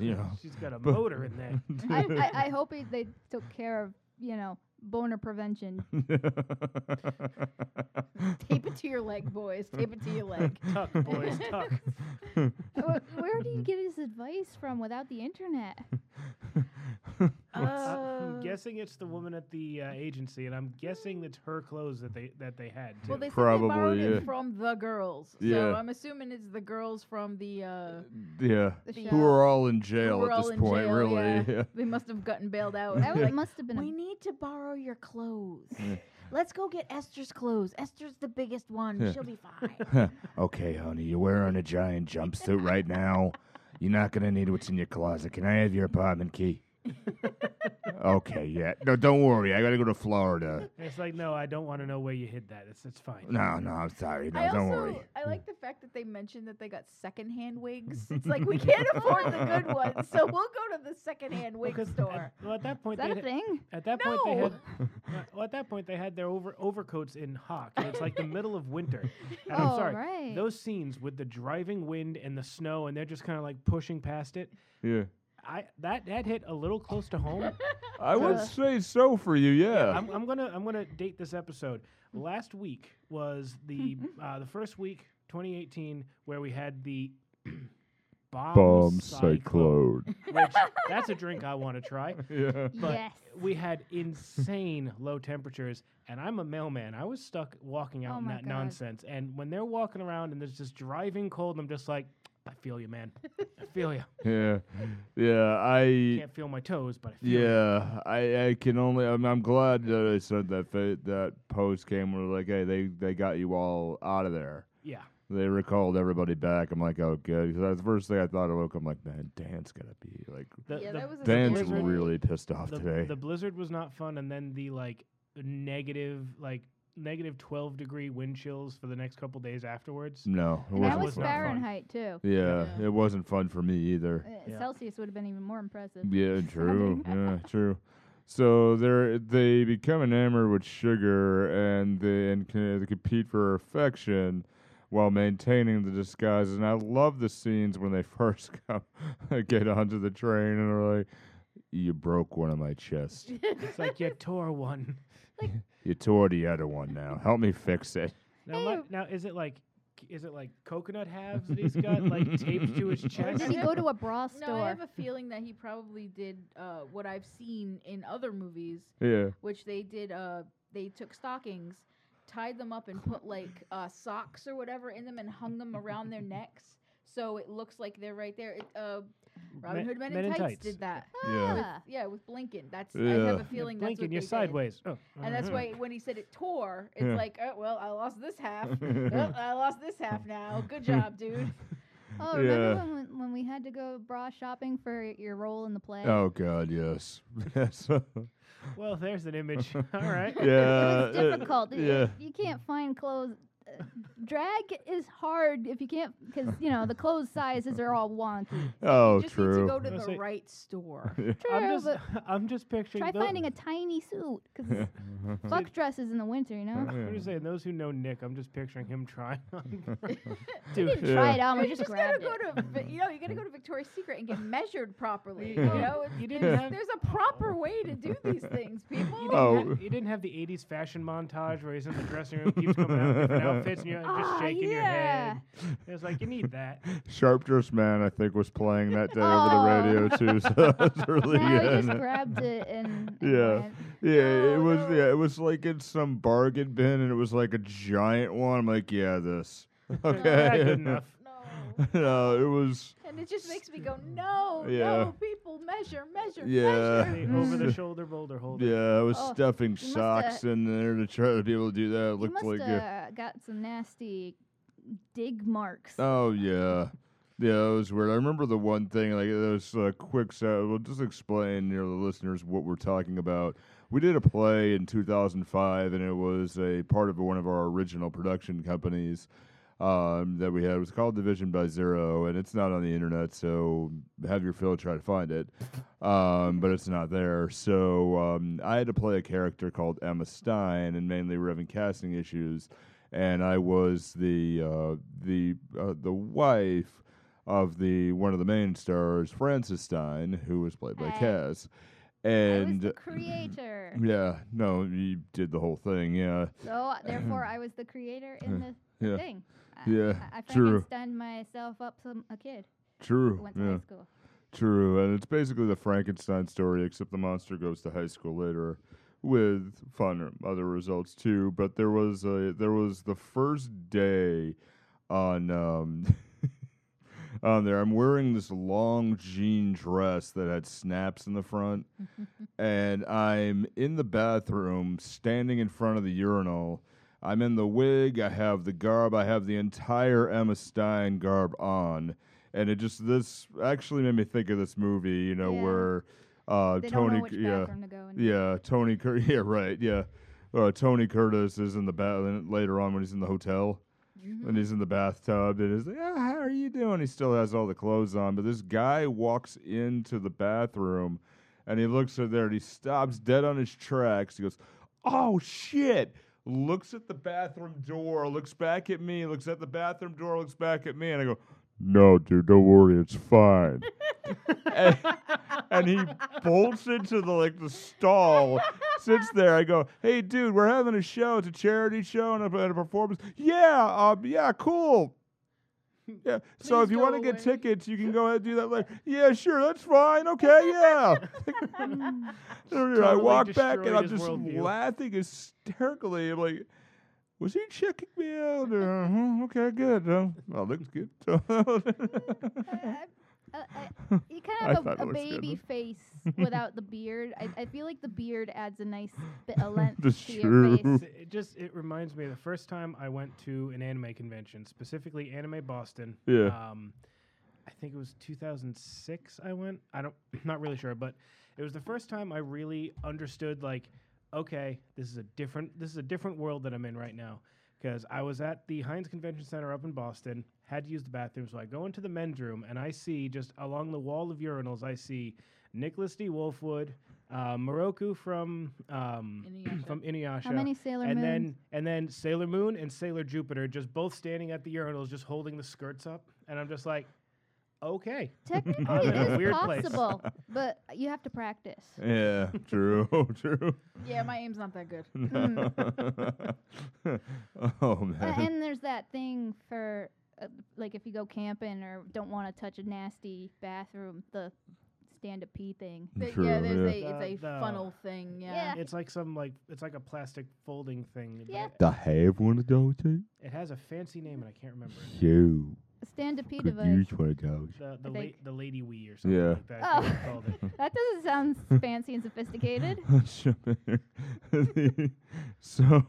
Speaker 5: You know,
Speaker 6: Oh,
Speaker 4: She's got a
Speaker 5: But-
Speaker 4: motor in there.
Speaker 3: I, I, I hope it, they took care of you know boner prevention.
Speaker 6: Tape it to your leg, boys. Tape it to your leg.
Speaker 4: Tuck, boys, tuck.
Speaker 3: Wh- Where
Speaker 5: Mm-hmm.
Speaker 3: do you get his advice from without the internet?
Speaker 4: Uh,
Speaker 6: Oh.
Speaker 4: I'm guessing it's the woman at the uh, agency, and I'm guessing it's her clothes that they that they had. Too.
Speaker 6: Well, they
Speaker 5: Probably,
Speaker 6: said they borrowed
Speaker 5: yeah.
Speaker 6: it from the girls,
Speaker 5: Yeah.
Speaker 6: so I'm assuming it's the girls from the. Uh,
Speaker 5: yeah.
Speaker 3: The
Speaker 6: The-
Speaker 3: show.
Speaker 5: Who are all in
Speaker 6: who
Speaker 5: jail
Speaker 6: were
Speaker 5: at
Speaker 6: all
Speaker 5: this
Speaker 6: in
Speaker 5: point,
Speaker 6: jail,
Speaker 5: really.
Speaker 6: yeah. They must have gotten bailed out.
Speaker 3: That
Speaker 6: I was
Speaker 3: was,
Speaker 6: like,
Speaker 3: must have been.
Speaker 6: we
Speaker 3: a,
Speaker 6: need to borrow your clothes.
Speaker 5: Yeah.
Speaker 6: Let's go get Esther's clothes. Esther's the biggest one.
Speaker 5: Yeah.
Speaker 6: She'll be fine.
Speaker 5: okay, honey, you're wearing a giant jumpsuit right now. You're not gonna need what's in your closet. Can I have your apartment key? okay, yeah. No, don't worry. I gotta go to Florida.
Speaker 4: And it's like, no, I don't want to know where you hid that. It's it's fine.
Speaker 5: No, no, I'm sorry. No,
Speaker 6: I
Speaker 5: don't
Speaker 6: also
Speaker 5: worry.
Speaker 6: I like the fact that they mentioned that they got secondhand wigs. It's like we can't afford the good ones, so we'll go to the secondhand
Speaker 4: Well,
Speaker 6: wig
Speaker 4: 'cause
Speaker 6: store.
Speaker 4: At, well, at that point,
Speaker 3: Is that
Speaker 4: they
Speaker 3: a thing?
Speaker 4: at that point they
Speaker 6: No.
Speaker 4: had uh, well, at that point they had their over overcoats in hock, and it's like the middle of winter. And I'm
Speaker 3: Oh,
Speaker 4: sorry,
Speaker 3: right.
Speaker 4: those scenes with the driving wind and the snow, and they're just kind of like pushing past it.
Speaker 5: Yeah.
Speaker 4: I that that hit a little close to home.
Speaker 5: I
Speaker 3: would
Speaker 5: would
Speaker 3: Uh,
Speaker 5: say so for you, yeah.
Speaker 4: I'm, I'm gonna I'm gonna date this episode. Last week was the uh, the first week 2018 where we had the bomb, Which that's a drink I want to try.
Speaker 5: yeah.
Speaker 4: But
Speaker 3: yes.
Speaker 4: we had insane low temperatures, and I'm a mailman. I was stuck walking out
Speaker 3: Oh
Speaker 4: in
Speaker 3: my
Speaker 4: that
Speaker 3: God.
Speaker 4: nonsense. And when they're walking around and there's just driving cold, I'm just like, I feel you, man. I feel you.
Speaker 5: Yeah. Yeah. I
Speaker 4: Can't feel my toes, but I feel you.
Speaker 5: Yeah, I, I can only. I'm, I'm glad that I said that fa- that post came where like, hey, they they got you all out of there.
Speaker 4: Yeah.
Speaker 5: They recalled everybody back. I'm like, oh, good. Because that's the first thing I thought of. I'm like, man, Dan's gonna be like,
Speaker 4: The,
Speaker 6: Yeah,
Speaker 4: the,
Speaker 6: that was a
Speaker 5: Dan's
Speaker 6: blizzard.
Speaker 5: really pissed off
Speaker 4: the,
Speaker 5: today.
Speaker 4: the blizzard was not fun, and then the like negative like negative 12 degree wind chills for the next couple days afterwards.
Speaker 5: no, it
Speaker 3: And that
Speaker 5: wasn't
Speaker 3: was
Speaker 4: not
Speaker 5: fun.
Speaker 4: fair.
Speaker 3: Fahrenheit too.
Speaker 5: Yeah,
Speaker 6: Yeah.
Speaker 5: it wasn't fun for me either.
Speaker 3: Uh,
Speaker 4: Yeah.
Speaker 3: Celsius would have been even more impressive. Um,
Speaker 5: Yeah, true. yeah, true. So they they become enamored with sugar and they and can, they compete for her affection while maintaining the disguise. And I love the scenes when they first come get onto the train and are like, "You broke one of my chests.
Speaker 4: It's like you tore one.
Speaker 5: You tore the other one. Now help me fix it."
Speaker 4: Now, my-
Speaker 3: Ew.
Speaker 4: now is it like is it like coconut halves that he's got like taped to his
Speaker 3: Or
Speaker 4: chest?
Speaker 3: did he go to a bra
Speaker 6: No, I
Speaker 3: store?
Speaker 6: have a feeling that he probably did uh, what I've seen in other movies,
Speaker 5: Yeah,
Speaker 6: which they did. Uh, they took stockings, tied them up, and put like uh, socks or whatever in them, and hung them around their necks, so it looks like they're right there. It, uh, Robin
Speaker 4: Me-
Speaker 6: Hood Men, in Tights, did that.
Speaker 5: yeah.
Speaker 3: Ah.
Speaker 6: Yeah, with Blinken. That's I have
Speaker 5: Yeah.
Speaker 6: a feeling that's
Speaker 4: Blinking,
Speaker 6: what
Speaker 4: you're
Speaker 6: they did.
Speaker 4: sideways. Oh,
Speaker 6: And that's why when he said it tore, it's
Speaker 5: Yeah.
Speaker 6: like, oh well, I lost this half. oh, I lost this half now. Good job, dude.
Speaker 3: Oh, remember
Speaker 5: Yeah.
Speaker 3: when, when- when we had to go bra shopping for your role in the play?
Speaker 5: Oh God, yes. Yes.
Speaker 4: well, there's an image. All right.
Speaker 5: yeah.
Speaker 3: it was difficult. It-
Speaker 5: uh, Yeah.
Speaker 3: You can't find clothes. uh, Drag is hard if you can't, because you know the clothes sizes are all wonky.
Speaker 5: Oh,
Speaker 6: Just need to
Speaker 5: true.
Speaker 6: go to
Speaker 4: Let's
Speaker 6: the
Speaker 4: see.
Speaker 6: right store.
Speaker 3: True,
Speaker 4: I'm just
Speaker 3: but
Speaker 4: I'm just picturing.
Speaker 3: try
Speaker 4: tho-
Speaker 3: finding a tiny suit, because fuck dresses in the winter, you know.
Speaker 4: I'm
Speaker 5: Yeah.
Speaker 4: just saying those who know Nick, I'm just picturing him trying on.
Speaker 3: We
Speaker 4: Dude,
Speaker 3: didn't try
Speaker 5: Yeah.
Speaker 3: it on. We
Speaker 6: you
Speaker 3: just
Speaker 6: just gotta
Speaker 3: grabbed
Speaker 6: go
Speaker 3: it.
Speaker 6: to, Vi- you know, you gotta go to Victoria's Secret and get measured properly. You
Speaker 4: You didn't-
Speaker 6: know,
Speaker 4: you
Speaker 6: It's-
Speaker 4: didn't
Speaker 6: there's,
Speaker 4: have-
Speaker 6: there's a proper way to do these things, people.
Speaker 5: Oh.
Speaker 4: you didn't have the '80s fashion montage where he's in the dressing room, keeps coming out in different outfits, and you're like, just
Speaker 3: Ah,
Speaker 4: shaking your
Speaker 3: yeah.
Speaker 4: head. It's like you need that.
Speaker 5: Sharp Dressed Man, I think, was playing that day
Speaker 3: Oh.
Speaker 5: over the radio too, so that was really
Speaker 3: Now we
Speaker 5: good.
Speaker 3: just grabbed it and, and
Speaker 5: Yeah.
Speaker 3: went.
Speaker 5: Yeah, it
Speaker 6: No,
Speaker 5: was.
Speaker 6: no.
Speaker 5: Yeah, it was like in some bargain bin, and it was like a giant one. I'm like, yeah, this. Okay,
Speaker 4: Yeah, good enough.
Speaker 6: No.
Speaker 5: no, it was.
Speaker 6: And it just makes me go, no,
Speaker 5: Yeah.
Speaker 6: no, people, measure, measure,
Speaker 5: Yeah.
Speaker 6: measure.
Speaker 4: The over-the-shoulder boulder holder.
Speaker 5: Yeah, I was
Speaker 3: Oh,
Speaker 5: stuffing
Speaker 3: you musta-
Speaker 5: socks in there to try to be able to do that. It
Speaker 3: You
Speaker 5: looked
Speaker 3: must uh,
Speaker 5: like.
Speaker 3: have
Speaker 5: A,
Speaker 3: got some nasty dig marks.
Speaker 5: oh yeah. Yeah, it was weird. I remember the one thing, like those uh, quick set. We'll just explain, you know, the listeners what we're talking about. We did a play in 2005, and it was a part of one of our original production companies um, that we had. It was called Division by Zero, and it's not on the internet, so have your fill try to find it. Um, but it's not there. So um, I had to play a character called Emma Stein, and mainly we were having casting issues. And I was the uh, the uh, the wife of the one of the main stars, Francis Stein, who was played by
Speaker 3: Hey.
Speaker 5: Cass.
Speaker 3: I was the
Speaker 5: And
Speaker 3: creator.
Speaker 5: yeah, no, you did the whole thing. Yeah,
Speaker 3: So therefore, I was the creator in the
Speaker 5: yeah.
Speaker 3: thing. I,
Speaker 5: Yeah,
Speaker 3: I, I
Speaker 5: true.
Speaker 3: Frankenstein myself up to a kid who
Speaker 5: true.
Speaker 3: went to
Speaker 5: Yeah,
Speaker 3: high school.
Speaker 5: true. And it's basically the Frankenstein story, except the monster goes to high school later, with fun or other results too. But there was a there was the first day on um on there. I'm wearing this long jean dress that had snaps in the front, and I'm in the bathroom, standing in front of the urinal. I'm in the wig. I have the garb. I have the entire Emma Stein garb on, and it just this actually made me think of this movie. You know
Speaker 3: Yeah.
Speaker 5: where uh,
Speaker 3: They don't
Speaker 5: Tony,
Speaker 3: know which
Speaker 5: yeah,
Speaker 3: bathroom to go in.
Speaker 5: yeah, Tony. Cur- yeah, right. Yeah, uh, Tony Curtis is in the bath later on when he's in the hotel. And he's in the bathtub and he's like, "Ah, How are you doing? He still has all the clothes on, but this guy walks into the bathroom and he looks at there and he stops dead on his tracks. He goes, Oh shit. Looks at the bathroom door, looks back at me, looks at the bathroom door, looks back at me, and I go, No, dude, don't worry, it's fine. and, and he bolts into the like the stall, sits there. I go, "Hey, dude, we're having a show. It's a charity show and a, and a performance. Yeah, um, yeah, cool. Yeah. So
Speaker 6: Please
Speaker 5: if you
Speaker 6: go
Speaker 5: want to get
Speaker 6: away.
Speaker 5: tickets, you can go ahead and do that later. Yeah, sure, that's fine. Okay, yeah. I
Speaker 4: Totally
Speaker 5: walk back and
Speaker 4: destroyed
Speaker 5: I'm
Speaker 4: his
Speaker 5: just
Speaker 4: worldview.
Speaker 5: laughing hysterically. I'm like. Was he checking me out? Or, "Mhm, okay, good. Uh, well, looks good.
Speaker 3: Uh, I, you
Speaker 5: I
Speaker 3: kind of have
Speaker 5: thought it
Speaker 3: a, a
Speaker 5: was good.
Speaker 3: baby face without the beard. I, I feel like the beard adds a nice bit of length
Speaker 5: That's
Speaker 3: to
Speaker 5: true.
Speaker 3: your face.
Speaker 4: It- It just it reminds me of the first time I went to an anime convention, specifically Anime Boston.
Speaker 5: Yeah.
Speaker 4: Um, I think it was 2006. I went. I don't, not really sure, but it was the first time I really understood like, okay, this is a different this is a different world that I'm in right now. Because I was at the Heinz Convention Center up in Boston, had to use the bathroom, so I go into the men's room and I see just along the wall of urinals, I see Nicholas D. Wolfwood, uh, Moroku from um,
Speaker 6: Inuyasha.
Speaker 4: from Inuyasha,
Speaker 3: How many Sailor
Speaker 4: and
Speaker 3: Moons?
Speaker 4: then and then Sailor Moon and Sailor Jupiter just both standing at the urinals, just holding the skirts up, and I'm just like, okay, I'm
Speaker 3: Technically,
Speaker 4: in a
Speaker 3: it is
Speaker 4: weird place.
Speaker 3: possible, but you have to practice.
Speaker 5: yeah, true, true.
Speaker 6: Yeah, my aim's not that good.
Speaker 5: Mm,
Speaker 6: Mm.
Speaker 5: oh
Speaker 3: Uh,
Speaker 5: man.
Speaker 3: and there's that thing for uh, like if you go camping or don't want to touch a nasty bathroom, the stand up pee thing.
Speaker 6: They-
Speaker 5: True,
Speaker 6: yeah, there's
Speaker 5: yeah.
Speaker 6: a it's a
Speaker 4: The- the-
Speaker 6: funnel thing. Yeah.
Speaker 3: Yeah.
Speaker 4: it's like some like it's like a plastic folding thing. but
Speaker 3: Yeah.
Speaker 4: It,
Speaker 5: I have one of those. too?
Speaker 4: it has a fancy name, and I can't remember. it.
Speaker 5: You
Speaker 3: Stand up pee
Speaker 5: could
Speaker 3: device.
Speaker 5: use one of those.
Speaker 4: The the,
Speaker 3: I
Speaker 4: la-
Speaker 3: think-
Speaker 4: the lady wee or something
Speaker 5: Yeah.
Speaker 4: like that. I
Speaker 3: Oh.
Speaker 4: think they called it.
Speaker 3: That doesn't sound fancy and sophisticated.
Speaker 5: so,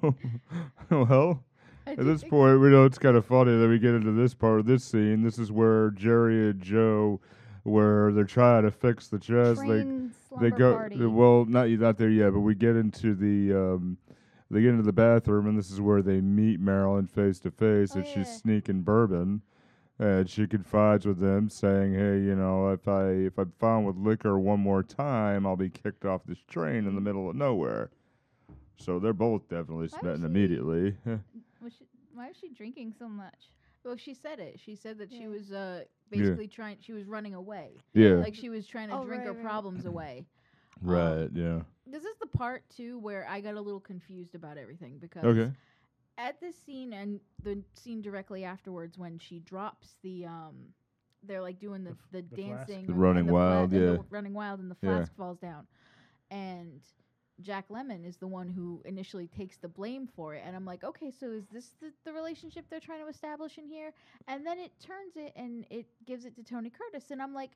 Speaker 5: well,
Speaker 6: I
Speaker 5: at
Speaker 6: do
Speaker 5: this
Speaker 6: think-
Speaker 5: point, we know it's kind of funny that we get into this part of this scene. This is where Jerry and Joe, where they're trying to fix the chest. They
Speaker 3: Train slumber
Speaker 5: they go uh,
Speaker 3: party.
Speaker 5: well not y- not there yet but we get into the um they get into the bathroom and this is where they meet marilyn face to face
Speaker 3: Oh,
Speaker 5: and
Speaker 3: yeah.
Speaker 5: she's sneaking bourbon and she confides with them saying hey you know if i if i'm found with liquor one more time i'll be kicked off this train in the middle of nowhere so they're both definitely
Speaker 3: Why
Speaker 5: smitten
Speaker 3: she-
Speaker 5: immediately
Speaker 3: Was she, why was she drinking so much?
Speaker 6: Well, she said it. She said that she
Speaker 3: Yeah.
Speaker 6: was uh, basically trying. She was running away.
Speaker 5: yeah
Speaker 6: Like she was trying to
Speaker 3: Oh,
Speaker 6: drink
Speaker 3: right,
Speaker 6: her
Speaker 3: right.
Speaker 6: problems away.
Speaker 5: right
Speaker 3: um,
Speaker 5: yeah
Speaker 6: This is the part too where I got a little confused about everything because
Speaker 5: okay
Speaker 6: at this scene and the scene directly afterwards when she drops the um they're like doing the, the,
Speaker 4: the flask.
Speaker 6: dancing
Speaker 5: The
Speaker 6: and
Speaker 5: running
Speaker 6: fla-
Speaker 5: wild,
Speaker 6: and the
Speaker 5: yeah.
Speaker 6: w- running wild and the
Speaker 5: Yeah.
Speaker 6: flask falls down and jack lemon is the one who initially takes the blame for it and i'm like okay so is this the, the relationship they're trying to establish in here and then it turns it and it gives it to tony curtis and i'm like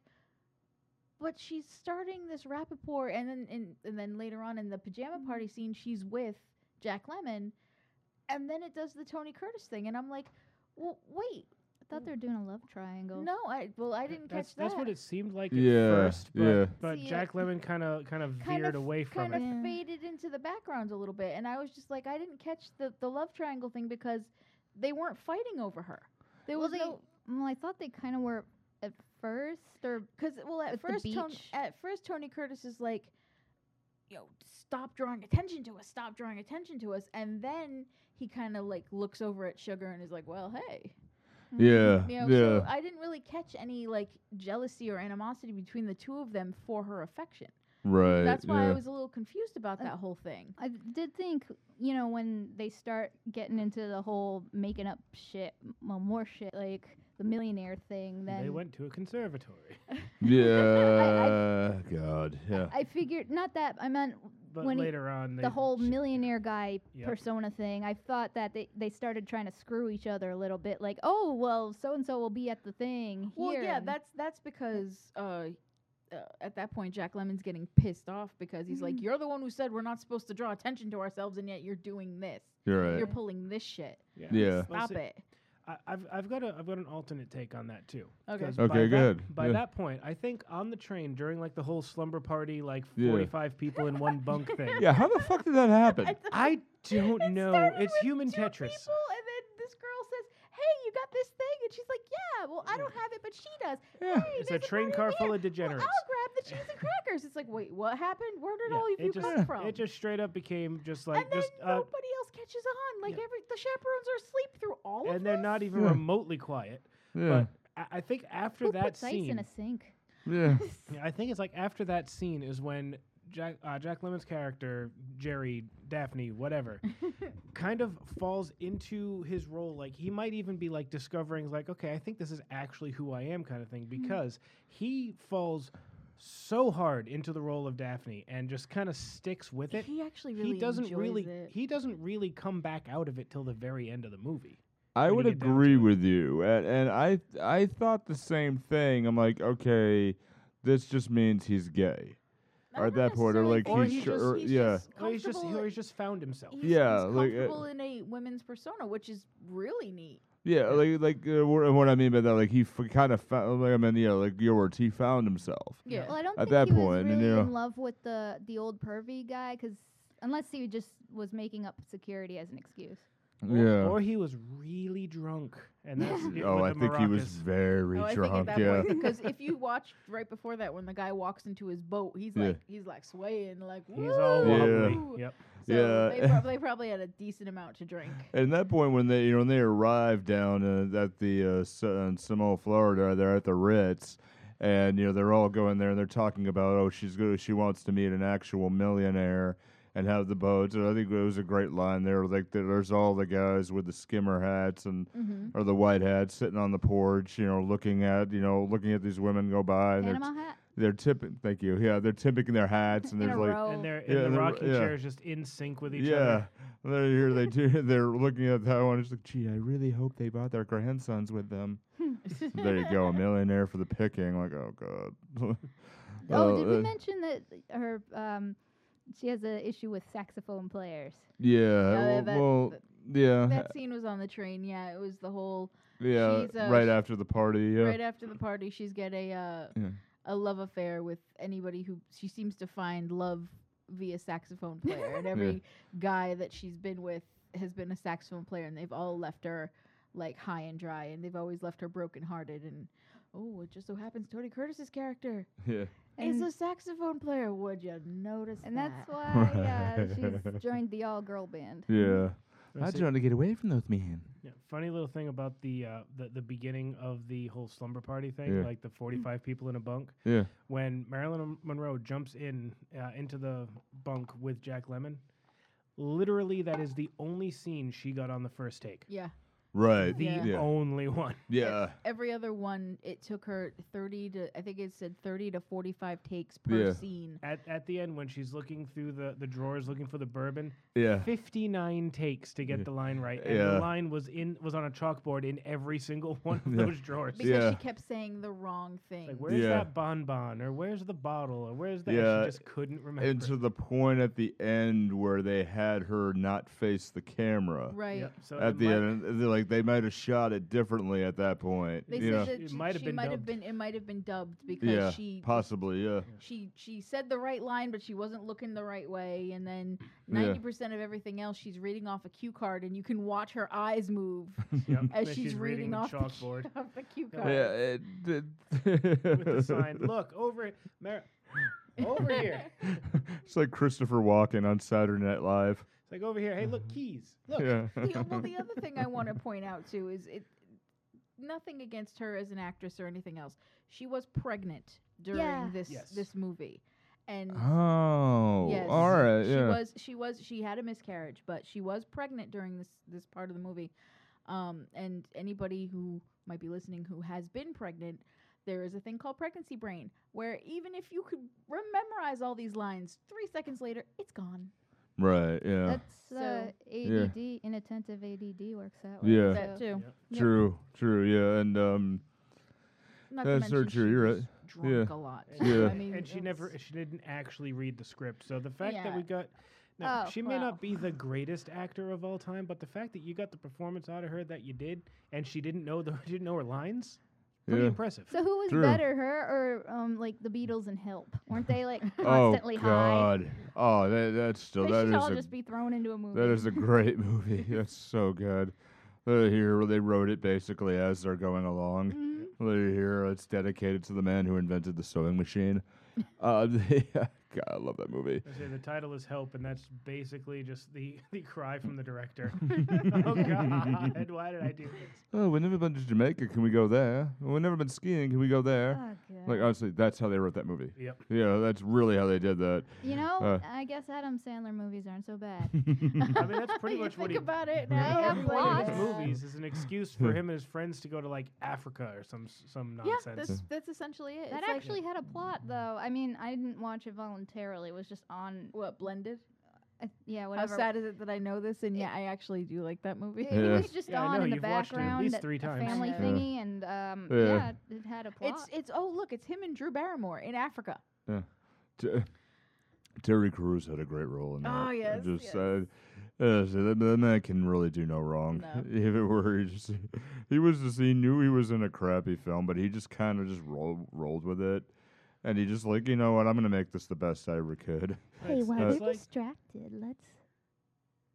Speaker 6: but she's starting this Rappaport, and then and, and then later on in the pajama
Speaker 4: Mm-hmm.
Speaker 6: party scene, she's with Jack Lemon, and then it does the Tony Curtis thing, and I'm like, well, wait,
Speaker 3: I thought they were doing a love triangle.
Speaker 6: no, I well, I didn't
Speaker 4: that's,
Speaker 6: catch that.
Speaker 4: That's what it seemed like at
Speaker 5: Yeah,
Speaker 4: first, but,
Speaker 5: yeah.
Speaker 4: but
Speaker 6: See,
Speaker 4: Jack
Speaker 6: it-
Speaker 4: Lemon kind of kind of
Speaker 6: Kind
Speaker 4: veered
Speaker 6: of-
Speaker 4: away from
Speaker 6: Kind of
Speaker 4: it.
Speaker 3: Yeah.
Speaker 6: faded into the background a little bit, and I was just like, I didn't catch the the love triangle thing because they weren't fighting over her. There
Speaker 3: Well,
Speaker 6: was
Speaker 3: they,
Speaker 6: no
Speaker 3: well, mm, I thought they kind of were at first, or
Speaker 6: Because well, at
Speaker 3: With the
Speaker 6: first, Tony,
Speaker 3: beach.
Speaker 6: at first Tony Curtis is like, "Yo, stop drawing attention to us! Stop drawing attention to us!" And then he kind of like looks over at Sugar and is like, "Well, hey."
Speaker 3: mm. Mm-hmm.
Speaker 5: yeah
Speaker 6: You know,
Speaker 5: yeah
Speaker 3: uh,
Speaker 6: so I didn't really catch any like jealousy or animosity between the two of them for her affection.
Speaker 5: Right.
Speaker 6: That's why
Speaker 5: yeah.
Speaker 6: I was a little confused about
Speaker 3: Uh,
Speaker 6: that whole thing.
Speaker 3: I did think, you know, when they start getting into the whole making up shit, m- well, more shit, like the millionaire thing, then
Speaker 4: They went to a conservatory.
Speaker 5: Yeah. God. Yeah.
Speaker 3: I figured not that I meant
Speaker 4: But
Speaker 3: When he-
Speaker 4: later on, they
Speaker 3: the whole
Speaker 4: sh-
Speaker 3: millionaire guy
Speaker 4: Yep.
Speaker 3: persona thing. I thought that they, they started trying to screw each other a little bit, like, oh, well, so and so will be at the thing.
Speaker 6: Well,
Speaker 3: here
Speaker 6: yeah,
Speaker 3: and-
Speaker 6: that's that's because uh, uh, at that point Jack Lemon's getting pissed off because he's like, "You're the one who said we're not supposed to draw attention to ourselves, and yet you're doing this.
Speaker 5: You're right.
Speaker 6: You're pulling this shit.
Speaker 5: Yeah.
Speaker 4: Well,
Speaker 6: Stop
Speaker 4: see,
Speaker 6: it."
Speaker 4: I, I've I've got a I've got an alternate take on that too.
Speaker 6: Okay.
Speaker 4: 'Cause
Speaker 5: Okay,
Speaker 4: by that-
Speaker 5: good.
Speaker 4: By
Speaker 5: Yeah.
Speaker 4: that point, I think on the train during like the whole slumber party, like
Speaker 5: Yeah.
Speaker 4: forty-five people in one bunk thing.
Speaker 5: Yeah. How the fuck did that happen?
Speaker 4: I don't
Speaker 6: It
Speaker 4: know.
Speaker 6: started
Speaker 4: It's
Speaker 6: with
Speaker 4: human
Speaker 6: two
Speaker 4: Tetris.
Speaker 6: People, and then this girl says, "Hey, you got this thing?" And she's like, "Yeah, well, I don't have it, but she does."
Speaker 5: Yeah.
Speaker 6: Hey,
Speaker 4: It's a
Speaker 6: there's
Speaker 4: train
Speaker 6: party
Speaker 4: car
Speaker 6: here.
Speaker 4: full
Speaker 6: Well,
Speaker 4: of degenerates.
Speaker 6: I'll grab the cheese and crackers. It's like, wait, what happened? Where did
Speaker 4: Yeah,
Speaker 6: all of you
Speaker 4: it just,
Speaker 6: come from?
Speaker 4: It just straight up became just like
Speaker 6: and
Speaker 4: just
Speaker 6: then
Speaker 4: uh,
Speaker 6: nobody else catches on. Like
Speaker 4: yeah.
Speaker 6: every the chaperones are asleep through all of
Speaker 4: and they're not
Speaker 6: this?
Speaker 4: even
Speaker 5: Yeah.
Speaker 4: remotely quiet.
Speaker 5: Yeah.
Speaker 4: But I, I think after
Speaker 3: Who
Speaker 4: that
Speaker 3: puts ice in
Speaker 4: scene,
Speaker 3: a sink?
Speaker 5: Yeah.
Speaker 4: Yeah, I think it's like after that scene is when Jack uh, Jack Lemon's character Jerry Daphne whatever kind of falls into his role. Like he might even be like discovering like okay, I think this is actually who I am kind of thing
Speaker 6: Mm-hmm.
Speaker 4: because he falls so hard into the role of Daphne and just kind of sticks with it.
Speaker 6: He actually really
Speaker 4: he doesn't
Speaker 6: enjoys
Speaker 4: really
Speaker 6: it.
Speaker 4: he doesn't really come back out of it till the very end of the movie.
Speaker 5: I
Speaker 4: when
Speaker 5: would
Speaker 4: you get down to
Speaker 5: agree
Speaker 4: it.
Speaker 5: with you, and, and I I thought the same thing. I'm like, okay, this just means he's gay.
Speaker 6: Not-
Speaker 5: or
Speaker 6: not
Speaker 5: that point, or
Speaker 6: necessarily
Speaker 5: like
Speaker 6: gay.
Speaker 4: he's
Speaker 6: he's
Speaker 4: sure-
Speaker 6: just,
Speaker 5: or-
Speaker 6: he's
Speaker 5: yeah.
Speaker 6: just
Speaker 4: Or he's just
Speaker 6: comfortable-
Speaker 4: or he's just found himself.
Speaker 6: he's-
Speaker 5: Yeah,
Speaker 6: he's
Speaker 5: like, uh,
Speaker 6: comfortable in a women's persona, which is really neat.
Speaker 5: Yeah, like like uh, wha- what I mean by that, like he f- kind of found, like I mean, yeah, like your words, he found himself.
Speaker 6: Yeah.
Speaker 3: Well, I don't think
Speaker 5: At that
Speaker 3: he
Speaker 5: point,
Speaker 3: was
Speaker 5: you
Speaker 3: really
Speaker 5: know.
Speaker 3: in love with the the old pervy guy, because unless he just was making up security as an excuse.
Speaker 4: Or,
Speaker 5: yeah.
Speaker 4: or he was really drunk, and that's it
Speaker 5: oh, I
Speaker 4: with the
Speaker 5: think he was
Speaker 4: maracas.
Speaker 5: very
Speaker 6: Oh, I think at
Speaker 5: drunk.
Speaker 6: that
Speaker 5: Yeah.
Speaker 6: point, because if you watched right before that, when the guy walks into his boat, he's
Speaker 5: Yeah.
Speaker 6: like he's like swaying, like
Speaker 4: He's all
Speaker 5: Yeah.
Speaker 4: wobbly.
Speaker 6: "Woo!"
Speaker 4: Yep.
Speaker 6: So
Speaker 5: Yeah.
Speaker 6: they, prob- they probably had a decent amount to drink.
Speaker 5: And that point, when they you know when they arrived down uh, at the uh, S- in Seminole, Florida, they're at the Ritz, and you know they're all going there and they're talking about oh she's go she wants to meet an actual millionaire and have the boats. And I think it was a great line there. Like there- there's all the guys with the skimmer hats and
Speaker 6: Mm-hmm.
Speaker 5: or the white hats sitting on the porch, you know, looking at you know looking at these women go by. And they're
Speaker 3: Panama hat
Speaker 5: they're tipping. Thank you. Yeah, they're tipping their hats and
Speaker 3: in
Speaker 5: there's
Speaker 3: a
Speaker 5: like
Speaker 3: row.
Speaker 4: And they're
Speaker 5: Yeah,
Speaker 4: in the
Speaker 5: they're-
Speaker 4: rocking
Speaker 5: yeah.
Speaker 4: chairs, just in sync with each
Speaker 5: yeah.
Speaker 4: other.
Speaker 5: They're here. They do. They're looking at that one. It's like, gee, I really hope they brought their grandsons with them. there you go, a millionaire for the picking. Like, oh god.
Speaker 3: oh,
Speaker 5: Uh,
Speaker 3: did we
Speaker 5: uh,
Speaker 3: mention that her um she has an issue with saxophone players?
Speaker 5: Yeah.
Speaker 6: Oh, yeah,
Speaker 5: well,
Speaker 6: that-
Speaker 5: well,
Speaker 6: that-
Speaker 5: yeah.
Speaker 6: That scene was on the train. Yeah, it was the whole
Speaker 5: yeah.
Speaker 6: she's, uh,
Speaker 5: right
Speaker 6: she-
Speaker 5: after the party. Yeah.
Speaker 6: right after the party. She's got a uh,
Speaker 5: Yeah.
Speaker 6: a love affair with anybody who she seems to find love via saxophone player, and every guy that she's been with has been a saxophone player, and they've all left her like high and dry, and they've always left her brokenhearted. And oh, it just so happens Tony Curtis's character
Speaker 5: yeah.
Speaker 6: is
Speaker 3: And-
Speaker 6: a saxophone player. Would you notice?
Speaker 3: And that's
Speaker 6: that?
Speaker 3: why uh, she's joined the all girl band.
Speaker 6: Mm-hmm.
Speaker 5: Yeah.
Speaker 4: Let's see.
Speaker 5: to get away from those men.
Speaker 4: Yeah, Funny little thing about the, uh, the the beginning of the whole slumber party thing,
Speaker 5: Yeah.
Speaker 4: like the forty-five people in a bunk.
Speaker 5: Yeah.
Speaker 4: When Marilyn Mon- Monroe jumps in uh, into the bunk with Jack Lemon, literally that is the only scene she got on the first take.
Speaker 6: Yeah.
Speaker 5: Right.
Speaker 4: The
Speaker 6: Yeah.
Speaker 5: Yeah.
Speaker 4: only one.
Speaker 5: Yeah.
Speaker 6: Every other one, it took her 30 to, I think it said 30 to 45 takes per
Speaker 5: Yeah.
Speaker 6: scene.
Speaker 4: At, at the end, when she's looking through the, the drawers looking for the bourbon,
Speaker 5: Yeah.
Speaker 4: 59 takes to get the line right and
Speaker 5: Yeah.
Speaker 4: the line was in was on a chalkboard in every single one of
Speaker 5: Yeah.
Speaker 4: those drawers
Speaker 6: Because
Speaker 5: Yeah.
Speaker 6: she kept saying the wrong thing.
Speaker 4: like where's
Speaker 5: Yeah.
Speaker 4: that bonbon or where's the bottle or where's that
Speaker 5: Yeah.
Speaker 4: she just couldn't remember
Speaker 5: And to the point at the end where they had her not face the camera.
Speaker 6: right.
Speaker 4: Yep, so
Speaker 5: at
Speaker 4: it
Speaker 5: the
Speaker 4: might-
Speaker 5: end, and they're like they might have shot it differently at that point.
Speaker 6: They
Speaker 5: you know?
Speaker 6: said that
Speaker 4: It
Speaker 6: she,
Speaker 4: might have
Speaker 6: she
Speaker 4: been
Speaker 6: might
Speaker 4: dubbed.
Speaker 6: have been, it might have been dubbed because
Speaker 5: yeah,
Speaker 6: she,
Speaker 5: possibly, yeah,
Speaker 6: she, she said the right line, but she wasn't looking the right way. And then
Speaker 5: Yeah.
Speaker 6: 90% of everything else, she's reading off a cue card and you can watch her eyes move
Speaker 4: yep,
Speaker 6: as
Speaker 4: and
Speaker 6: she's, reading,
Speaker 4: the
Speaker 6: off, the cue,
Speaker 4: chalkboard
Speaker 6: off the cue
Speaker 4: Yeah.
Speaker 6: card.
Speaker 5: it, it
Speaker 4: with the sign look over Mar- over here
Speaker 5: it's like Christopher Walken on Saturday Night Live.
Speaker 4: it's like over here hey look keys look
Speaker 5: Yeah,
Speaker 6: the, well, the other thing I want to point out too is it. Nothing against her as an actress or anything else. She was pregnant during
Speaker 3: Yeah.
Speaker 6: this
Speaker 4: Yes.
Speaker 6: this movie, and
Speaker 5: Oh,
Speaker 6: yes,
Speaker 5: all right,
Speaker 6: she
Speaker 5: yeah.
Speaker 6: was she was she had a miscarriage, but she was pregnant during this this part of the movie. Um, and anybody who might be listening who has been pregnant, there is a thing called pregnancy brain, where even if you could rem- memorize all these lines, three seconds later it's gone.
Speaker 5: right, yeah,
Speaker 3: That's uh, ADD, inattentive ADD works that way.
Speaker 5: Yeah.
Speaker 3: so-
Speaker 6: That too.
Speaker 3: Yep.
Speaker 5: true, true, yeah, and um,
Speaker 6: Not
Speaker 5: That's
Speaker 6: to mention
Speaker 5: not true,
Speaker 6: she
Speaker 5: you're
Speaker 6: was
Speaker 5: right.
Speaker 6: Drunk
Speaker 5: Yeah.
Speaker 6: a lot.
Speaker 4: And-
Speaker 5: Yeah.
Speaker 6: I mean,
Speaker 4: and she
Speaker 6: it's-
Speaker 4: never she didn't actually read the script. So the fact that
Speaker 6: Yeah.
Speaker 4: we got now,
Speaker 3: Oh,
Speaker 4: she may
Speaker 3: well.
Speaker 4: not be the greatest actor of all time, but the fact that you got the performance out of her that you did, and she didn't know the didn't know her lines, pretty
Speaker 5: yeah.
Speaker 4: impressive.
Speaker 3: So who was
Speaker 5: True.
Speaker 3: better, her or um, like the Beatles and Help? Weren't they like
Speaker 5: Oh
Speaker 3: constantly high?
Speaker 5: God, oh that, that's still
Speaker 3: They
Speaker 5: that
Speaker 3: should all
Speaker 5: is
Speaker 3: just
Speaker 5: a,
Speaker 3: be thrown into a movie.
Speaker 5: that is a great movie. That's so good. They're here they wrote it basically as they're going along.
Speaker 3: Mhm.
Speaker 5: Later here, it's dedicated to the man who invented the sewing machine. Uh, yeah, God, I love that movie.
Speaker 4: I say the title is Help, and that's basically just the, the cry from the director. oh God, why did I do this?
Speaker 5: Oh, we've never been to Jamaica. Can we go there? We've never been skiing. Can we go there?
Speaker 3: Oh,
Speaker 5: Like,
Speaker 3: God.
Speaker 5: honestly, that's how they wrote that movie.
Speaker 4: Yep.
Speaker 5: Yeah, that's really how they did that.
Speaker 3: you know,
Speaker 5: uh,
Speaker 3: I guess Adam Sandler movies aren't so bad.
Speaker 4: I mean, that's pretty
Speaker 6: you
Speaker 4: much
Speaker 6: think
Speaker 4: what he.
Speaker 6: about it
Speaker 4: Every
Speaker 6: now.
Speaker 3: Yeah,
Speaker 6: like,
Speaker 4: one of his
Speaker 3: blocks.
Speaker 4: movies is an excuse for
Speaker 5: Hmm.
Speaker 4: him and his friends to go to like Africa or some s- some
Speaker 6: yeah,
Speaker 4: nonsense.
Speaker 6: that's that's essentially it.
Speaker 3: that
Speaker 6: It's like-
Speaker 3: actually had a plot, though. I mean, I didn't watch it voluntarily. It was just on.
Speaker 6: what blended.
Speaker 3: I yeah, whatever.
Speaker 6: How sad is it that I know this? And yeah, I actually do like that movie.
Speaker 3: It, it
Speaker 5: Yeah.
Speaker 3: was just
Speaker 4: Yeah, I
Speaker 3: on
Speaker 4: know,
Speaker 3: in the
Speaker 4: you've watched it at
Speaker 3: background.
Speaker 4: least
Speaker 3: that-
Speaker 4: three
Speaker 3: a
Speaker 4: times.
Speaker 3: family
Speaker 6: Yeah.
Speaker 3: thingy, and um,
Speaker 5: Yeah.
Speaker 3: yeah. it it had a plot.
Speaker 6: It's it's oh look, it's him and Drew Barrymore in Africa.
Speaker 5: Ter- Terry Crews had a great role in that.
Speaker 6: Oh,
Speaker 5: I
Speaker 6: yes,
Speaker 5: Just,
Speaker 6: yes.
Speaker 5: Uh, uh, so that, that man can really do no wrong.
Speaker 6: No.
Speaker 5: If it were, he just he was just he knew he was in a crappy film, but he just kind of just rolled rolled with it, and he just like you know what I'm gonna make this the best I ever could.
Speaker 7: Hey,
Speaker 4: It's-
Speaker 7: while
Speaker 5: uh,
Speaker 7: we're
Speaker 4: it's like-
Speaker 7: distracted, let's.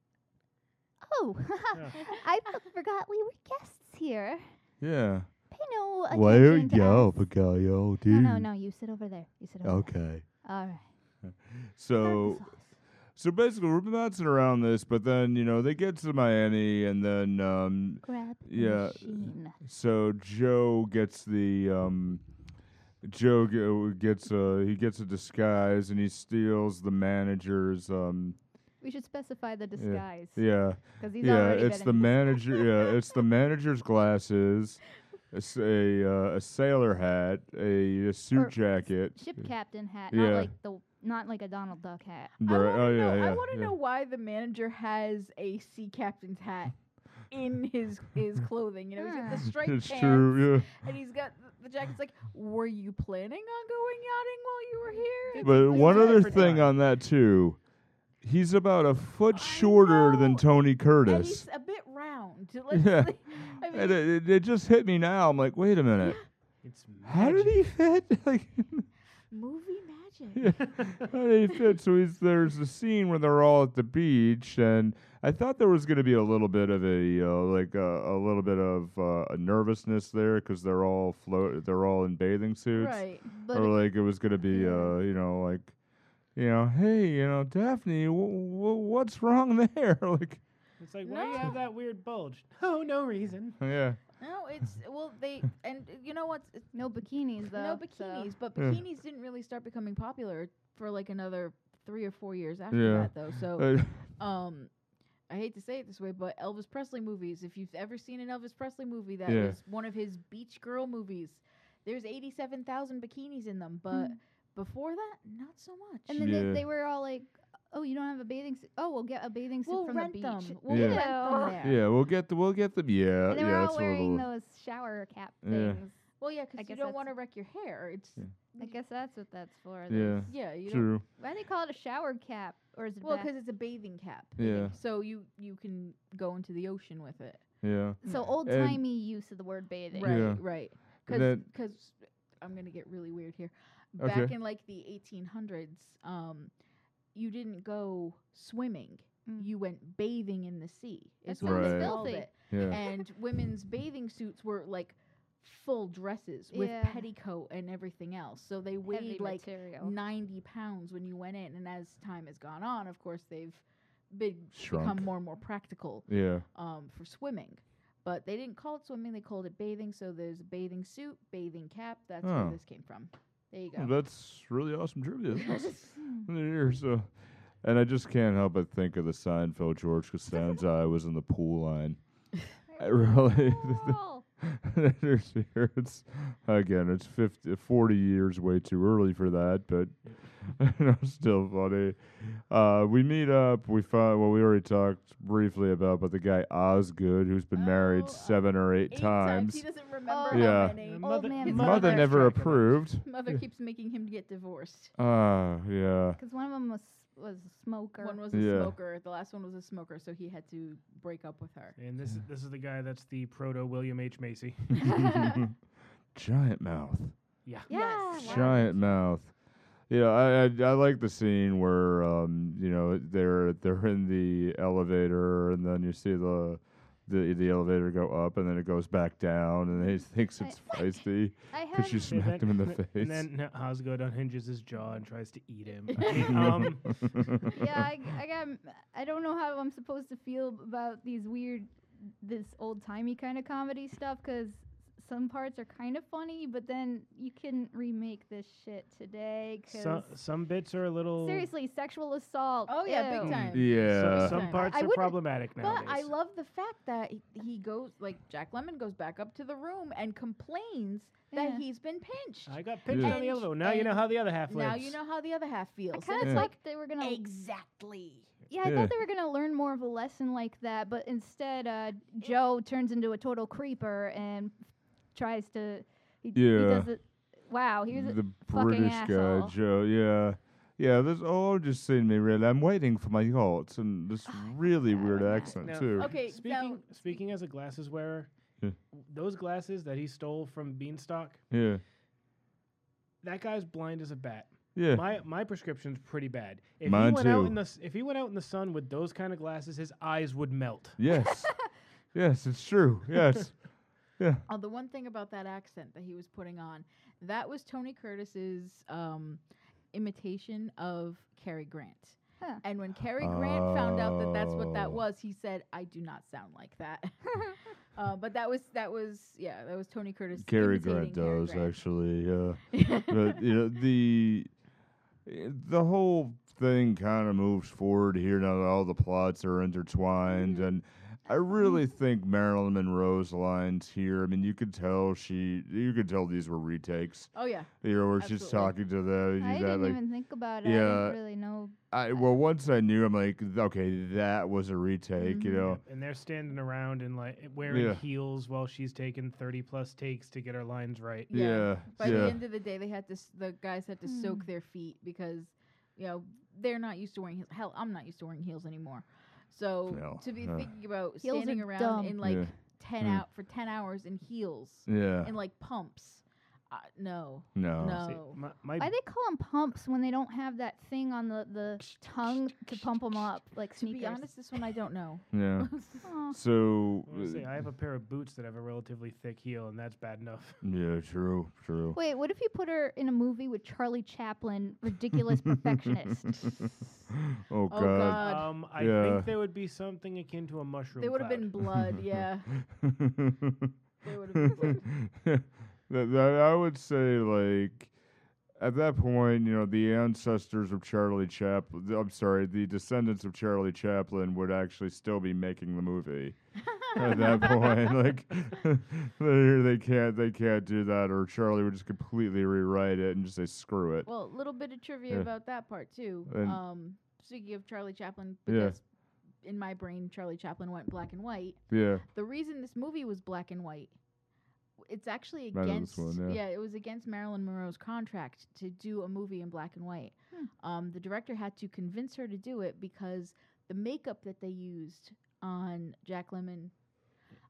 Speaker 7: Oh,
Speaker 4: Yeah.
Speaker 7: I forgot we were guests here.
Speaker 5: Yeah.
Speaker 7: Pay no attention to us. No, no, no. You sit over there. You sit over
Speaker 5: Okay.
Speaker 7: there. All right.
Speaker 5: So so basically we're bouncing around this, but then you know they get to Miami, and then um,
Speaker 7: Grab
Speaker 5: yeah,
Speaker 7: the machine.
Speaker 5: So Joe gets the um, Joe g- uh, gets a he gets a disguise and he steals the manager's um
Speaker 3: we should specify the disguise.
Speaker 5: yeah
Speaker 3: Cause he's
Speaker 5: yeah
Speaker 3: already
Speaker 5: it's
Speaker 3: been
Speaker 5: the
Speaker 3: in-
Speaker 5: manager yeah it's the manager's glasses it's a uh, a sailor hat a, a suit
Speaker 3: Or
Speaker 5: jacket
Speaker 3: ship captain hat,
Speaker 5: Yeah.
Speaker 3: not like the not like a Donald Duck hat.
Speaker 5: Right,
Speaker 6: I wanna
Speaker 5: oh yeah
Speaker 6: know,
Speaker 5: yeah
Speaker 6: I want to
Speaker 5: yeah.
Speaker 6: know why the manager has a sea captain's hat in his his clothing. You know, he's got the striped
Speaker 5: it's
Speaker 6: pants
Speaker 5: true yeah
Speaker 6: and he's got th- the jacket. It's like, were you planning on going yachting while you were here? It's
Speaker 5: But
Speaker 6: like,
Speaker 5: one
Speaker 6: "Yeah."
Speaker 5: other
Speaker 4: different
Speaker 5: thing
Speaker 4: time.
Speaker 5: on that too, he's about a foot
Speaker 6: I
Speaker 5: shorter than
Speaker 6: know,
Speaker 5: Tony
Speaker 6: and
Speaker 5: Curtis.
Speaker 6: he's a bit round. Let's
Speaker 5: Yeah.
Speaker 6: say- I mean,
Speaker 5: And it, it, it just hit me now. I'm like, wait a minute,
Speaker 4: It's
Speaker 5: how did he fit? like,
Speaker 6: movie magic.
Speaker 5: yeah, how did he fit? So he's, there's a scene where they're all at the beach, and I thought there was going to be a little bit of a uh, like uh, a little bit of uh, a nervousness there because they're all float, they're all in bathing suits,
Speaker 6: Right.
Speaker 3: But
Speaker 5: or like it was going to be, uh, you know, like, you know, hey, you know, Daphne, wh- wh- what's wrong there? like,
Speaker 4: It's like why do you have that weird bulge? Oh, no reason.
Speaker 5: yeah,
Speaker 6: No, it's well they and you know what's
Speaker 3: no bikinis though.
Speaker 6: no
Speaker 3: so-
Speaker 6: bikinis, but
Speaker 5: Yeah.
Speaker 6: bikinis didn't really start becoming popular for like another three or four years after
Speaker 5: Yeah.
Speaker 6: that though.
Speaker 3: Oh,
Speaker 6: So
Speaker 5: uh,
Speaker 6: um I hate to say it this way, but Elvis Presley movies, if you've ever seen an Elvis Presley movie that
Speaker 5: Yeah.
Speaker 6: was one of his beach girl movies, there's 87,000 bikinis in them, but before that, not so much.
Speaker 3: And then
Speaker 5: Yeah.
Speaker 3: they, they were all like, "Oh, you don't have a bathing suit? Oh, we'll get a bathing suit
Speaker 6: we'll
Speaker 3: from
Speaker 6: rent
Speaker 3: the beach."
Speaker 6: them. We'll
Speaker 5: Yeah.
Speaker 6: rent them there.
Speaker 5: yeah, we'll get the, we'll get them. Yeah,
Speaker 3: And they were
Speaker 5: yeah,
Speaker 3: all
Speaker 5: it's a
Speaker 3: wearing
Speaker 5: little.
Speaker 3: those shower cap
Speaker 5: Yeah.
Speaker 3: things.
Speaker 6: Well, yeah,
Speaker 3: I
Speaker 6: because you
Speaker 3: guess
Speaker 6: don't
Speaker 3: that's-
Speaker 6: want to wreck your hair. It's
Speaker 5: Yeah.
Speaker 3: I guess that's what that's for.
Speaker 5: Yeah,
Speaker 3: those-
Speaker 6: yeah, you don't.
Speaker 5: true.
Speaker 3: Why do they call it a shower cap? Or is it
Speaker 6: Well,
Speaker 3: bath-
Speaker 6: because it's a bathing cap.
Speaker 5: Yeah,
Speaker 6: So you you can go into the ocean with it.
Speaker 5: yeah.
Speaker 3: so old timey use of the word bathing?
Speaker 6: Right,
Speaker 5: Yeah.
Speaker 6: right.
Speaker 5: And
Speaker 6: Because
Speaker 5: then-
Speaker 6: I'm gonna get really weird here.
Speaker 5: Okay.
Speaker 6: Back in like the 1800s, um, you didn't go swimming.
Speaker 3: Mm.
Speaker 6: You went bathing in the sea.
Speaker 3: That
Speaker 6: Is what they
Speaker 5: sounds
Speaker 6: called
Speaker 3: filthy.
Speaker 6: it.
Speaker 5: Yeah.
Speaker 6: And women's bathing suits were like full dresses with
Speaker 3: Yeah.
Speaker 6: petticoat and everything else. So they weighed
Speaker 3: Heavy
Speaker 6: like
Speaker 3: material.
Speaker 6: 90 pounds when you went in. And as time has gone on, of course, they've been
Speaker 5: Shrunk.
Speaker 6: become more and more practical
Speaker 5: Yeah.
Speaker 6: um, for swimming. But they didn't call it swimming, they called it bathing. So there's a bathing suit, bathing cap. That's
Speaker 5: Oh.
Speaker 6: where this came from.
Speaker 3: There you go.
Speaker 5: Well, That's really awesome trivia. That's awesome to hear, so, and I just can't help but think of the Seinfeld George Costanza I was in the pool line. I really,
Speaker 3: Cool.
Speaker 5: there's here. It's again, it's 50, 40 years way too early for that, but you know, still funny. Uh, we meet up. We find well, we already talked briefly about, but the guy Osgood, who's been
Speaker 6: Oh,
Speaker 5: married seven or eight,
Speaker 6: Eight
Speaker 5: times.
Speaker 6: He doesn't remember
Speaker 3: Oh.
Speaker 5: Yeah.
Speaker 6: how many. Oh,
Speaker 4: And
Speaker 3: Old
Speaker 4: mother,
Speaker 3: man
Speaker 4: his
Speaker 3: Mother
Speaker 5: Mother
Speaker 4: mother's
Speaker 5: never
Speaker 4: tracking us.
Speaker 5: approved.
Speaker 6: Mother keeps making him get divorced.
Speaker 5: Ah, yeah.
Speaker 3: Because one of them was was a smoker.
Speaker 6: One was a
Speaker 5: Yeah.
Speaker 6: smoker. The last one was a smoker, so he had to break up with her.
Speaker 4: And this is this is the guy that's the proto William H Macy.
Speaker 5: Giant mouth.
Speaker 4: Yeah.
Speaker 3: yeah.
Speaker 6: Yes.
Speaker 3: Oh, wow.
Speaker 5: Giant mouth. Yeah, I, I I like the scene where um you know they're they're in the elevator and then you see the the the elevator go up and then it goes back down and he thinks
Speaker 3: I-
Speaker 5: it's feisty
Speaker 3: I have
Speaker 5: because you
Speaker 4: And
Speaker 5: smacked
Speaker 4: then-
Speaker 5: him in the
Speaker 4: and-
Speaker 5: face.
Speaker 4: And then Osgood unhinges his jaw and tries to eat him. I mean, um,
Speaker 3: yeah, I, g- I got. m- I don't know how I'm supposed to feel about these weird, this old timey kind of comedy stuff because some parts are kind of funny, but then you couldn't remake this shit today. Cause
Speaker 4: some some bits are a little
Speaker 3: seriously, sexual assault.
Speaker 6: Oh yeah, big
Speaker 3: ew.
Speaker 6: time.
Speaker 5: yeah.
Speaker 4: So, some
Speaker 6: Okay.
Speaker 4: parts
Speaker 6: I
Speaker 4: are
Speaker 6: wouldn't-
Speaker 4: problematic
Speaker 6: But
Speaker 4: nowadays.
Speaker 6: I love the fact that he- he goes like Jack Lemon goes back up to the room and complains
Speaker 3: Yeah.
Speaker 6: that he's been pinched.
Speaker 4: I got pinched on the
Speaker 6: Yeah.
Speaker 4: other one. Now you know how the other half lives.
Speaker 6: now you know how the other half
Speaker 3: I
Speaker 6: feels.
Speaker 3: kind
Speaker 6: And
Speaker 3: of
Speaker 5: Yeah.
Speaker 6: it's
Speaker 3: thought
Speaker 6: like
Speaker 3: they were gonna.
Speaker 6: exactly.
Speaker 3: Yeah, I
Speaker 5: Yeah.
Speaker 3: thought they were gonna learn more of a lesson like that, but instead, uh, Joe turns into a total creeper and tries to. He, He
Speaker 5: Yeah.
Speaker 3: does it. Wow, he was a-
Speaker 5: the
Speaker 3: fucking
Speaker 5: British guy,
Speaker 3: asshole.
Speaker 5: Joe. Yeah, yeah. This all just seemed me really. I'm waiting for my yachts and this really weird
Speaker 3: Oh, that.
Speaker 5: accent
Speaker 4: No.
Speaker 5: too.
Speaker 6: Okay,
Speaker 4: Speaking
Speaker 6: now-
Speaker 4: speaking as a glasses wearer,
Speaker 5: Yeah.
Speaker 4: those glasses that he stole from Beanstalk,
Speaker 5: Yeah,
Speaker 4: that guy's blind as a bat.
Speaker 5: yeah.
Speaker 4: My my prescription's pretty bad. If he
Speaker 5: Mine
Speaker 4: went out
Speaker 5: too.
Speaker 4: in the s- if he went out in the sun with those kind of glasses, his eyes would melt.
Speaker 5: Yes, yes. It's true. Yes. Yeah.
Speaker 6: Oh, the one thing about that accent that he was putting on, that was Tony Curtis's um, imitation of Cary Grant.
Speaker 3: Huh.
Speaker 6: And when Cary Grant found out that that's what
Speaker 5: Oh.
Speaker 6: that was, he said, "I do not sound like that." uh, but that was that was yeah, that was Tony Curtis.
Speaker 5: Cary
Speaker 6: imitating
Speaker 5: Grant
Speaker 6: Cary
Speaker 5: does
Speaker 6: Grant.
Speaker 5: actually. Yeah. but you know the the whole thing kind of moves forward here now that all the plots are
Speaker 6: Mm-hmm.
Speaker 5: intertwined and I really think Marilyn Monroe's lines here. I mean, you could tell she, you could tell these were retakes.
Speaker 6: oh yeah,
Speaker 5: You know, where she's
Speaker 6: Absolutely.
Speaker 5: talking to the,
Speaker 3: I
Speaker 5: that,
Speaker 3: didn't
Speaker 5: like,
Speaker 3: even think about it. I
Speaker 5: Yeah.
Speaker 3: didn't really know.
Speaker 5: I well, once I knew, I'm like, okay, that was a retake. You
Speaker 6: Mhm.
Speaker 5: know,
Speaker 4: And they're standing around and like wearing
Speaker 5: Yeah.
Speaker 4: heels while she's taking thirty plus takes to get her lines right.
Speaker 6: Mm-hmm. Yeah.
Speaker 5: yeah,
Speaker 6: By
Speaker 5: yeah.
Speaker 6: the end of the day, they had to. s- The guys had to
Speaker 3: Hmm.
Speaker 6: soak their feet because, you know, they're not used to wearing heels. Hell, I'm not used to wearing heels anymore. So
Speaker 5: No,
Speaker 6: to be
Speaker 5: uh.
Speaker 6: thinking about
Speaker 3: Heels are
Speaker 6: standing around
Speaker 3: dumb.
Speaker 6: in like
Speaker 5: Yeah.
Speaker 6: ten
Speaker 5: Mm.
Speaker 6: out for ten hours in heels
Speaker 5: yeah,
Speaker 6: and like pumps, uh, no,
Speaker 5: no,
Speaker 4: See,
Speaker 6: no.
Speaker 4: my, my
Speaker 3: Why they call them pumps when they don't have that thing on the, the tongue to pump them up like
Speaker 6: To
Speaker 3: sneakers?
Speaker 6: be honest, this one I don't know. Oh,
Speaker 5: yeah.
Speaker 3: Aw.
Speaker 5: So
Speaker 4: I wanna say, I have a pair of boots that have a relatively thick heel, and that's bad enough.
Speaker 5: yeah, true, true.
Speaker 3: Wait, what if you put her in a movie with Charlie Chaplin, ridiculous perfectionist?
Speaker 5: Oh
Speaker 6: Oh
Speaker 5: God.
Speaker 6: God,
Speaker 4: Um, I
Speaker 5: Yeah.
Speaker 4: think there would be something akin to a mushroom.
Speaker 6: they would have
Speaker 4: cloud.
Speaker 6: been blood. Yeah, they would have been. blood.
Speaker 5: that, that I would say like at that point, you know, the ancestors of Charlie Chaplin, I'm sorry, the descendants of Charlie Chaplin would actually still be making the movie. at that point, like they they can't they can't do that, or Charlie would just completely rewrite it and just say screw it.
Speaker 6: Well, a little bit of trivia
Speaker 5: Yeah.
Speaker 6: about that part too.
Speaker 5: And-
Speaker 6: um, speaking of Charlie Chaplin,
Speaker 5: Yeah.
Speaker 6: because in my brain Charlie Chaplin went black and white.
Speaker 5: yeah,
Speaker 6: The reason this movie was black and white, it's actually
Speaker 5: Right on
Speaker 6: against
Speaker 5: this one, yeah.
Speaker 6: it was against Marilyn Monroe's contract to do a movie in black and white.
Speaker 4: Hmm.
Speaker 6: Um, the director had to convince her to do it because the makeup that they used on Jack Lemmon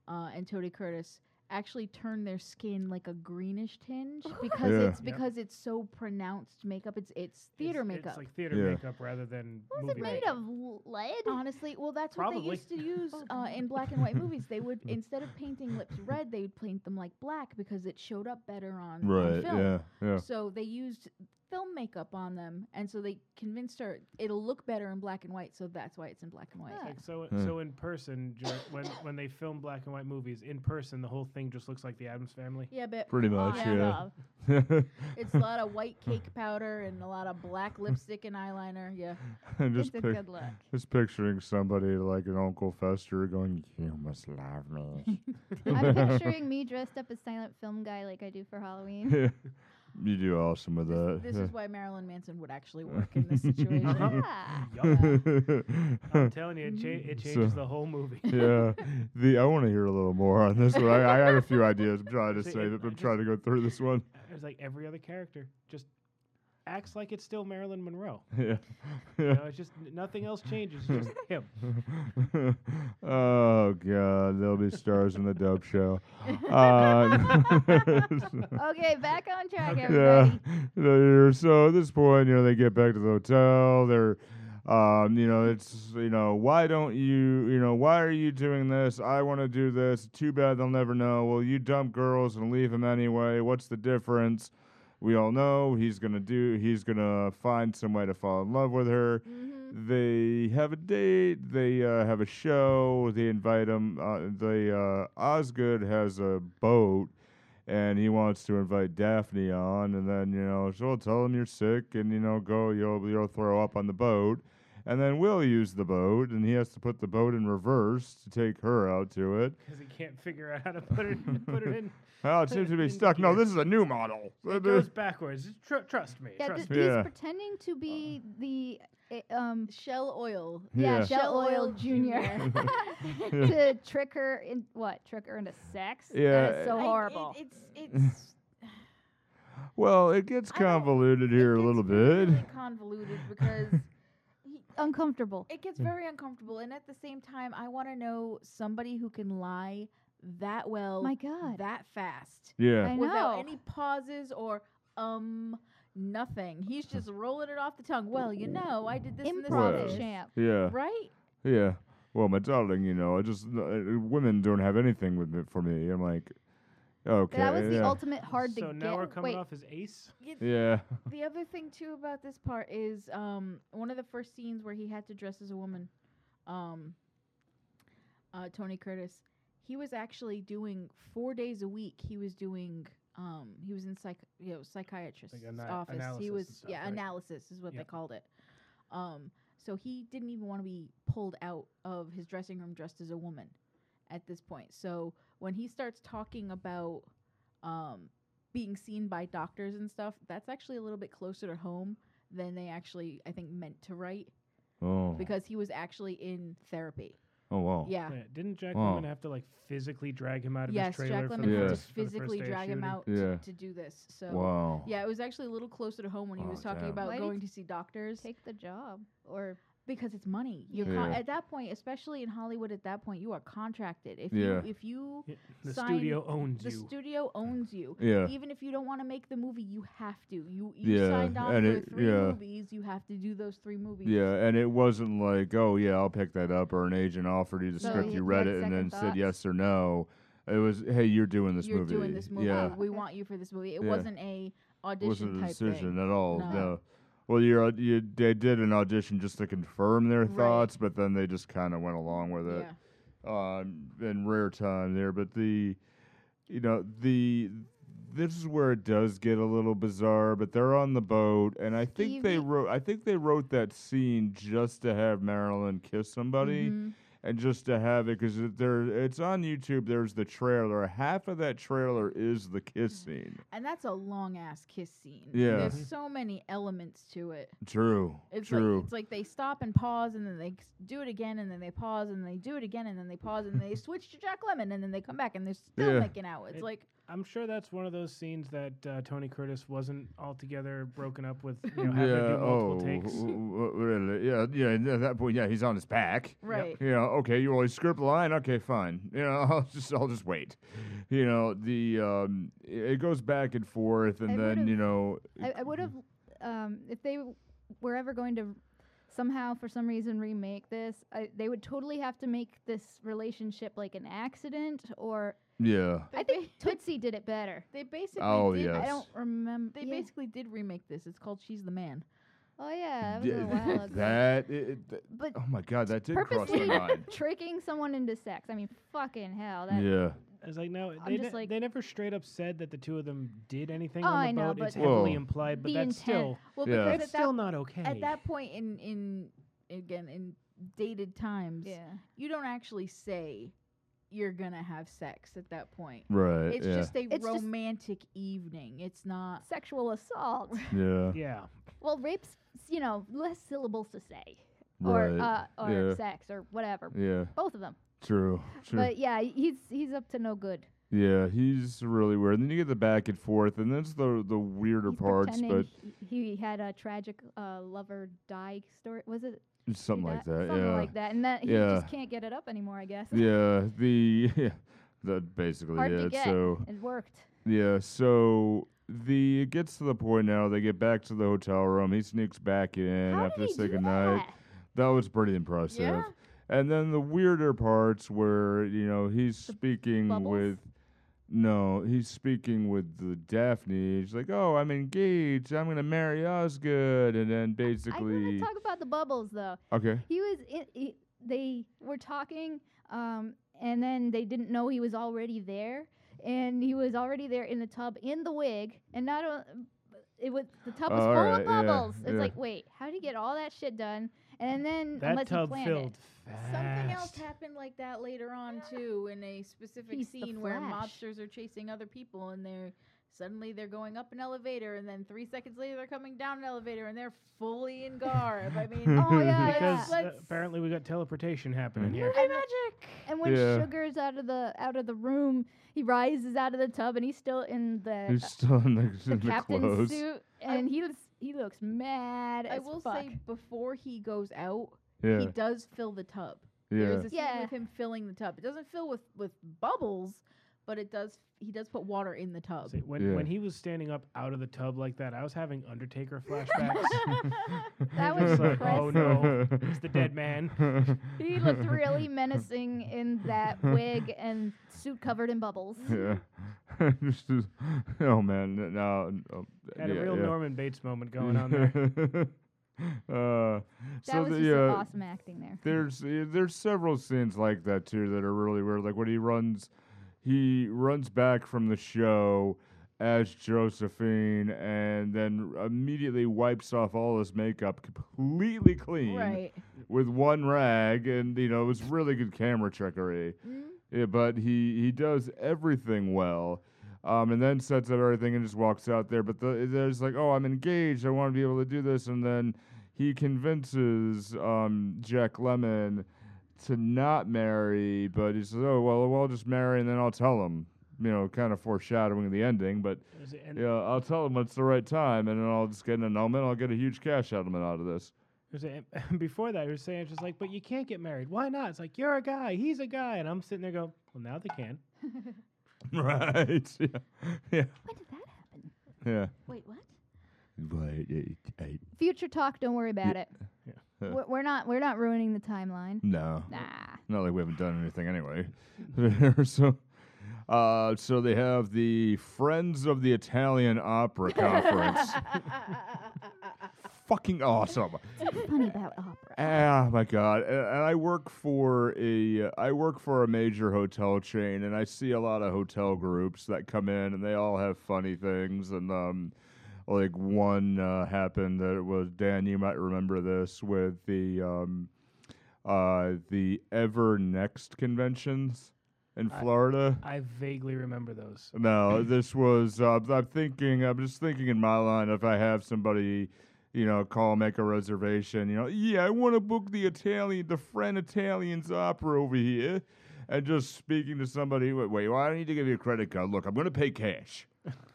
Speaker 6: uh, and Tony Curtis actually turned their skin like a greenish tinge because
Speaker 5: Yeah.
Speaker 6: it's
Speaker 4: Yep.
Speaker 6: because it's so pronounced makeup. It's it's theater
Speaker 4: it's,
Speaker 6: makeup.
Speaker 4: It's like theater
Speaker 5: Yeah.
Speaker 4: makeup rather than
Speaker 3: What was
Speaker 4: movie
Speaker 3: it made
Speaker 4: makeup.
Speaker 3: of? L- Lead?
Speaker 6: Honestly, well, that's what they
Speaker 4: Probably.
Speaker 6: used to use uh, in black and white movies. They would instead of painting lips red, they would paint them like black because it showed up better on, on
Speaker 5: right,
Speaker 6: film.
Speaker 5: yeah, yeah,
Speaker 6: So they used film makeup on them, and so they convinced her it'll look better in black and white. So that's why it's in black and white.
Speaker 3: Ah.
Speaker 4: Like so,
Speaker 5: Hmm.
Speaker 4: so in person, dur- when when they film black and white movies in person, the whole thing just looks like the Adams Family.
Speaker 6: Yeah, but
Speaker 5: Pretty much,
Speaker 6: yeah.
Speaker 5: yeah.
Speaker 6: it's a lot of white cake powder and a lot of black lipstick and eyeliner. Yeah,
Speaker 5: I'm
Speaker 3: It's
Speaker 5: just
Speaker 3: a
Speaker 5: pic-
Speaker 3: good look.
Speaker 5: just picturing somebody like an Uncle Fester going, "You must love me."
Speaker 3: I'm picturing me dressed up as silent film guy like I do for Halloween.
Speaker 5: Yeah. you do awesome with
Speaker 6: this,
Speaker 5: that.
Speaker 6: this is why Marilyn Manson would actually work in this situation.
Speaker 3: yeah.
Speaker 4: I'm telling you, it, cha- it
Speaker 5: So-
Speaker 4: changes the whole movie.
Speaker 5: yeah, the I want to hear a little more on this one. I, I had a few ideas. I'm trying to
Speaker 4: See,
Speaker 5: save
Speaker 4: it-
Speaker 5: it, but
Speaker 4: I
Speaker 5: I'm trying to go through this one.
Speaker 4: It's like every other character just acts like it's still Marilyn Monroe.
Speaker 5: Yeah,
Speaker 4: You
Speaker 5: yeah.
Speaker 4: know, it's just n- nothing else changes. It's just him.
Speaker 5: oh God, there'll be stars in the dub show. Uh,
Speaker 3: Okay, back on track,
Speaker 4: Okay.
Speaker 5: Yeah.
Speaker 3: everybody.
Speaker 5: They're- so at this point, you know, they get back to the hotel. They're, um, you know, it's, you know, why don't you, you know, why are you doing this? I want to do this. Too bad they'll never know. Well, you dump girls and leave him anyway. What's the difference? We all know he's going to do, he's going to find some way to fall in love with her. They have a date. They uh, have a show. They invite him. Uh, they, uh, Osgood has a boat and he wants to invite Daphne on, and then you know she'll tell him you're sick, and you know go you'll you'll throw up on the boat, and then we'll use the boat, and he has to put the boat in reverse to take her out to it.
Speaker 4: Because he can't figure out how to put it, put it in.
Speaker 5: Oh, it seems to be
Speaker 4: In
Speaker 5: stuck. No,
Speaker 4: gear.
Speaker 5: this is a new model.
Speaker 4: It goes backwards. Tr- trust me.
Speaker 3: Yeah,
Speaker 4: trust
Speaker 3: th-
Speaker 4: me.
Speaker 5: me.
Speaker 3: he's
Speaker 5: Yeah.
Speaker 3: pretending to be the uh, um
Speaker 6: Shell oil.
Speaker 3: yeah,
Speaker 5: Yeah.
Speaker 3: Shell Oil Junior to trick her in what trick her into sex. that
Speaker 5: Yeah,
Speaker 3: is so
Speaker 6: I- it-
Speaker 3: horrible.
Speaker 6: it's it's
Speaker 5: Well, it gets
Speaker 6: I don't-
Speaker 5: convoluted here
Speaker 6: it
Speaker 5: a little
Speaker 6: gets really,
Speaker 5: bit.
Speaker 6: really convoluted because he-
Speaker 3: Uncomfortable.
Speaker 6: it gets very uncomfortable, and at the same time, I want to know somebody who can lie that well,
Speaker 3: My God,
Speaker 6: that fast,
Speaker 5: Yeah,
Speaker 3: I
Speaker 6: without
Speaker 3: know.
Speaker 6: any pauses or um nothing. He's just rolling it off the tongue. Well, you know, I did this and this
Speaker 5: Well,
Speaker 3: improv
Speaker 6: and this.
Speaker 3: champ.
Speaker 5: yeah,
Speaker 6: Right?
Speaker 5: yeah. Well, my darling, you know, I just uh, uh, women don't have anything with me, for me. I'm like, okay,
Speaker 3: That was the
Speaker 5: yeah,
Speaker 3: ultimate hard to
Speaker 4: so now
Speaker 3: get.
Speaker 4: we're coming
Speaker 3: Wait,
Speaker 4: off as Ace.
Speaker 6: It-
Speaker 5: yeah.
Speaker 6: The other thing too about this part is um, one of the first scenes where he had to dress as a woman, um, uh, Tony Curtis. He was actually doing four days a week. He was doing. Um, he was in psych, you know, psychiatrist's
Speaker 4: ana-
Speaker 6: office.
Speaker 4: analysis
Speaker 6: He
Speaker 4: and
Speaker 6: was
Speaker 4: stuff,
Speaker 6: yeah,
Speaker 4: right?
Speaker 6: analysis is what they
Speaker 4: Yep.
Speaker 6: called it. Um, so he didn't even want to be pulled out of his dressing room dressed as a woman at this point. So when he starts talking about um, being seen by doctors and stuff, that's actually a little bit closer to home than they actually, I think, meant to write
Speaker 5: Oh,
Speaker 6: because he was actually in therapy.
Speaker 5: oh wow.
Speaker 6: Yeah.
Speaker 4: Yeah, didn't Jack
Speaker 5: Wow.
Speaker 4: Lemmon have to like physically drag him out of
Speaker 6: Yes,
Speaker 4: his trailer?
Speaker 6: Jack
Speaker 4: for the
Speaker 6: Lemon had to
Speaker 4: first- for the first
Speaker 6: physically
Speaker 4: day of
Speaker 6: drag him
Speaker 4: shooting?
Speaker 6: out
Speaker 5: Yeah.
Speaker 6: to, to do this. So,
Speaker 5: Wow.
Speaker 6: yeah, it was actually a little closer to home when he
Speaker 5: Oh,
Speaker 6: was talking
Speaker 5: damn.
Speaker 6: about
Speaker 3: Why did
Speaker 6: going
Speaker 3: you
Speaker 6: to see doctors
Speaker 3: Take the job or
Speaker 6: because it's money. You're con-
Speaker 5: Yeah.
Speaker 6: at that point, especially in Hollywood, at that point, you are contracted. If
Speaker 5: Yeah.
Speaker 6: you if you
Speaker 4: Yeah, The
Speaker 6: Sign
Speaker 4: studio owns
Speaker 6: the
Speaker 4: you.
Speaker 6: studio owns you.
Speaker 5: Yeah.
Speaker 6: Even if you don't want to make the movie, you have to. You you
Speaker 5: Yeah,
Speaker 6: signed on
Speaker 5: and
Speaker 6: for
Speaker 5: it-
Speaker 6: three
Speaker 5: yeah.
Speaker 6: movies. You have to do those three movies.
Speaker 5: Yeah, and it wasn't like, oh yeah, I'll pick that up, or an agent offered you the
Speaker 3: No,
Speaker 5: script,
Speaker 3: you
Speaker 5: you
Speaker 3: had
Speaker 5: read it, and
Speaker 3: second
Speaker 5: then said
Speaker 3: thoughts.
Speaker 5: yes or no. It was, hey, you're doing this
Speaker 6: You're
Speaker 5: movie.
Speaker 6: doing this movie.
Speaker 5: Yeah,
Speaker 6: We
Speaker 3: Okay.
Speaker 6: want you for this movie. It
Speaker 5: Yeah.
Speaker 6: wasn't a
Speaker 5: it
Speaker 6: audition
Speaker 5: wasn't a
Speaker 6: type
Speaker 5: decision
Speaker 6: thing.
Speaker 5: at all.
Speaker 6: No.
Speaker 5: No. Well, you're, au- you they did an audition just to confirm their
Speaker 6: Right.
Speaker 5: thoughts, but then they just kind of went along with it.
Speaker 6: Yeah.
Speaker 5: um, in rare time there, but the you know the this is where it does get a little bizarre. But they're on the boat, and I think they
Speaker 3: Stevie-
Speaker 5: wrote I think they wrote that scene just to have Marilyn kiss somebody
Speaker 6: Mhm.
Speaker 5: and just to have it because there it's on YouTube. There's the trailer. Half of that trailer is the kiss scene.
Speaker 6: And that's a long ass kiss scene.
Speaker 5: Yeah.
Speaker 6: There's so many elements to it.
Speaker 5: True.
Speaker 6: It's
Speaker 5: true.
Speaker 6: like it's like they stop and pause, and then they s- do it again, and then they pause, and they do it again, and then they pause, and they switch to Jack Lemon, and then they come back, and they're still
Speaker 5: Yeah.
Speaker 6: making out. It's
Speaker 4: It-
Speaker 6: like
Speaker 4: I'm sure that's one of those scenes that uh, Tony Curtis wasn't altogether broken up with. You know, having to do
Speaker 5: oh,
Speaker 4: multiple takes.
Speaker 5: w- w- really? Yeah, yeah. and At that point, yeah, he's on his back.
Speaker 6: right.
Speaker 5: Yeah, okay, you always script line. Okay, fine. You know, I'll just I'll just wait. You know, the um i- it goes back and forth and
Speaker 3: I
Speaker 5: then,
Speaker 3: would've-
Speaker 5: you know,
Speaker 3: I, I would have, um, if they w- were ever going to somehow, for some reason, remake this, I, they would totally have to make this relationship like an accident or
Speaker 5: yeah.
Speaker 3: I think Tootsie Lucy did it better.
Speaker 6: They basically
Speaker 5: Oh,
Speaker 6: did.
Speaker 5: yes.
Speaker 3: I
Speaker 6: I don't.
Speaker 3: don't remember.
Speaker 6: They basically did remake this. It's called She's the Man.
Speaker 3: Oh yeah, that was
Speaker 5: D-
Speaker 3: a while ago.
Speaker 5: that, it, it- that-
Speaker 3: but
Speaker 5: oh my god, that did cross my
Speaker 3: purposely
Speaker 5: mind.
Speaker 3: tricking someone into sex. I mean, fucking hell. That
Speaker 5: yeah,
Speaker 4: It's like no,
Speaker 3: I'm
Speaker 4: they,
Speaker 3: just
Speaker 4: ne-
Speaker 3: like-
Speaker 4: they never straight up said that the two of them did anything
Speaker 3: Oh,
Speaker 4: on the
Speaker 3: I know,
Speaker 4: boat.
Speaker 3: but
Speaker 4: it's heavily
Speaker 5: Whoa.
Speaker 4: implied, but
Speaker 3: the intent-
Speaker 4: that's still
Speaker 6: Well,
Speaker 5: Yeah.
Speaker 6: because
Speaker 4: that's
Speaker 6: at
Speaker 4: still
Speaker 6: that,
Speaker 4: not okay.
Speaker 6: at that point in in again in dated times,
Speaker 3: yeah.
Speaker 6: you don't actually say you're gonna have sex at that point.
Speaker 5: right.
Speaker 6: It's
Speaker 5: Uh, yeah,
Speaker 6: just a
Speaker 3: It's just-
Speaker 6: romantic evening. It's not.
Speaker 3: Sexual assault.
Speaker 5: yeah,
Speaker 4: yeah,
Speaker 3: well, rape's you know less syllables to say,
Speaker 5: right.
Speaker 3: or uh, or
Speaker 5: yeah,
Speaker 3: sex or whatever.
Speaker 5: yeah,
Speaker 3: Both of them.
Speaker 5: true, true.
Speaker 3: But yeah, he's he's up to no good.
Speaker 5: yeah, he's really weird. And then you get the back and forth, and that's the the weirder
Speaker 3: He's
Speaker 5: parts, but
Speaker 3: pretending he, he had a tragic uh, lover die story. Was it
Speaker 5: something
Speaker 3: he
Speaker 5: like
Speaker 3: di-
Speaker 5: that.
Speaker 3: Something
Speaker 5: yeah,
Speaker 3: like that, and that he
Speaker 5: Yeah.
Speaker 3: just can't get it up anymore. I guess.
Speaker 5: yeah, the yeah, that basically
Speaker 3: Hard to
Speaker 5: it.
Speaker 3: get.
Speaker 5: So
Speaker 3: it worked.
Speaker 5: Yeah, so the it gets to the point now. They get back to the hotel room. He sneaks back in
Speaker 3: How
Speaker 5: after
Speaker 3: did he
Speaker 5: saying
Speaker 3: do
Speaker 5: goodnight.
Speaker 3: that?
Speaker 5: That was pretty impressive.
Speaker 6: Yeah.
Speaker 5: And then the weirder parts where you know he's speaking
Speaker 3: bubbles?
Speaker 5: with. No, he's speaking with the Daphne. She's like, "Oh, I'm engaged. I'm gonna marry Osgood," and then
Speaker 3: I want
Speaker 5: basically,
Speaker 3: to talk about the bubbles though.
Speaker 5: okay,
Speaker 3: He was. In, he, they were talking, um, and then they didn't know he was already there, and he was already there in the tub in the wig, and not. o- it was the tub was
Speaker 5: Oh,
Speaker 3: full
Speaker 5: alright,
Speaker 3: of
Speaker 5: yeah,
Speaker 3: bubbles. it's
Speaker 5: yeah.
Speaker 3: like, wait, how did he get all that shit done? And then
Speaker 4: that
Speaker 3: unless
Speaker 4: tub
Speaker 3: he planned
Speaker 4: filled
Speaker 3: it.
Speaker 4: fast.
Speaker 6: Something else happened like that later on too, in a specific
Speaker 3: He's the
Speaker 6: scene where
Speaker 3: Flash.
Speaker 6: mobsters are chasing other people, and they're suddenly they're going up an elevator, and then three seconds later they're coming down an elevator, and they're fully in garb. I mean,
Speaker 3: Oh yeah, yeah.
Speaker 4: because
Speaker 6: Let's-
Speaker 4: uh, apparently we got teleportation happening
Speaker 5: Mm-hmm.
Speaker 4: here.
Speaker 3: And-
Speaker 6: magic.
Speaker 3: And when
Speaker 5: Yeah.
Speaker 3: Sugar's out of the out of the room, he rises out of the tub and he's still in the
Speaker 5: he's still in the,
Speaker 3: the
Speaker 5: in the
Speaker 3: captain's
Speaker 5: clothes.
Speaker 3: suit, and he looks he looks mad.
Speaker 6: I
Speaker 3: as
Speaker 6: will
Speaker 3: fuck.
Speaker 6: say before he goes out,
Speaker 5: Yeah,
Speaker 6: he does fill the tub. There
Speaker 5: yeah,
Speaker 6: is a scene
Speaker 3: Yeah.
Speaker 6: with him filling the tub. It doesn't fill with with bubbles, but it does. He does put water in the tub.
Speaker 4: See, when
Speaker 5: Yeah.
Speaker 4: when he was standing up out of the tub like that, I was having Undertaker flashbacks.
Speaker 3: That
Speaker 4: It's
Speaker 3: was
Speaker 4: like, oh no, it's the dead man.
Speaker 5: man.
Speaker 3: He looked really menacing in that wig and suit covered in bubbles.
Speaker 5: yeah. Just as- oh man, n- no. n- oh,
Speaker 4: Had
Speaker 5: yeah,
Speaker 4: a real
Speaker 5: yeah.
Speaker 4: Norman Bates moment going on there.
Speaker 5: uh,
Speaker 3: That
Speaker 5: so
Speaker 3: was
Speaker 5: the,
Speaker 3: just some
Speaker 5: uh,
Speaker 3: awesome acting there.
Speaker 5: there's uh, there's several scenes like that too that are really weird. Like when he runs, he runs back from the show as Josephine, and then immediately wipes off all his makeup completely clean
Speaker 6: right.
Speaker 5: with one rag, and you know it was really good camera trickery. Yeah, but he he does everything well, um, and then sets up everything and just walks out there. But the, there's like, oh, I'm engaged. I want to be able to do this, and then he convinces um, Jack Lemon to not marry, but he says, oh well, well, I'll just marry, and then I'll tell him. You know, kind of foreshadowing the ending, but
Speaker 4: Is it- And
Speaker 5: yeah, I'll tell him when it's the right time, and then I'll just get an annulment. I'll get a huge cash settlement out of this.
Speaker 4: There's a- and before that, he was saying, it's just like, but you can't get married. Why not? It's like, you're a guy, he's a guy. And I'm sitting there going, well, now they can.
Speaker 5: Right? Yeah. Yeah.
Speaker 3: When did that happen?
Speaker 5: Yeah.
Speaker 6: Wait, what?
Speaker 5: Right.
Speaker 3: Future talk. Don't worry about it.
Speaker 4: Yeah.
Speaker 3: We're, we're not we're not ruining the timeline.
Speaker 5: No.
Speaker 3: Nah.
Speaker 5: Not like we haven't done anything anyway. so, uh, so they have the Friends of the Italian Opera conference. Fucking awesome!
Speaker 7: Funny about opera.
Speaker 5: Ah, my god! And, and I work for a uh, I work for a major hotel chain, and I see a lot of hotel groups that come in, and they all have funny things. And um, like one uh, happened that it was Dan. You might remember this with the um, uh, the Ever Next conventions in
Speaker 4: I-
Speaker 5: Florida.
Speaker 4: I vaguely remember those.
Speaker 5: No, this was. Uh, I'm thinking. I'm just thinking in my line. If I have somebody, you know, call, make a reservation. You know, yeah, I want to book the Italian, the French Italian's opera over here, and just speaking to somebody. Wait, wait. Well, I need to give you a credit card. Look, I'm going to pay cash.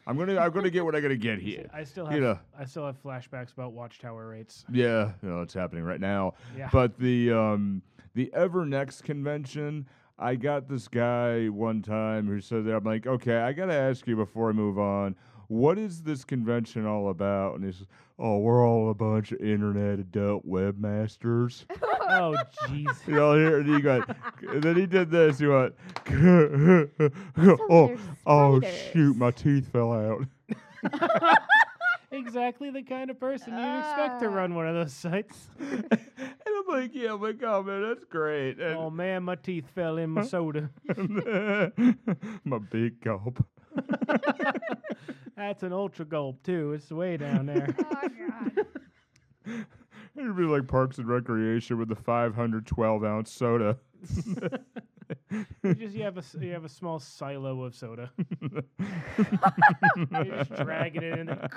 Speaker 5: I'm gonna. I'm gonna get what I gotta get here.
Speaker 4: I still have
Speaker 5: You know.
Speaker 4: I still have flashbacks about Watchtower rates.
Speaker 5: Yeah, no, it's happening right now.
Speaker 4: Yeah.
Speaker 5: But the um the Ever Next convention, I got this guy one time who said that I'm like, okay, I gotta ask you before I move on, what is this convention all about? And he says, Oh, we're all a bunch of internet adult webmasters.
Speaker 4: Oh, Jesus.
Speaker 5: You all hear it, and you go. and then he did this. You went.
Speaker 7: they're
Speaker 5: oh, oh shoot!
Speaker 7: spiders.
Speaker 5: My tooth fell out.
Speaker 4: exactly the kind of person you'd expect to run one of those sites.
Speaker 5: and I'm like, yeah, I'm like, oh man, that's great. And-
Speaker 4: Oh man, my teeth fell in my soda.
Speaker 5: My big gulp.
Speaker 4: That's an ultra gulp too. It's way down there.
Speaker 3: Oh,
Speaker 5: It'd be like Parks and Recreation with the 512 ounce soda.
Speaker 4: You just you have a s- you have a small silo of soda. You're just dragging it in, and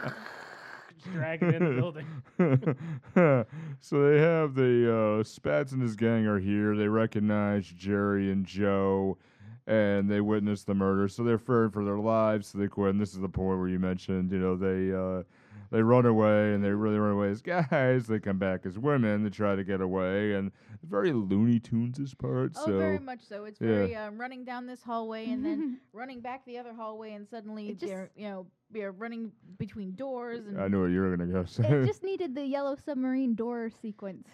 Speaker 4: just dragging it in the building.
Speaker 5: so they have the uh, Spats and his gang are here. They recognize Jerry and Joe, and they witness the murder. So they're fearing for their lives. So they quit. And this is the point where you mentioned, you know, they uh, they run away and they really run away as guys. They come back as women. They try to get away, and very Looney Tunes is part.
Speaker 6: Oh,
Speaker 5: so
Speaker 6: very much so. It's
Speaker 5: yeah.
Speaker 6: very um, running down this hallway and then running back the other hallway, and suddenly
Speaker 3: It just-
Speaker 6: they're you know they're running between doors and
Speaker 5: I knew what you were gonna go
Speaker 3: it
Speaker 5: say.
Speaker 3: just needed the yellow submarine door sequence.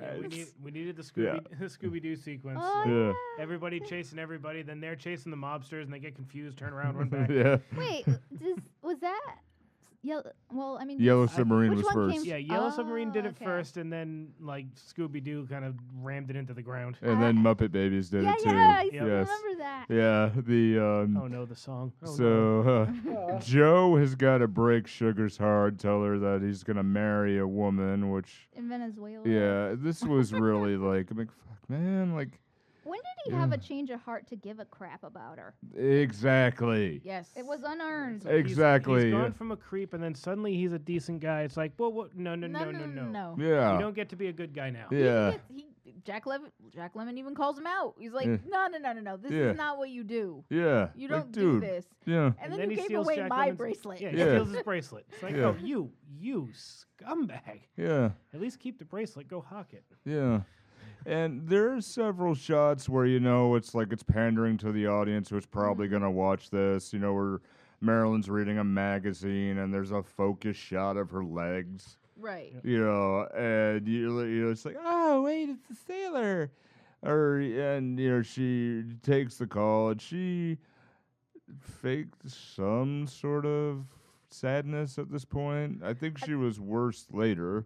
Speaker 4: Yeah, we, need,
Speaker 5: It's-
Speaker 4: we needed the
Speaker 5: yeah.
Speaker 4: Scooby the Scooby Doo sequence.
Speaker 3: Oh,
Speaker 4: like,
Speaker 5: yeah.
Speaker 4: Everybody chasing everybody, then they're chasing the mobsters, and they get confused, turn around, run back.
Speaker 5: yeah.
Speaker 3: Wait, does, was that yellow? Well, I mean,
Speaker 5: Yellow
Speaker 3: does-
Speaker 5: Submarine
Speaker 3: which
Speaker 5: was
Speaker 3: one
Speaker 5: first.
Speaker 3: came
Speaker 4: Yeah, Yellow Submarine did
Speaker 3: Oh,
Speaker 4: it
Speaker 3: okay.
Speaker 4: first, and then like Scooby Doo kind of rammed it into the ground.
Speaker 5: And then Muppet Babies did
Speaker 3: Yeah,
Speaker 5: it too.
Speaker 3: yeah, I
Speaker 4: Yep.
Speaker 5: Yes.
Speaker 3: remember that.
Speaker 5: Yeah, the um
Speaker 4: Oh no, the song. Oh, no.
Speaker 5: so uh, Joe has got to break Sugar's heart, tell her that he's gonna marry a woman, which
Speaker 3: In Venezuela.
Speaker 5: yeah, this was really like I'm like fuck man, like
Speaker 3: When did he have a
Speaker 5: Mm.
Speaker 3: change of heart to give a crap about her?
Speaker 5: exactly.
Speaker 6: yes,
Speaker 3: It was unearned.
Speaker 4: He's-
Speaker 5: Exactly.
Speaker 4: He's gone from a creep, and then suddenly he's a decent guy. It's like, well, what? No, no, no, no, no. You
Speaker 5: Yeah.
Speaker 4: don't get to be a good guy now.
Speaker 6: He
Speaker 5: Oh. Yeah.
Speaker 6: gets- he, Jack Levin, Jack Lemon even calls him out. He's like,
Speaker 5: Yeah.
Speaker 6: no, no, no, no, no. This
Speaker 5: Yeah.
Speaker 6: is not what you do.
Speaker 5: Yeah.
Speaker 6: You
Speaker 5: like,
Speaker 6: don't do
Speaker 5: dude,
Speaker 6: this.
Speaker 5: Yeah.
Speaker 6: And, then, you gave away
Speaker 4: Jack
Speaker 6: my
Speaker 4: Lemon's-
Speaker 6: bracelet.
Speaker 4: Yeah, he
Speaker 5: Yeah.
Speaker 4: steals his bracelet. It's like,
Speaker 5: Yeah.
Speaker 4: oh, you, you scumbag.
Speaker 5: Yeah.
Speaker 4: At least keep the bracelet. Go hawk it.
Speaker 5: Yeah. And there are several shots where you know it's like it's pandering to the audience who's probably going to watch this. You know, where Marilyn's reading a magazine and there's a focus shot of her legs.
Speaker 6: Right.
Speaker 5: You know, and you li- you know it's like, oh wait, it's the sailor, or and you know she takes the call and she faked some sort of sadness at this point. I think she was worse later.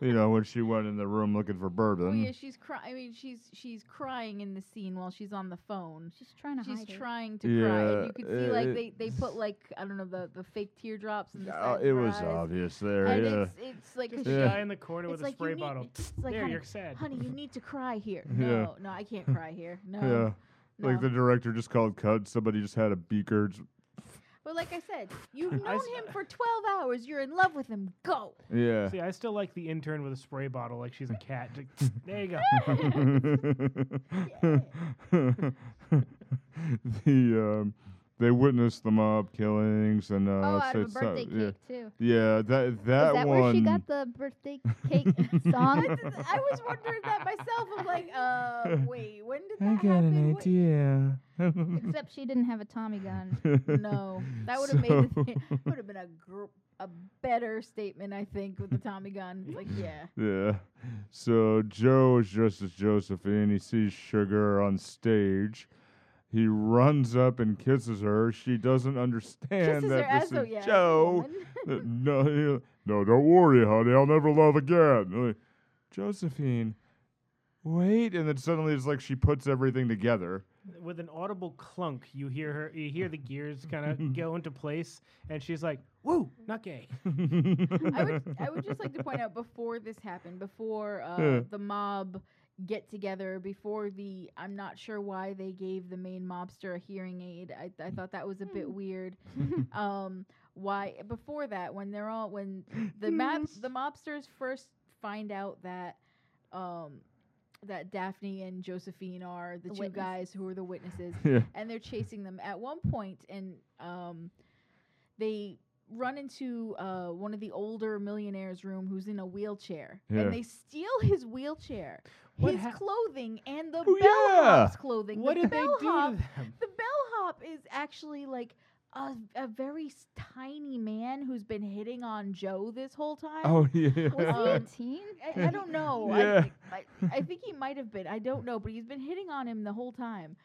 Speaker 5: you know, when she went in the room looking for bourbon.
Speaker 6: Well, Oh, yeah, she's crying. I mean, she's she's crying in the scene while she's on the phone.
Speaker 3: She's trying to
Speaker 6: She's
Speaker 3: hide
Speaker 6: trying to cry. And
Speaker 5: Yeah,
Speaker 6: you could see like
Speaker 5: it-
Speaker 6: they, they put like I don't know the, the fake teardrops in the
Speaker 5: Uh,
Speaker 6: side of
Speaker 5: it
Speaker 6: her
Speaker 5: was
Speaker 6: eyes.
Speaker 5: obvious there.
Speaker 6: And
Speaker 5: yeah.
Speaker 6: it's it's like
Speaker 4: Just
Speaker 6: cause
Speaker 4: the
Speaker 5: Yeah.
Speaker 4: guy in the corner
Speaker 6: it's
Speaker 4: with
Speaker 6: like
Speaker 4: a spray
Speaker 6: you need-
Speaker 4: bottle.
Speaker 6: it's like,
Speaker 4: there,
Speaker 6: honey,
Speaker 4: you're sad.
Speaker 6: honey, you need to cry here.
Speaker 5: Yeah.
Speaker 6: No, no, I can't cry here. No,
Speaker 5: yeah.
Speaker 6: um, no.
Speaker 5: Like the director just called cut. Somebody just had a beaker. Just,
Speaker 6: but like I said, you've
Speaker 4: I
Speaker 6: known
Speaker 4: s-
Speaker 6: him for twelve hours. You're in love with him. Go.
Speaker 5: yeah.
Speaker 4: See, I still like the intern with a spray bottle, like she's a cat. Like, there you go.
Speaker 5: the um, they witnessed the mob killings and uh,
Speaker 3: Oh,
Speaker 5: it's-
Speaker 3: out of a
Speaker 5: it's, uh,
Speaker 3: birthday
Speaker 5: yeah,
Speaker 3: cake too.
Speaker 5: yeah, that
Speaker 3: Is
Speaker 5: that,
Speaker 3: that
Speaker 5: one.
Speaker 3: where she got the birthday cake song?
Speaker 6: I was wondering that myself. I'm like, uh, wait, when did that
Speaker 5: I got
Speaker 6: happen?
Speaker 5: an
Speaker 6: Wait.
Speaker 5: idea.
Speaker 3: Except she didn't have a Tommy gun.
Speaker 6: No, that would have made it would have been a gr- a better statement, I think, with the Tommy gun. It's Like, yeah,
Speaker 5: Yeah. So Joe is just as Josephine. He sees Sugar on stage. He runs up and kisses her. She doesn't understand
Speaker 6: kisses her
Speaker 5: that
Speaker 6: ass
Speaker 5: this
Speaker 6: though,
Speaker 5: is
Speaker 6: yeah, as a
Speaker 5: Joe.
Speaker 6: woman.
Speaker 5: Uh, no, he- no, don't worry, honey. I'll never love again. Uh, Josephine, wait. And then suddenly it's like she puts everything together.
Speaker 4: With an audible clunk, you hear her. You hear the gears kind of go into place, and she's like, "Woo, not gay."
Speaker 6: I would I would just like to point out before this happened, before uh,
Speaker 5: Yeah.
Speaker 6: the mob get together, before the I'm not sure why they gave the main mobster a hearing aid. I I thought that was a
Speaker 3: Hmm.
Speaker 6: bit weird. um, why before that when they're all when the mab- the mobsters first find out that um that Daphne and Josephine are the,
Speaker 3: The
Speaker 6: two
Speaker 3: witness.
Speaker 6: guys who are the witnesses
Speaker 5: Yeah.
Speaker 6: and they're chasing them at one point and um they run into uh, one of the older millionaires room who's in a wheelchair
Speaker 5: Yeah.
Speaker 6: and they steal his wheelchair
Speaker 4: What
Speaker 6: his
Speaker 4: hap-
Speaker 6: clothing and the
Speaker 5: Oh, yeah.
Speaker 6: bellhop's clothing
Speaker 4: What
Speaker 6: the
Speaker 4: did they do
Speaker 6: bellhop
Speaker 4: to them?
Speaker 6: the bellhop is actually like a, a very s- tiny man who's been hitting on Joe this whole time.
Speaker 5: Oh yeah.
Speaker 7: Was he a
Speaker 6: Um,
Speaker 7: teen?
Speaker 6: I, I don't know.
Speaker 5: Yeah.
Speaker 6: I, think, I, I think he might have been. I don't know, but he's been hitting on him the whole time.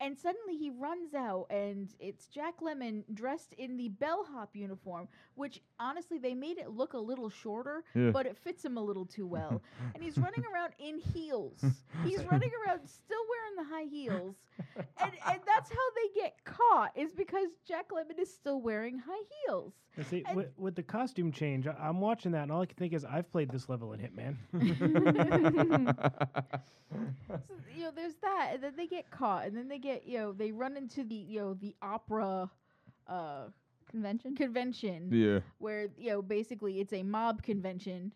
Speaker 6: And suddenly he runs out, and it's Jack Lemon dressed in the bellhop uniform, which honestly they made it look a little shorter,
Speaker 5: Yeah.
Speaker 6: but it fits him a little too well. and he's running around in heels. He's running around still wearing the high heels, and and that's how they get caught is because Jack Lemon is still wearing high heels.
Speaker 4: And see,
Speaker 6: And-
Speaker 4: with, with the costume change, I, I'm watching that, and all I can think is, I've played this level in Hitman.
Speaker 6: So, you know, there's that, and then they get caught, and then they get, you know, they run into the, you know, the opera uh,
Speaker 3: Convention?
Speaker 6: convention
Speaker 5: yeah.
Speaker 6: where, you know, basically it's a mob convention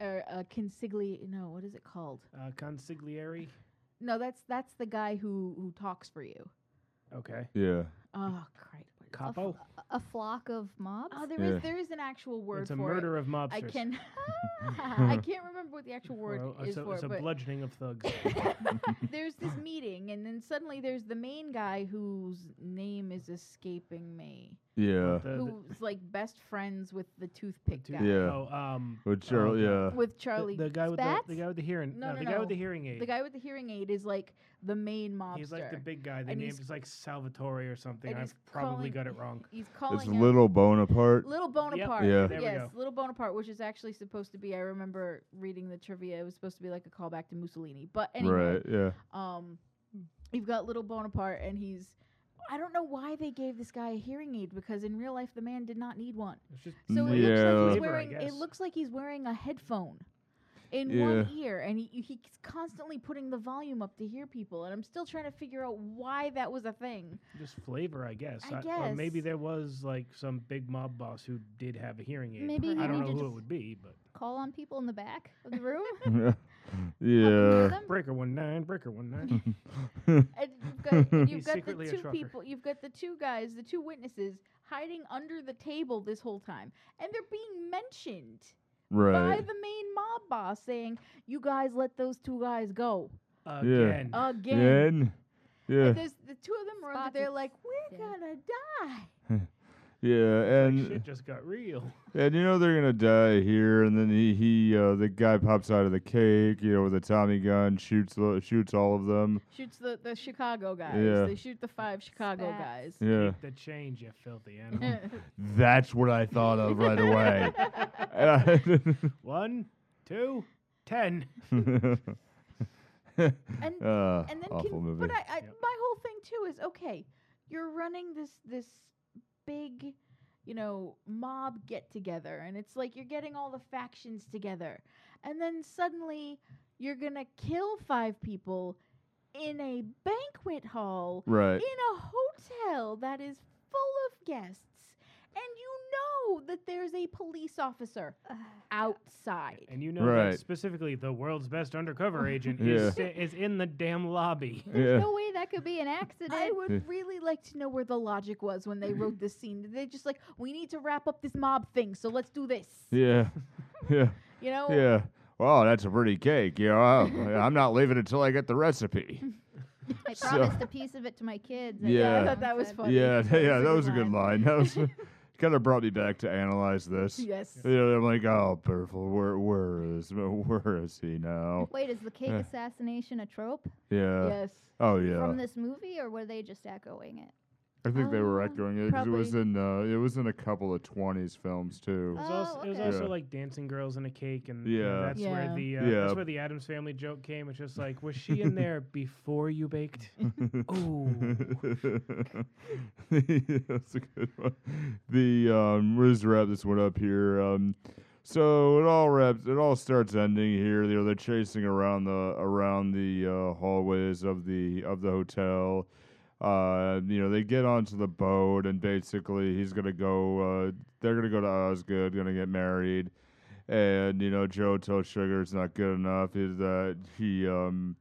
Speaker 6: or a consigli. No, what is it called?
Speaker 4: Uh, consigliere.
Speaker 6: No, that's that's the guy who who talks for you.
Speaker 4: Okay.
Speaker 5: Yeah.
Speaker 6: Oh, Christ. what is-
Speaker 4: Capo.
Speaker 3: A flock of mobs?
Speaker 6: Oh, there is
Speaker 5: Yeah.
Speaker 6: there is an actual word
Speaker 4: It's a
Speaker 6: for
Speaker 4: murder of
Speaker 6: it. I
Speaker 4: mobsters.
Speaker 6: can I can't remember what the actual word
Speaker 4: Or, uh,
Speaker 6: is
Speaker 4: so-
Speaker 6: for
Speaker 4: it's
Speaker 6: it,
Speaker 4: a
Speaker 6: but
Speaker 4: bludgeoning of thugs.
Speaker 6: there's this meeting, and then suddenly there's the main guy whose name is escaping me,
Speaker 5: Yeah.
Speaker 4: The- the-
Speaker 6: who's like best friends with the toothpick
Speaker 4: the-
Speaker 6: guy,
Speaker 5: Yeah.
Speaker 4: Oh, um,
Speaker 5: With Charlie.
Speaker 4: God.
Speaker 5: Yeah.
Speaker 6: with
Speaker 4: the-
Speaker 6: Charlie.
Speaker 4: The,
Speaker 6: The,
Speaker 4: guy with the, the
Speaker 3: Spatz?
Speaker 4: guy with the hearing. uh,
Speaker 6: No, no,
Speaker 4: the guy with
Speaker 6: no.
Speaker 4: the hearing aid.
Speaker 6: guy with the hearing aid is like the main mobster.
Speaker 4: He's like the big guy. The
Speaker 6: and
Speaker 4: name
Speaker 6: he's-
Speaker 4: is like Salvatore or something.
Speaker 6: and
Speaker 4: I've
Speaker 6: he's
Speaker 4: probably
Speaker 6: calling-
Speaker 4: got it wrong.
Speaker 6: He's calling
Speaker 5: It's
Speaker 6: him
Speaker 5: little Bonaparte.
Speaker 6: Little Bonaparte.
Speaker 5: Yeah.
Speaker 4: There we
Speaker 6: Yes,
Speaker 4: go.
Speaker 6: Little Bonaparte, which is actually supposed to be. I remember reading the trivia. It was supposed to be like a callback to Mussolini. But anyway,
Speaker 5: Right. Yeah.
Speaker 6: Um, you've got little Bonaparte, and he's. I don't know why they gave this guy a hearing aid because in real life the man did not need one.
Speaker 4: It's just
Speaker 6: So it
Speaker 5: Yeah.
Speaker 6: looks like he's
Speaker 4: Flavor, I
Speaker 6: wearing. It
Speaker 4: guess.
Speaker 6: looks like he's wearing a headphone in one
Speaker 5: Yeah.
Speaker 6: ear, and he he's constantly putting the volume up to hear people. And I'm still trying to figure out why that was a thing.
Speaker 4: just flavor, I guess.
Speaker 6: I
Speaker 4: Or maybe
Speaker 6: guess.
Speaker 4: there was like some big mob boss who did have a hearing aid.
Speaker 3: Maybe
Speaker 4: I
Speaker 3: you
Speaker 4: don't
Speaker 3: need
Speaker 4: know
Speaker 3: to
Speaker 4: who it
Speaker 3: just
Speaker 4: would be, but
Speaker 3: call on people in the back of the room?
Speaker 5: yeah.
Speaker 3: Them?
Speaker 4: breaker one nine, breaker one nine.
Speaker 6: And uh, you've got, and
Speaker 4: He's
Speaker 6: you've got
Speaker 4: secretly
Speaker 6: the
Speaker 4: a
Speaker 6: two
Speaker 4: trucker.
Speaker 6: people. You've got the two guys, the two witnesses hiding under the table this whole time, and they're being mentioned. by
Speaker 5: Right.
Speaker 6: the main mob boss saying, "You guys let those two guys go
Speaker 4: Again.
Speaker 6: again."
Speaker 5: Again. Yeah.
Speaker 6: And there's the two of them are under
Speaker 3: Spots
Speaker 6: there
Speaker 3: is
Speaker 6: like, "We're
Speaker 3: dead.
Speaker 6: gonna die."
Speaker 5: Yeah. And.
Speaker 4: Shit just got real.
Speaker 5: And you know they're gonna die here, and then he he uh, the guy pops out of the cake, you know, with a Tommy gun, shoots the- shoots all of them.
Speaker 6: Shoots the the Chicago guys.
Speaker 5: Yeah.
Speaker 6: They shoot the five Chicago
Speaker 3: Spats.
Speaker 6: guys.
Speaker 5: Yeah,
Speaker 4: Keep the change, you filthy animal.
Speaker 5: that's what I thought of right away. And I-
Speaker 4: one, two, ten.
Speaker 6: And-
Speaker 5: Ah,
Speaker 6: and then,
Speaker 5: awful
Speaker 6: can,
Speaker 5: movie.
Speaker 6: but I, I
Speaker 4: Yep.
Speaker 6: my whole thing too is okay. You're running this this big, you know, mob get together, and it's like you're getting all the factions together, and then suddenly you're gonna kill five people in a banquet hall
Speaker 5: right.
Speaker 6: in a hotel that is full of guests. And you know that there's a police officer outside.
Speaker 4: And you know
Speaker 5: Right.
Speaker 4: that specifically the world's best undercover agent
Speaker 5: Yeah.
Speaker 4: is, sta- is in the damn lobby.
Speaker 5: Yeah.
Speaker 3: No way that could be an accident.
Speaker 6: I
Speaker 5: Yeah.
Speaker 6: would really like to know where the logic was when they wrote this scene. Did They just like, we need to wrap up this mob thing, so let's do this.
Speaker 5: Yeah. Yeah.
Speaker 6: You know?
Speaker 5: Yeah. Wow, that's a pretty cake. You know, I- I'm not leaving until I get the recipe.
Speaker 3: I
Speaker 5: So-
Speaker 3: promised a piece of it to my kids. I
Speaker 5: Yeah.
Speaker 6: Yeah,
Speaker 3: guess
Speaker 6: I
Speaker 3: someone
Speaker 6: thought that was
Speaker 3: said.
Speaker 6: funny.
Speaker 5: Yeah, yeah, that was a good line. That was kind of brought me back to analyze this.
Speaker 6: Yes.
Speaker 5: You know, I'm like, oh, Berthold, where where is where is he now?
Speaker 3: Wait, is the cake
Speaker 5: Yeah.
Speaker 3: assassination a trope
Speaker 5: Yeah.
Speaker 6: Yes.
Speaker 5: Oh yeah.
Speaker 3: from this movie, or were they just echoing it?
Speaker 5: I think they were
Speaker 6: Uh,
Speaker 5: echoing it 'cause it was in uh, it was in a couple of twenties films too.
Speaker 4: It was,
Speaker 3: Oh,
Speaker 4: also, it was
Speaker 3: okay.
Speaker 4: also
Speaker 5: Yeah.
Speaker 4: like dancing girls in a cake, and you know,
Speaker 5: Yeah.
Speaker 4: that's where
Speaker 6: Yeah.
Speaker 4: the uh,
Speaker 5: Yeah.
Speaker 4: that's where the Adams Family joke came. It's just like, was she in there before you baked? Oh,
Speaker 5: That's a good one. The um, we'll just wrap this one up here. Um, so it all wraps. It all starts ending here. You know, they're chasing around the around the uh, hallways of the of the hotel. Uh, you know, they get onto the boat, and basically, he's gonna go. Uh, they're gonna go to Osgood, gonna get married, and you know, Joe tells Sugar it's not good enough. Is that he um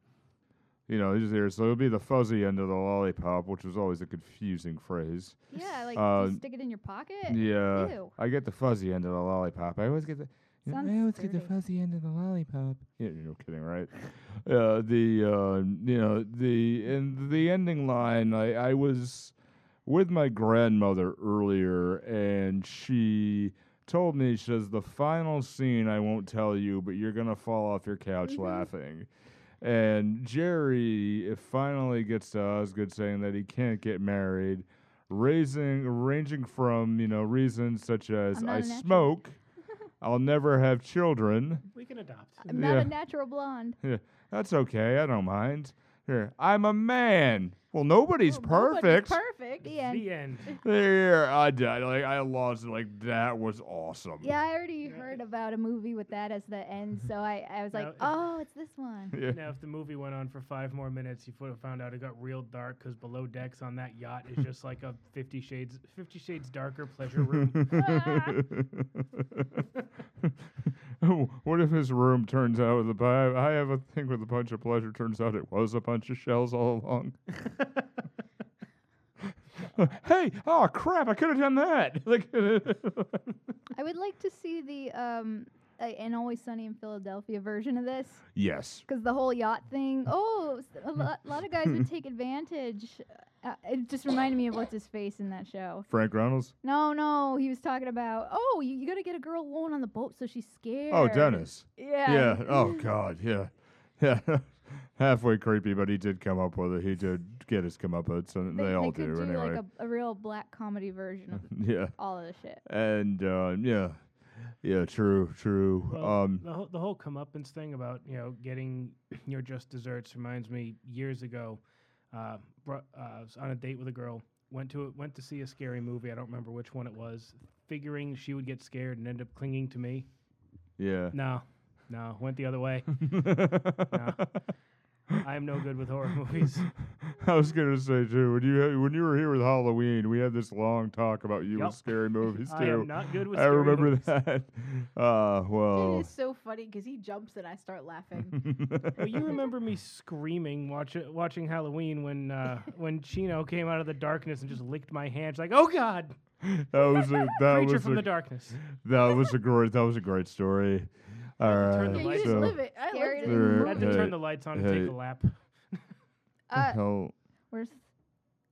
Speaker 5: you know, he's there. So it'll be the fuzzy end of the lollipop, which was always a confusing phrase.
Speaker 3: Yeah, like do
Speaker 5: Uh,
Speaker 3: you stick it in your pocket.
Speaker 5: Yeah.
Speaker 3: Ew.
Speaker 5: I get the fuzzy end of the lollipop. I always get the. you know,
Speaker 3: Sounds
Speaker 5: I always get the
Speaker 3: dirty.
Speaker 5: fuzzy end of the lollipop. Yeah, you're kidding, right? um, Uh, the uh, you know the and the ending line. I I was with my grandmother earlier, and she told me, she says, the final scene I won't tell you, but you're going to fall off your couch
Speaker 3: Mm-hmm.
Speaker 6: Mhm.
Speaker 5: laughing. And Jerry it finally gets to Osgood saying that he can't get married, raising ranging from, you know, reasons such as
Speaker 3: I'm not
Speaker 5: I
Speaker 3: a natural."
Speaker 5: smoke, I'll never have children.
Speaker 4: We can adopt.
Speaker 3: I'm not
Speaker 5: Yeah.
Speaker 3: a natural blonde.
Speaker 5: That's okay. I don't mind. Here, I'm a man. Well,
Speaker 3: Oh,
Speaker 5: nobody's perfect.
Speaker 6: Perfect.
Speaker 3: The end.
Speaker 4: The end.
Speaker 5: There, I died. Like I lost. it, Like that was awesome.
Speaker 3: Yeah, I already heard about a movie with that as the end, so I, I was like,
Speaker 4: No, it-
Speaker 3: oh, it's this one.
Speaker 5: Yeah.
Speaker 4: Now, if the movie went on for five more minutes, you would have found out it got real dark because below decks on that yacht is just like a Fifty Shades, Fifty Shades Darker pleasure room.
Speaker 5: Oh, what if his room turns out with a I I have a thing with a bunch of pleasure. Turns out it was a bunch of shells all along. hey, oh crap! I could have done that. Like,
Speaker 3: I would like to see the um, a, an Always Sunny in Philadelphia version of this,
Speaker 5: yes,
Speaker 3: because the whole yacht thing. Oh, s- a lot, lot of guys would take advantage. Uh, it just reminded me of what's his face in that show.
Speaker 5: Frank Reynolds.
Speaker 3: No, no, he was talking about. Oh, you, you got to get a girl alone on the boat so she's scared.
Speaker 5: Oh, Dennis.
Speaker 3: Yeah.
Speaker 5: Yeah. Oh God. Yeah. Yeah. Halfway creepy, but he did come up with it. He did get his comeuppance, and they, all
Speaker 3: could
Speaker 5: do, anyway.
Speaker 3: Like a, a real black comedy version of
Speaker 5: yeah.
Speaker 3: all of the shit.
Speaker 5: And uh, yeah, yeah. True. True.
Speaker 4: Well,
Speaker 5: um.
Speaker 4: the, whole, the whole comeuppance thing about you know getting your just desserts reminds me years ago. Uh, bru- uh, was on a date with a girl, went to went to see a scary movie. I don't remember which one it was. Figuring she would get scared and end up clinging to me.
Speaker 5: Yeah.
Speaker 4: No, no, went the other way. I am no good with horror movies.
Speaker 5: I was gonna say too. When you had, when you were here with Halloween, we had this long talk about you
Speaker 4: Yep.
Speaker 5: with scary movies
Speaker 4: I am
Speaker 5: too.
Speaker 4: not good with.
Speaker 5: I
Speaker 4: scary
Speaker 5: remember
Speaker 4: movies.
Speaker 5: that. Uh,
Speaker 6: It
Speaker 5: well.
Speaker 6: is so funny because he jumps and I start laughing.
Speaker 4: Well, you remember me screaming watch, watching Halloween when uh, when Chino came out of the darkness and just licked my hand. She's like, "Oh God,
Speaker 5: that was a that
Speaker 4: creature
Speaker 5: was
Speaker 4: from
Speaker 5: a
Speaker 4: the darkness."
Speaker 5: That was a great. That was a great story. All
Speaker 4: turn the
Speaker 6: yeah,
Speaker 5: right.
Speaker 6: you just
Speaker 5: so,
Speaker 6: live it. I
Speaker 3: Scary
Speaker 6: lived
Speaker 3: to
Speaker 6: it.
Speaker 3: the
Speaker 5: There-
Speaker 4: I had
Speaker 3: moon.
Speaker 4: to
Speaker 5: Hey,
Speaker 4: turn the lights on and
Speaker 5: hey.
Speaker 4: take a lap.
Speaker 3: Uh,
Speaker 5: hell,
Speaker 3: where's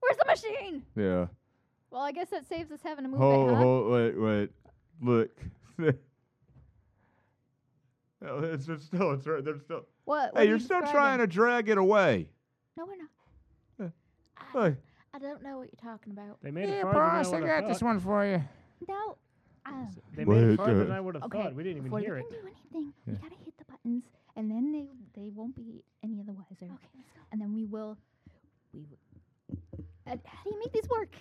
Speaker 3: where's the machine?
Speaker 5: yeah.
Speaker 3: Well, I guess that saves us having to move
Speaker 5: Hold,
Speaker 3: it, huh?
Speaker 5: hold, wait, wait. Look. Oh, it's, it's still. It's right. They're still.
Speaker 3: What? what
Speaker 5: Hey, you're still trying to drag it away.
Speaker 3: No, we're not.
Speaker 5: Look.
Speaker 7: I don't know what you're talking about.
Speaker 4: They made it
Speaker 2: Here,
Speaker 4: farther
Speaker 2: boss,
Speaker 4: than I
Speaker 2: I
Speaker 4: would have
Speaker 2: got
Speaker 4: thought.
Speaker 2: this one for you.
Speaker 7: No, um,
Speaker 4: They made
Speaker 5: Wait,
Speaker 4: it farther than
Speaker 5: uh,
Speaker 4: I would have
Speaker 3: Okay,
Speaker 4: thought. We didn't even
Speaker 3: before you
Speaker 4: hear
Speaker 7: we
Speaker 4: it.
Speaker 7: can do anything. We gotta hit the buttons, and then they they won't be any of the wiser. Okay, let's go.
Speaker 3: and then we will. We. Will. Uh, how do you make these work?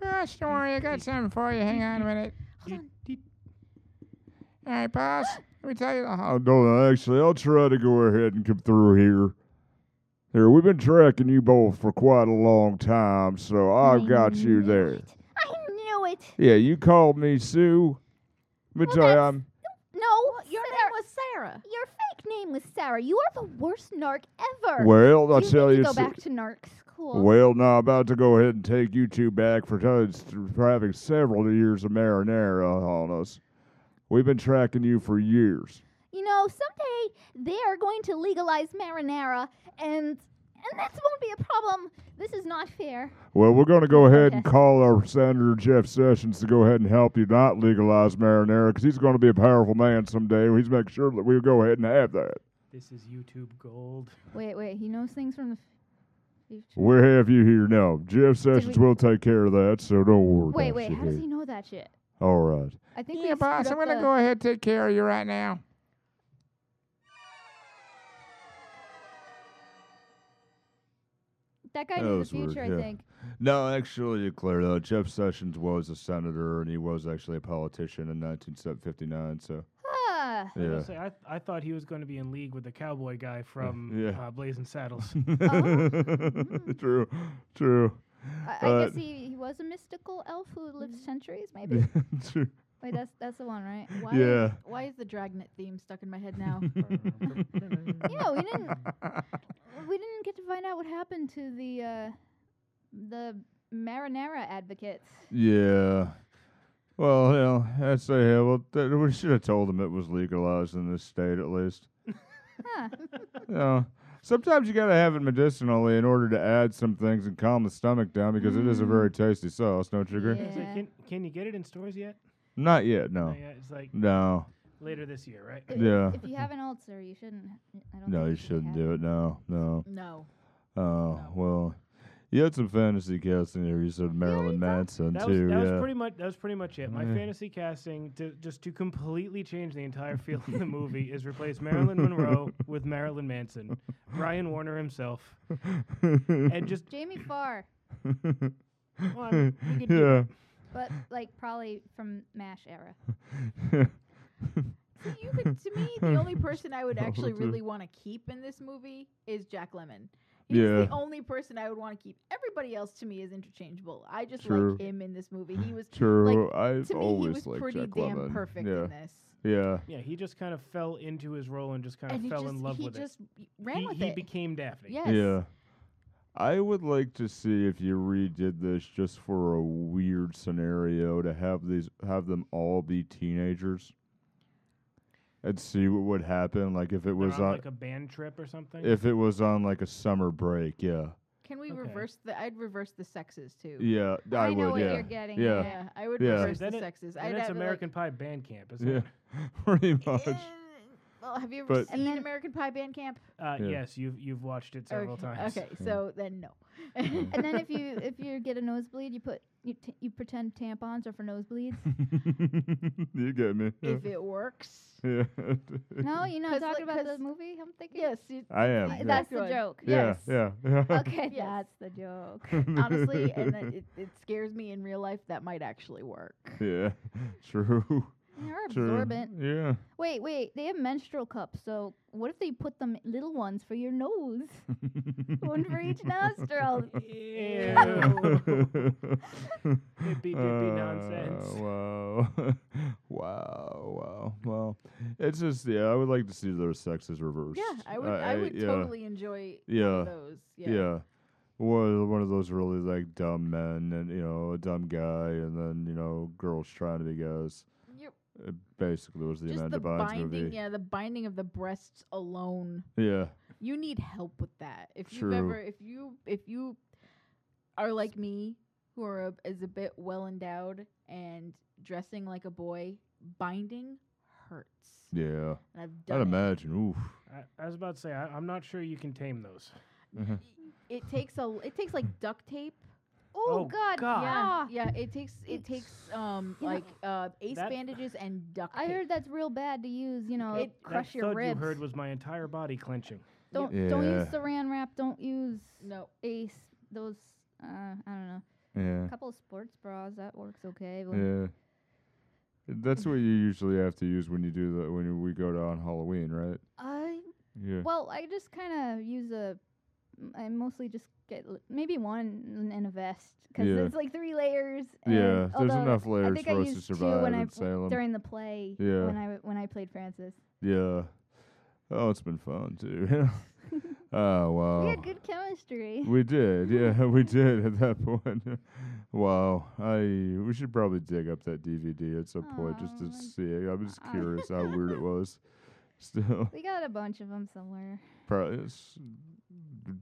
Speaker 2: Boss, don't worry, I got something for you. Hang on a minute.
Speaker 3: Hold on.
Speaker 2: All right, boss. Let me tell you uh, the
Speaker 5: Oh
Speaker 2: whole.
Speaker 5: no! Actually, I'll try to go ahead and come through here. Here, we've been tracking you both for quite a long time, so I've
Speaker 7: I
Speaker 5: got
Speaker 7: knew
Speaker 5: you there.
Speaker 7: it. I knew it.
Speaker 5: Yeah, you called me Sue. But
Speaker 7: Well,
Speaker 5: tell you,
Speaker 7: that's-
Speaker 5: I'm
Speaker 7: No,
Speaker 6: Your
Speaker 7: Sarah,
Speaker 6: name was Sarah.
Speaker 7: your fake name was Sarah. You are the worst narc ever.
Speaker 5: well. I'll
Speaker 3: you
Speaker 5: tell
Speaker 3: need
Speaker 5: you.
Speaker 3: to go
Speaker 5: Sue-
Speaker 3: back to narc school.
Speaker 5: Well, now I'm about to go ahead and take you two back for, tons- for having several years of marinara on us. We've been tracking you for years.
Speaker 7: You know, someday they are going to legalize marinara, and and that won't be a problem. This is not fair.
Speaker 5: Well, we're going to go ahead and
Speaker 7: Okay.
Speaker 5: call our Senator Jeff Sessions to go ahead and help you not legalize marinara because he's going to be a powerful man someday. He's making sure that we go ahead and have that.
Speaker 4: This is YouTube gold.
Speaker 3: Wait, wait. He knows things from the. F- future.
Speaker 5: We have you here now. Jeff Sessions
Speaker 3: we-
Speaker 5: will take care of that, so don't worry.
Speaker 3: Wait,
Speaker 5: about
Speaker 3: wait.
Speaker 5: you
Speaker 3: How does
Speaker 5: here.
Speaker 3: he know that shit?
Speaker 5: All right.
Speaker 3: I think we
Speaker 2: Yeah, boss, I'm
Speaker 3: screwed up
Speaker 2: gonna
Speaker 3: the-
Speaker 2: go ahead and take care of you right now.
Speaker 3: That guy
Speaker 5: That
Speaker 3: knew the
Speaker 5: was weird,
Speaker 3: future,
Speaker 5: yeah.
Speaker 3: I think.
Speaker 5: No, actually, to clear though, Jeff Sessions was a senator and he was actually a politician in 1959. So
Speaker 3: Ah.
Speaker 4: I,
Speaker 5: yeah,
Speaker 4: must say, I, I thought he was going to be in league with the cowboy guy from
Speaker 5: Yeah.
Speaker 4: uh, Blazing Saddles.
Speaker 3: Oh. Hmm.
Speaker 5: true, true,
Speaker 3: I, I
Speaker 5: Uh,
Speaker 3: guess he, he was a mystical elf who lived centuries, maybe.
Speaker 5: true.
Speaker 3: Wait, that's that's the one, right?
Speaker 6: Why Is,
Speaker 5: Yeah.
Speaker 6: why is the Dragnet theme stuck in my head now?
Speaker 3: yeah, we didn't we didn't get to find out what happened to the uh, the marinara advocates.
Speaker 5: Yeah. Well, you know, I'd say, yeah, well, th- we should have told him it was legalized in this state at least.
Speaker 3: Huh.
Speaker 5: No, Sometimes you gotta have it medicinally in order to add some things and calm the stomach down because it is a
Speaker 3: Mm.
Speaker 5: very tasty sauce. Don't you agree?
Speaker 3: Yeah.
Speaker 4: It's like, can, can you get it in stores yet?
Speaker 5: Not yet. No.
Speaker 4: Not yet. It's like
Speaker 5: No.
Speaker 4: later this year, right?
Speaker 3: I-
Speaker 5: Yeah.
Speaker 3: If you have an ulcer, you shouldn't. I don't
Speaker 5: No,
Speaker 3: think
Speaker 5: you shouldn't
Speaker 3: have
Speaker 5: do it. No. No.
Speaker 6: No.
Speaker 5: Oh
Speaker 6: No.
Speaker 5: well. You had some fantasy cast in here. You said Marilyn Manson
Speaker 4: That was,
Speaker 5: too.
Speaker 4: that was
Speaker 5: yeah.
Speaker 4: pretty much that was pretty much it. My
Speaker 5: Yeah.
Speaker 4: fantasy casting to just to completely change the entire feel of the movie is replace Marilyn Monroe with Marilyn Manson, Brian Warner himself, and just
Speaker 3: Jamie Farr,
Speaker 4: well, I mean, we could do
Speaker 5: yeah.
Speaker 3: but like probably from MASH era.
Speaker 6: See, you could, to me, the only person I would
Speaker 5: Oh,
Speaker 6: actually
Speaker 5: dude.
Speaker 6: really want to keep in this movie is Jack Lemon. He's
Speaker 5: Yeah.
Speaker 6: the only person I would want to keep. Everybody else to me is interchangeable. I just
Speaker 5: True.
Speaker 6: like him in this movie. He was
Speaker 5: True. I've
Speaker 6: to me he
Speaker 5: always
Speaker 6: was
Speaker 5: liked
Speaker 6: pretty
Speaker 5: Jack
Speaker 6: damn
Speaker 5: Lemmon.
Speaker 6: perfect
Speaker 5: yeah.
Speaker 6: in this.
Speaker 5: Yeah.
Speaker 4: Yeah, he just kind of fell into his role and just kind of
Speaker 6: And he
Speaker 4: fell
Speaker 6: just
Speaker 4: in love
Speaker 6: he
Speaker 4: with
Speaker 6: just
Speaker 4: it.
Speaker 6: ran
Speaker 4: he
Speaker 6: with
Speaker 4: he
Speaker 6: it.
Speaker 4: became Daphne.
Speaker 6: yes.
Speaker 5: Yeah. I would like to see if you redid this just for a weird scenario to have these have them all be teenagers and see what would happen like if it
Speaker 4: They're
Speaker 5: was
Speaker 4: on
Speaker 5: on
Speaker 4: like a band trip or something.
Speaker 5: if it was on like a summer break, yeah.
Speaker 6: Can we
Speaker 4: Okay.
Speaker 6: reverse the? I'd reverse the sexes too.
Speaker 5: Yeah, I,
Speaker 3: I, know
Speaker 5: would,
Speaker 3: what
Speaker 5: yeah.
Speaker 3: you're getting.
Speaker 5: Yeah.
Speaker 3: at.
Speaker 6: Yeah, I would
Speaker 5: Yeah.
Speaker 6: reverse
Speaker 4: Then
Speaker 6: the
Speaker 4: it-
Speaker 6: sexes.
Speaker 4: and
Speaker 6: I'd
Speaker 4: it's
Speaker 6: have it,
Speaker 4: American Pie band camp. Isn't
Speaker 5: Yeah. Pretty much.
Speaker 6: Like, eh, well, have you ever
Speaker 5: But-
Speaker 6: seen American Pie Band Camp?
Speaker 4: It? Uh,
Speaker 5: Yeah.
Speaker 4: Yes, you've you've watched it several
Speaker 6: okay,
Speaker 4: times.
Speaker 6: okay, so then no.
Speaker 3: And then if you if you get a nosebleed, you put you t- you pretend tampons are for nosebleeds.
Speaker 5: you get me.
Speaker 6: if it works,
Speaker 5: yeah.
Speaker 3: no, you're not
Speaker 6: 'Cause,
Speaker 3: talking
Speaker 6: like,
Speaker 3: about the
Speaker 6: 'cause-
Speaker 3: movie. I'm thinking.
Speaker 6: yes, you,
Speaker 5: I am.
Speaker 3: Uh,
Speaker 5: yeah.
Speaker 3: That's the
Speaker 6: Good.
Speaker 3: joke.
Speaker 5: yeah,
Speaker 6: yes.
Speaker 5: yeah, yeah.
Speaker 3: Okay,
Speaker 6: Yes.
Speaker 3: that's the joke.
Speaker 6: honestly, and then it, it scares me in real life. That might actually work.
Speaker 5: Yeah, true.
Speaker 3: They're
Speaker 5: True.
Speaker 3: absorbent.
Speaker 5: Yeah.
Speaker 3: Wait, wait. They have menstrual cups, so what if they put them little ones for your nose, one for each nostril?
Speaker 4: Ew.
Speaker 5: It'd
Speaker 4: be- it'd be nonsense.
Speaker 5: Uh, Wow. wow. Wow. Well, it's just, yeah, I would like to see their sexes reversed.
Speaker 6: Yeah, I would. I, would
Speaker 5: Uh, yeah,
Speaker 6: totally enjoy one
Speaker 5: Yeah.
Speaker 6: of those.
Speaker 5: Yeah. One, one of those really like dumb men and, you know, a dumb guy and then, you know, girls trying to be guys.
Speaker 6: You're-
Speaker 5: It basically was the
Speaker 6: just
Speaker 5: Amanda
Speaker 6: the
Speaker 5: Bynes
Speaker 6: binding,
Speaker 5: movie.
Speaker 6: yeah, the binding of the breasts alone.
Speaker 5: Yeah.
Speaker 6: You need help with that. If
Speaker 5: True.
Speaker 6: you've ever, if you, if you are like me, who are a, is a bit well endowed and dressing like a boy, binding hurts.
Speaker 5: Yeah.
Speaker 6: And I've
Speaker 5: I'd
Speaker 6: done it.
Speaker 5: imagine. Oof.
Speaker 4: I, I was about to say I, I'm not sure you can tame those.
Speaker 5: Mhm.
Speaker 6: It takes a, it takes like duct tape.
Speaker 4: Oh,
Speaker 3: Oh, God!
Speaker 4: God.
Speaker 6: Yeah,
Speaker 3: ah.
Speaker 6: yeah. It takes, it takes, um,
Speaker 3: You know,
Speaker 6: like uh, ace
Speaker 4: that-
Speaker 6: bandages and duct
Speaker 3: I
Speaker 6: tape.
Speaker 3: heard that's real bad to use. You know,
Speaker 6: It-
Speaker 3: it crush
Speaker 4: that
Speaker 3: your
Speaker 4: thud
Speaker 3: ribs.
Speaker 4: you heard was my entire body clenching.
Speaker 3: don't don't use
Speaker 5: Yeah.
Speaker 3: Saran wrap. Don't use
Speaker 6: no.
Speaker 3: Ace. Those uh, I don't know.
Speaker 5: Yeah.
Speaker 3: A couple of sports bras that works okay. But
Speaker 5: Yeah. That's what you usually have to use when you do that when we go to on Halloween, right?
Speaker 3: I
Speaker 5: Yeah.
Speaker 3: well, I just kind of use a. I mostly just get l- maybe one and a vest because
Speaker 5: Yeah.
Speaker 3: it's like three layers. And
Speaker 5: yeah, there's
Speaker 3: although
Speaker 5: enough layers
Speaker 3: think I
Speaker 5: for us to
Speaker 3: used two
Speaker 5: survive
Speaker 3: when I
Speaker 5: in
Speaker 3: pl-
Speaker 5: Salem.
Speaker 3: during the play
Speaker 5: Yeah.
Speaker 3: when I w- when I played Francis.
Speaker 5: yeah. Oh, it's been fun too. oh wow.
Speaker 3: We had good chemistry.
Speaker 5: We did, yeah, we did at that point. wow, I we should probably dig up that DVD at some point just to
Speaker 3: Aw.
Speaker 5: see. it. I'm just
Speaker 3: Uh,
Speaker 5: curious how weird it was. Still,
Speaker 3: We got a bunch of them somewhere.
Speaker 5: probably, it's-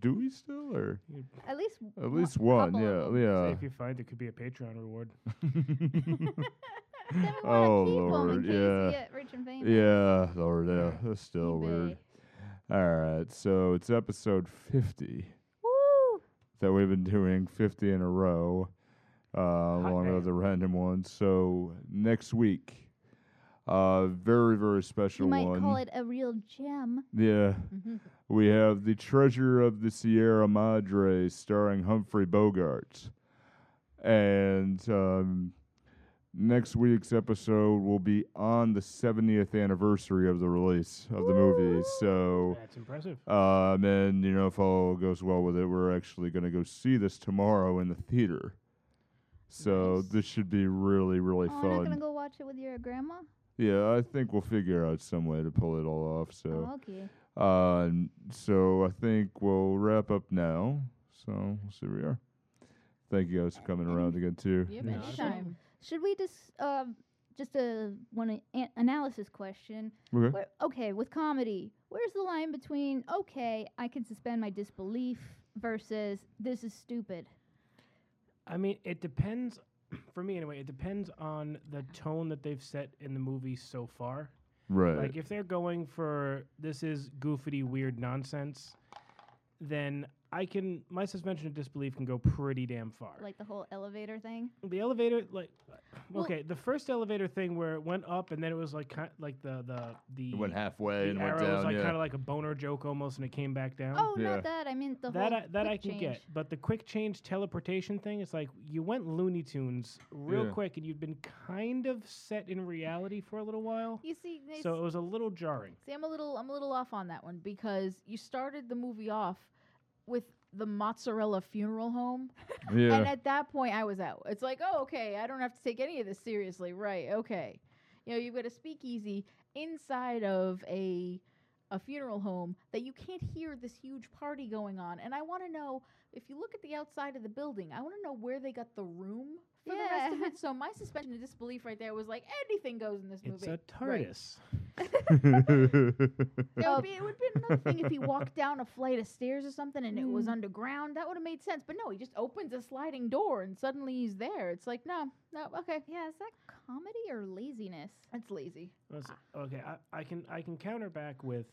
Speaker 5: do we still or
Speaker 3: At least
Speaker 5: at
Speaker 3: One-
Speaker 5: least one?
Speaker 3: couple
Speaker 5: Yeah,
Speaker 3: of
Speaker 4: Say
Speaker 5: yeah.
Speaker 4: if you find it could be a Patreon reward.
Speaker 3: then we want to
Speaker 5: Oh,
Speaker 3: keep 'em
Speaker 5: Lord,
Speaker 3: in case
Speaker 5: yeah.
Speaker 3: we get rich and famous.
Speaker 5: Yeah, Lord, yeah, that's still
Speaker 3: Maybe.
Speaker 5: weird. All right, so it's episode 50
Speaker 3: Woo!
Speaker 5: that we've been doing 50 in a row, uh, along
Speaker 4: damn.
Speaker 5: with the random ones. So next week, uh, very very special
Speaker 3: You might
Speaker 5: one.
Speaker 3: call it a real gem.
Speaker 5: Yeah,
Speaker 6: Mhm.
Speaker 5: we have the Treasure of the Sierra Madre, starring Humphrey Bogart, and. Um, Next week's episode will be on the 70th anniversary of the release of the movie. So,
Speaker 4: That's impressive.
Speaker 5: um, and you know, if all goes well with it, we're actually going to go see this tomorrow in the theater. So
Speaker 6: Nice.
Speaker 5: this should be really, really
Speaker 3: Oh, I'm not gonna
Speaker 5: fun.
Speaker 3: go watch it with your grandma.
Speaker 5: Yeah, I think we'll figure out some way to pull it all off.
Speaker 3: Oh,
Speaker 5: So,
Speaker 3: okay.
Speaker 5: uh, n- so I think we'll wrap up now. So we'll see where we are. Thank you guys for coming around again too.
Speaker 6: Yep,
Speaker 4: Yeah.
Speaker 6: anytime.
Speaker 3: Should we just um just a one a- an- analysis question?
Speaker 5: Okay.
Speaker 3: Where, okay, with comedy, where's the line between okay, I can suspend my disbelief versus this is stupid?
Speaker 4: I mean, it depends. For me, anyway, it depends on the tone that they've set in the movie so far.
Speaker 5: Right.
Speaker 4: Like, if they're going for this is goofy, weird nonsense, then I can my suspension of disbelief can go pretty damn far.
Speaker 3: Like the whole elevator thing.
Speaker 4: the elevator, like,
Speaker 3: Well-
Speaker 4: okay, the first elevator thing where it went up and then it was like, ki- like the the the
Speaker 5: it went halfway
Speaker 4: the
Speaker 5: and
Speaker 4: arrow
Speaker 5: went
Speaker 4: was
Speaker 5: down.
Speaker 4: like
Speaker 5: yeah.
Speaker 4: kind of like a boner joke almost, and it came back down.
Speaker 3: Oh,
Speaker 5: Yeah.
Speaker 3: not that. I mean the
Speaker 4: that
Speaker 3: whole
Speaker 4: I, that I
Speaker 3: quick
Speaker 4: can
Speaker 3: change.
Speaker 4: get, but the quick change teleportation thing, it's like you went Looney Tunes real
Speaker 5: Yeah.
Speaker 4: quick, and you'd been kind of set in reality for a little while,
Speaker 6: You see, they
Speaker 4: so it was a little jarring.
Speaker 6: See, I'm a little, I'm a little off on that one because you started the movie off with the mozzarella funeral home, and
Speaker 5: yeah.
Speaker 6: at that point, I was out. It's like, oh, okay, I don't have to take any of this seriously, right? Okay, you know, you've got a speakeasy inside of a a funeral home that you can't hear this huge party going on, and I want to know if you look at the outside of the building, I want to know where they got the room for the rest of
Speaker 3: Yeah.
Speaker 6: it. So my suspension of disbelief right there was like, anything goes in this
Speaker 4: It's
Speaker 6: movie.
Speaker 4: a TARDIS.
Speaker 6: It
Speaker 3: Uh,
Speaker 6: would, be, it would be another thing if he walked down a flight of stairs or something and it was
Speaker 3: Mm.
Speaker 6: underground. That would have made sense. But no, he just opens a sliding door and suddenly he's there. It's like, no, no, okay.
Speaker 3: Yeah, is that comedy or laziness?
Speaker 6: That's lazy.
Speaker 4: Let's-
Speaker 3: Ah.
Speaker 4: Okay, I, I can I can counter back with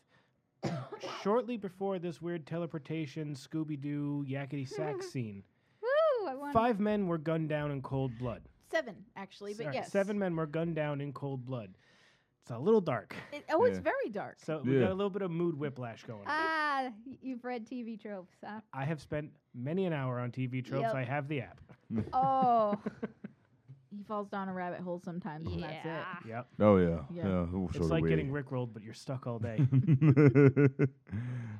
Speaker 4: shortly before this weird teleportation Scooby Doo yakety sack scene.
Speaker 3: Woo! I want
Speaker 4: Five men were gunned down in cold blood.
Speaker 6: Seven, actually, but
Speaker 4: Sorry,
Speaker 6: yes.
Speaker 4: Seven men were gunned down in cold blood. It's a little dark.
Speaker 6: It, oh, it's
Speaker 5: Yeah.
Speaker 6: very dark.
Speaker 4: So we
Speaker 5: Yeah.
Speaker 4: got a little bit of mood whiplash going. on.
Speaker 3: Ah, y- you've read TV tropes. Huh?
Speaker 4: I have spent many an hour on TV tropes.
Speaker 3: Yep.
Speaker 4: I have the app.
Speaker 3: Oh,
Speaker 6: He falls down a rabbit hole sometimes, and that's it.
Speaker 3: yeah.
Speaker 4: Yep.
Speaker 5: oh yeah.
Speaker 6: Yeah.
Speaker 5: Yeah. Ooh,
Speaker 4: it's
Speaker 5: so do
Speaker 4: like
Speaker 5: we.
Speaker 4: getting rickrolled, but you're stuck all day.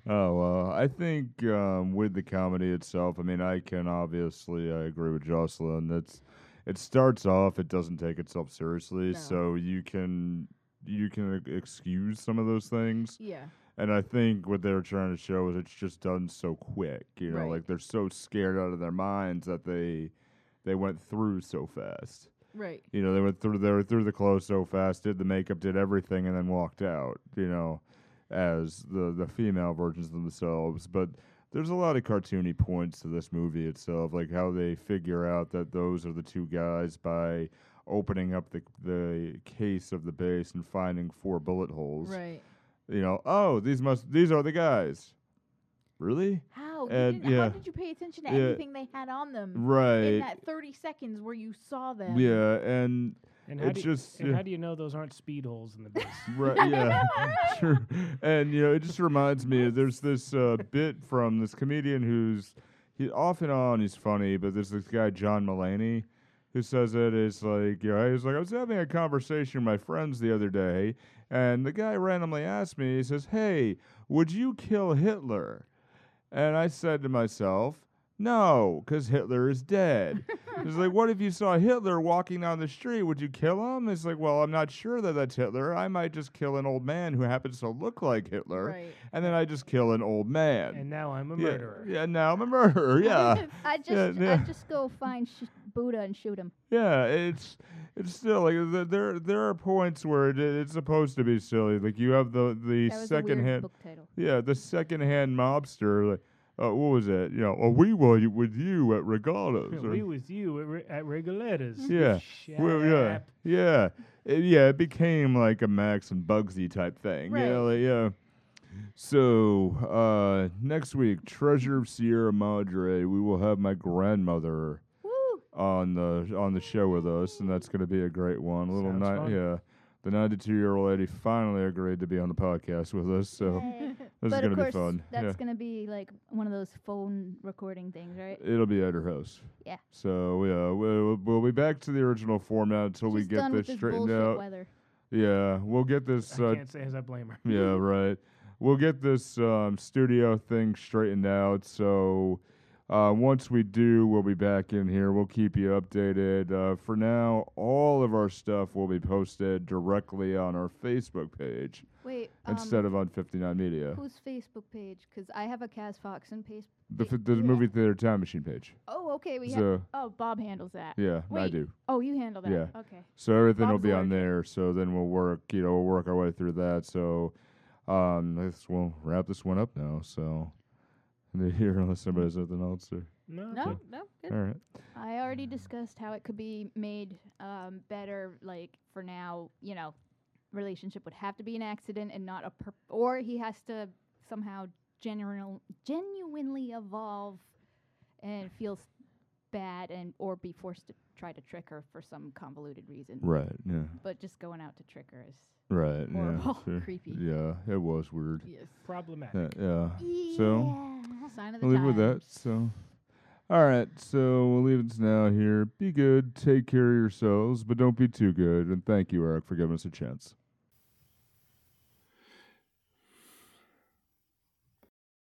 Speaker 5: oh well, I think um, with the comedy itself, I mean, I can obviously I agree with Jocelyn. That's it starts off, it doesn't take itself seriously,
Speaker 6: No.
Speaker 5: so you can you can e- excuse some of those things.
Speaker 6: Yeah.
Speaker 5: And I think what they're trying to show is it's just done so quick. You know,
Speaker 6: Right.
Speaker 5: like they're so scared out of their minds that they they went through so fast.
Speaker 6: Right.
Speaker 5: You know, they went through they were through the clothes so fast, did the makeup, did everything, and then walked out. You know, as the the female versions themselves. But there's a lot of cartoony points to this movie itself, like how they figure out that those are the two guys by opening up the the case of the base and finding four bullet holes.
Speaker 6: Right.
Speaker 5: You know, oh these must these are the guys. Really?
Speaker 6: How? You
Speaker 5: And,
Speaker 6: didn't- How
Speaker 5: yeah.
Speaker 6: did you pay attention to
Speaker 5: Yeah.
Speaker 6: anything they had on them in
Speaker 5: Right.
Speaker 6: that 30 seconds where you saw them?
Speaker 5: Yeah, and
Speaker 4: And how,
Speaker 5: It's
Speaker 4: do you,
Speaker 5: just,
Speaker 4: and
Speaker 5: uh,
Speaker 4: how do you know those aren't speed holes in the base?
Speaker 5: Right, yeah, sure. And you know, it just reminds me. There's this uh, bit from this comedian who's he off and on. He's funny, but there's this guy John Mulaney who says it is like you know, he's like I was having a conversation with my friends the other day, and the guy randomly asked me. He says, "Hey, would you kill Hitler?" And I said to myself, "No, because Hitler is dead." It's like, what if you saw Hitler walking down the street? Would you kill him? It's like, well, I'm not sure that that's Hitler. I might just kill an old man who happens to look like Hitler,
Speaker 6: Right.
Speaker 5: and then I just kill an old man.
Speaker 4: and now I'm a
Speaker 5: yeah,
Speaker 4: murderer.
Speaker 5: yeah, now I'm a murderer. Yeah,
Speaker 3: I just,
Speaker 5: yeah.
Speaker 3: I just go find sh- Buddha and shoot him.
Speaker 5: yeah. It's it's still like th- there there are points where it, it's supposed to be silly. Like you have the the
Speaker 3: That was a
Speaker 5: second
Speaker 3: weird
Speaker 5: hand,
Speaker 3: book title.
Speaker 5: yeah, the second hand mobster. Like, uh, what was it? You know, oh, we were with you at Regatta's. or-
Speaker 4: we was you at, Re- at Regulators.
Speaker 5: Yeah.
Speaker 4: Shut
Speaker 5: Well, yeah,
Speaker 4: up.
Speaker 5: yeah, It- yeah. It became like a Max and Bugsy type thing. Yeah,
Speaker 6: Right.
Speaker 5: like, yeah. So uh, next week, Treasure of Sierra Madre, we will have my grandmother
Speaker 6: Woo.
Speaker 5: on the on the show with us, and that's going to be a great one. A little
Speaker 4: Sounds
Speaker 5: night,
Speaker 4: fun.
Speaker 5: yeah. The 92 year old lady finally agreed to be on the podcast with us, so
Speaker 3: Yay.
Speaker 5: this
Speaker 3: but
Speaker 5: is going
Speaker 3: of
Speaker 5: to be
Speaker 3: course,
Speaker 5: fun.
Speaker 3: that's
Speaker 5: yeah.
Speaker 3: gonna be like one of those phone recording things, right?
Speaker 5: It'll be at her house.
Speaker 3: Yeah.
Speaker 5: So yeah, we'll, we'll be back to the original format until we
Speaker 3: just
Speaker 5: get
Speaker 3: done
Speaker 5: this
Speaker 3: with this
Speaker 5: straightened
Speaker 3: bullshit
Speaker 5: out.
Speaker 3: Weather.
Speaker 5: Yeah, we'll get this.
Speaker 4: I
Speaker 5: Uh,
Speaker 4: can't say as I blame her.
Speaker 5: yeah, right. We'll get this um, studio thing straightened out. So uh, once we do, we'll be back in here. We'll keep you updated. Uh, for now, all of our stuff will be posted directly on our Facebook page
Speaker 3: Wait, um,
Speaker 5: instead of on 59 Media,
Speaker 3: whose Facebook page? Because I have a Cas Fox and page.
Speaker 5: the, f- the movie theater time machine page.
Speaker 3: Oh, okay, we have.
Speaker 5: So
Speaker 3: Oh, Bob handles that.
Speaker 5: yeah, I
Speaker 3: Wait.
Speaker 5: do.
Speaker 3: Oh, you handle that.
Speaker 5: Yeah.
Speaker 3: Okay.
Speaker 5: So everything
Speaker 3: Bob's
Speaker 5: will be
Speaker 3: allergic.
Speaker 5: on there. So then we'll work, you know, we'll work our way through that. So Um, I guess we'll wrap this one up now. So, here, unless somebody has something else, or
Speaker 4: No.
Speaker 6: No, no, good.
Speaker 5: all right.
Speaker 3: I already discussed how it could be made um, better. Like for now, you know, relationship would have to be an accident and not a per- or he has to somehow general genuinely evolve and feels bad and or be forced to try to trick her for some convoluted reason.
Speaker 5: Right. Yeah.
Speaker 3: But just going out to trick her is
Speaker 5: Right. Yeah.
Speaker 3: Horrible.
Speaker 5: sure.
Speaker 6: Creepy.
Speaker 5: Yeah. It was weird.
Speaker 6: Yes.
Speaker 4: Problematic.
Speaker 5: Yeah. yeah.
Speaker 7: Yeah.
Speaker 5: So.
Speaker 6: Sign of the
Speaker 5: I'll leave it with that.
Speaker 6: times.
Speaker 5: So, all right. So we'll leave it now here. Be good. Take care of yourselves, but don't be too good. And thank you, Eric, for giving us a chance.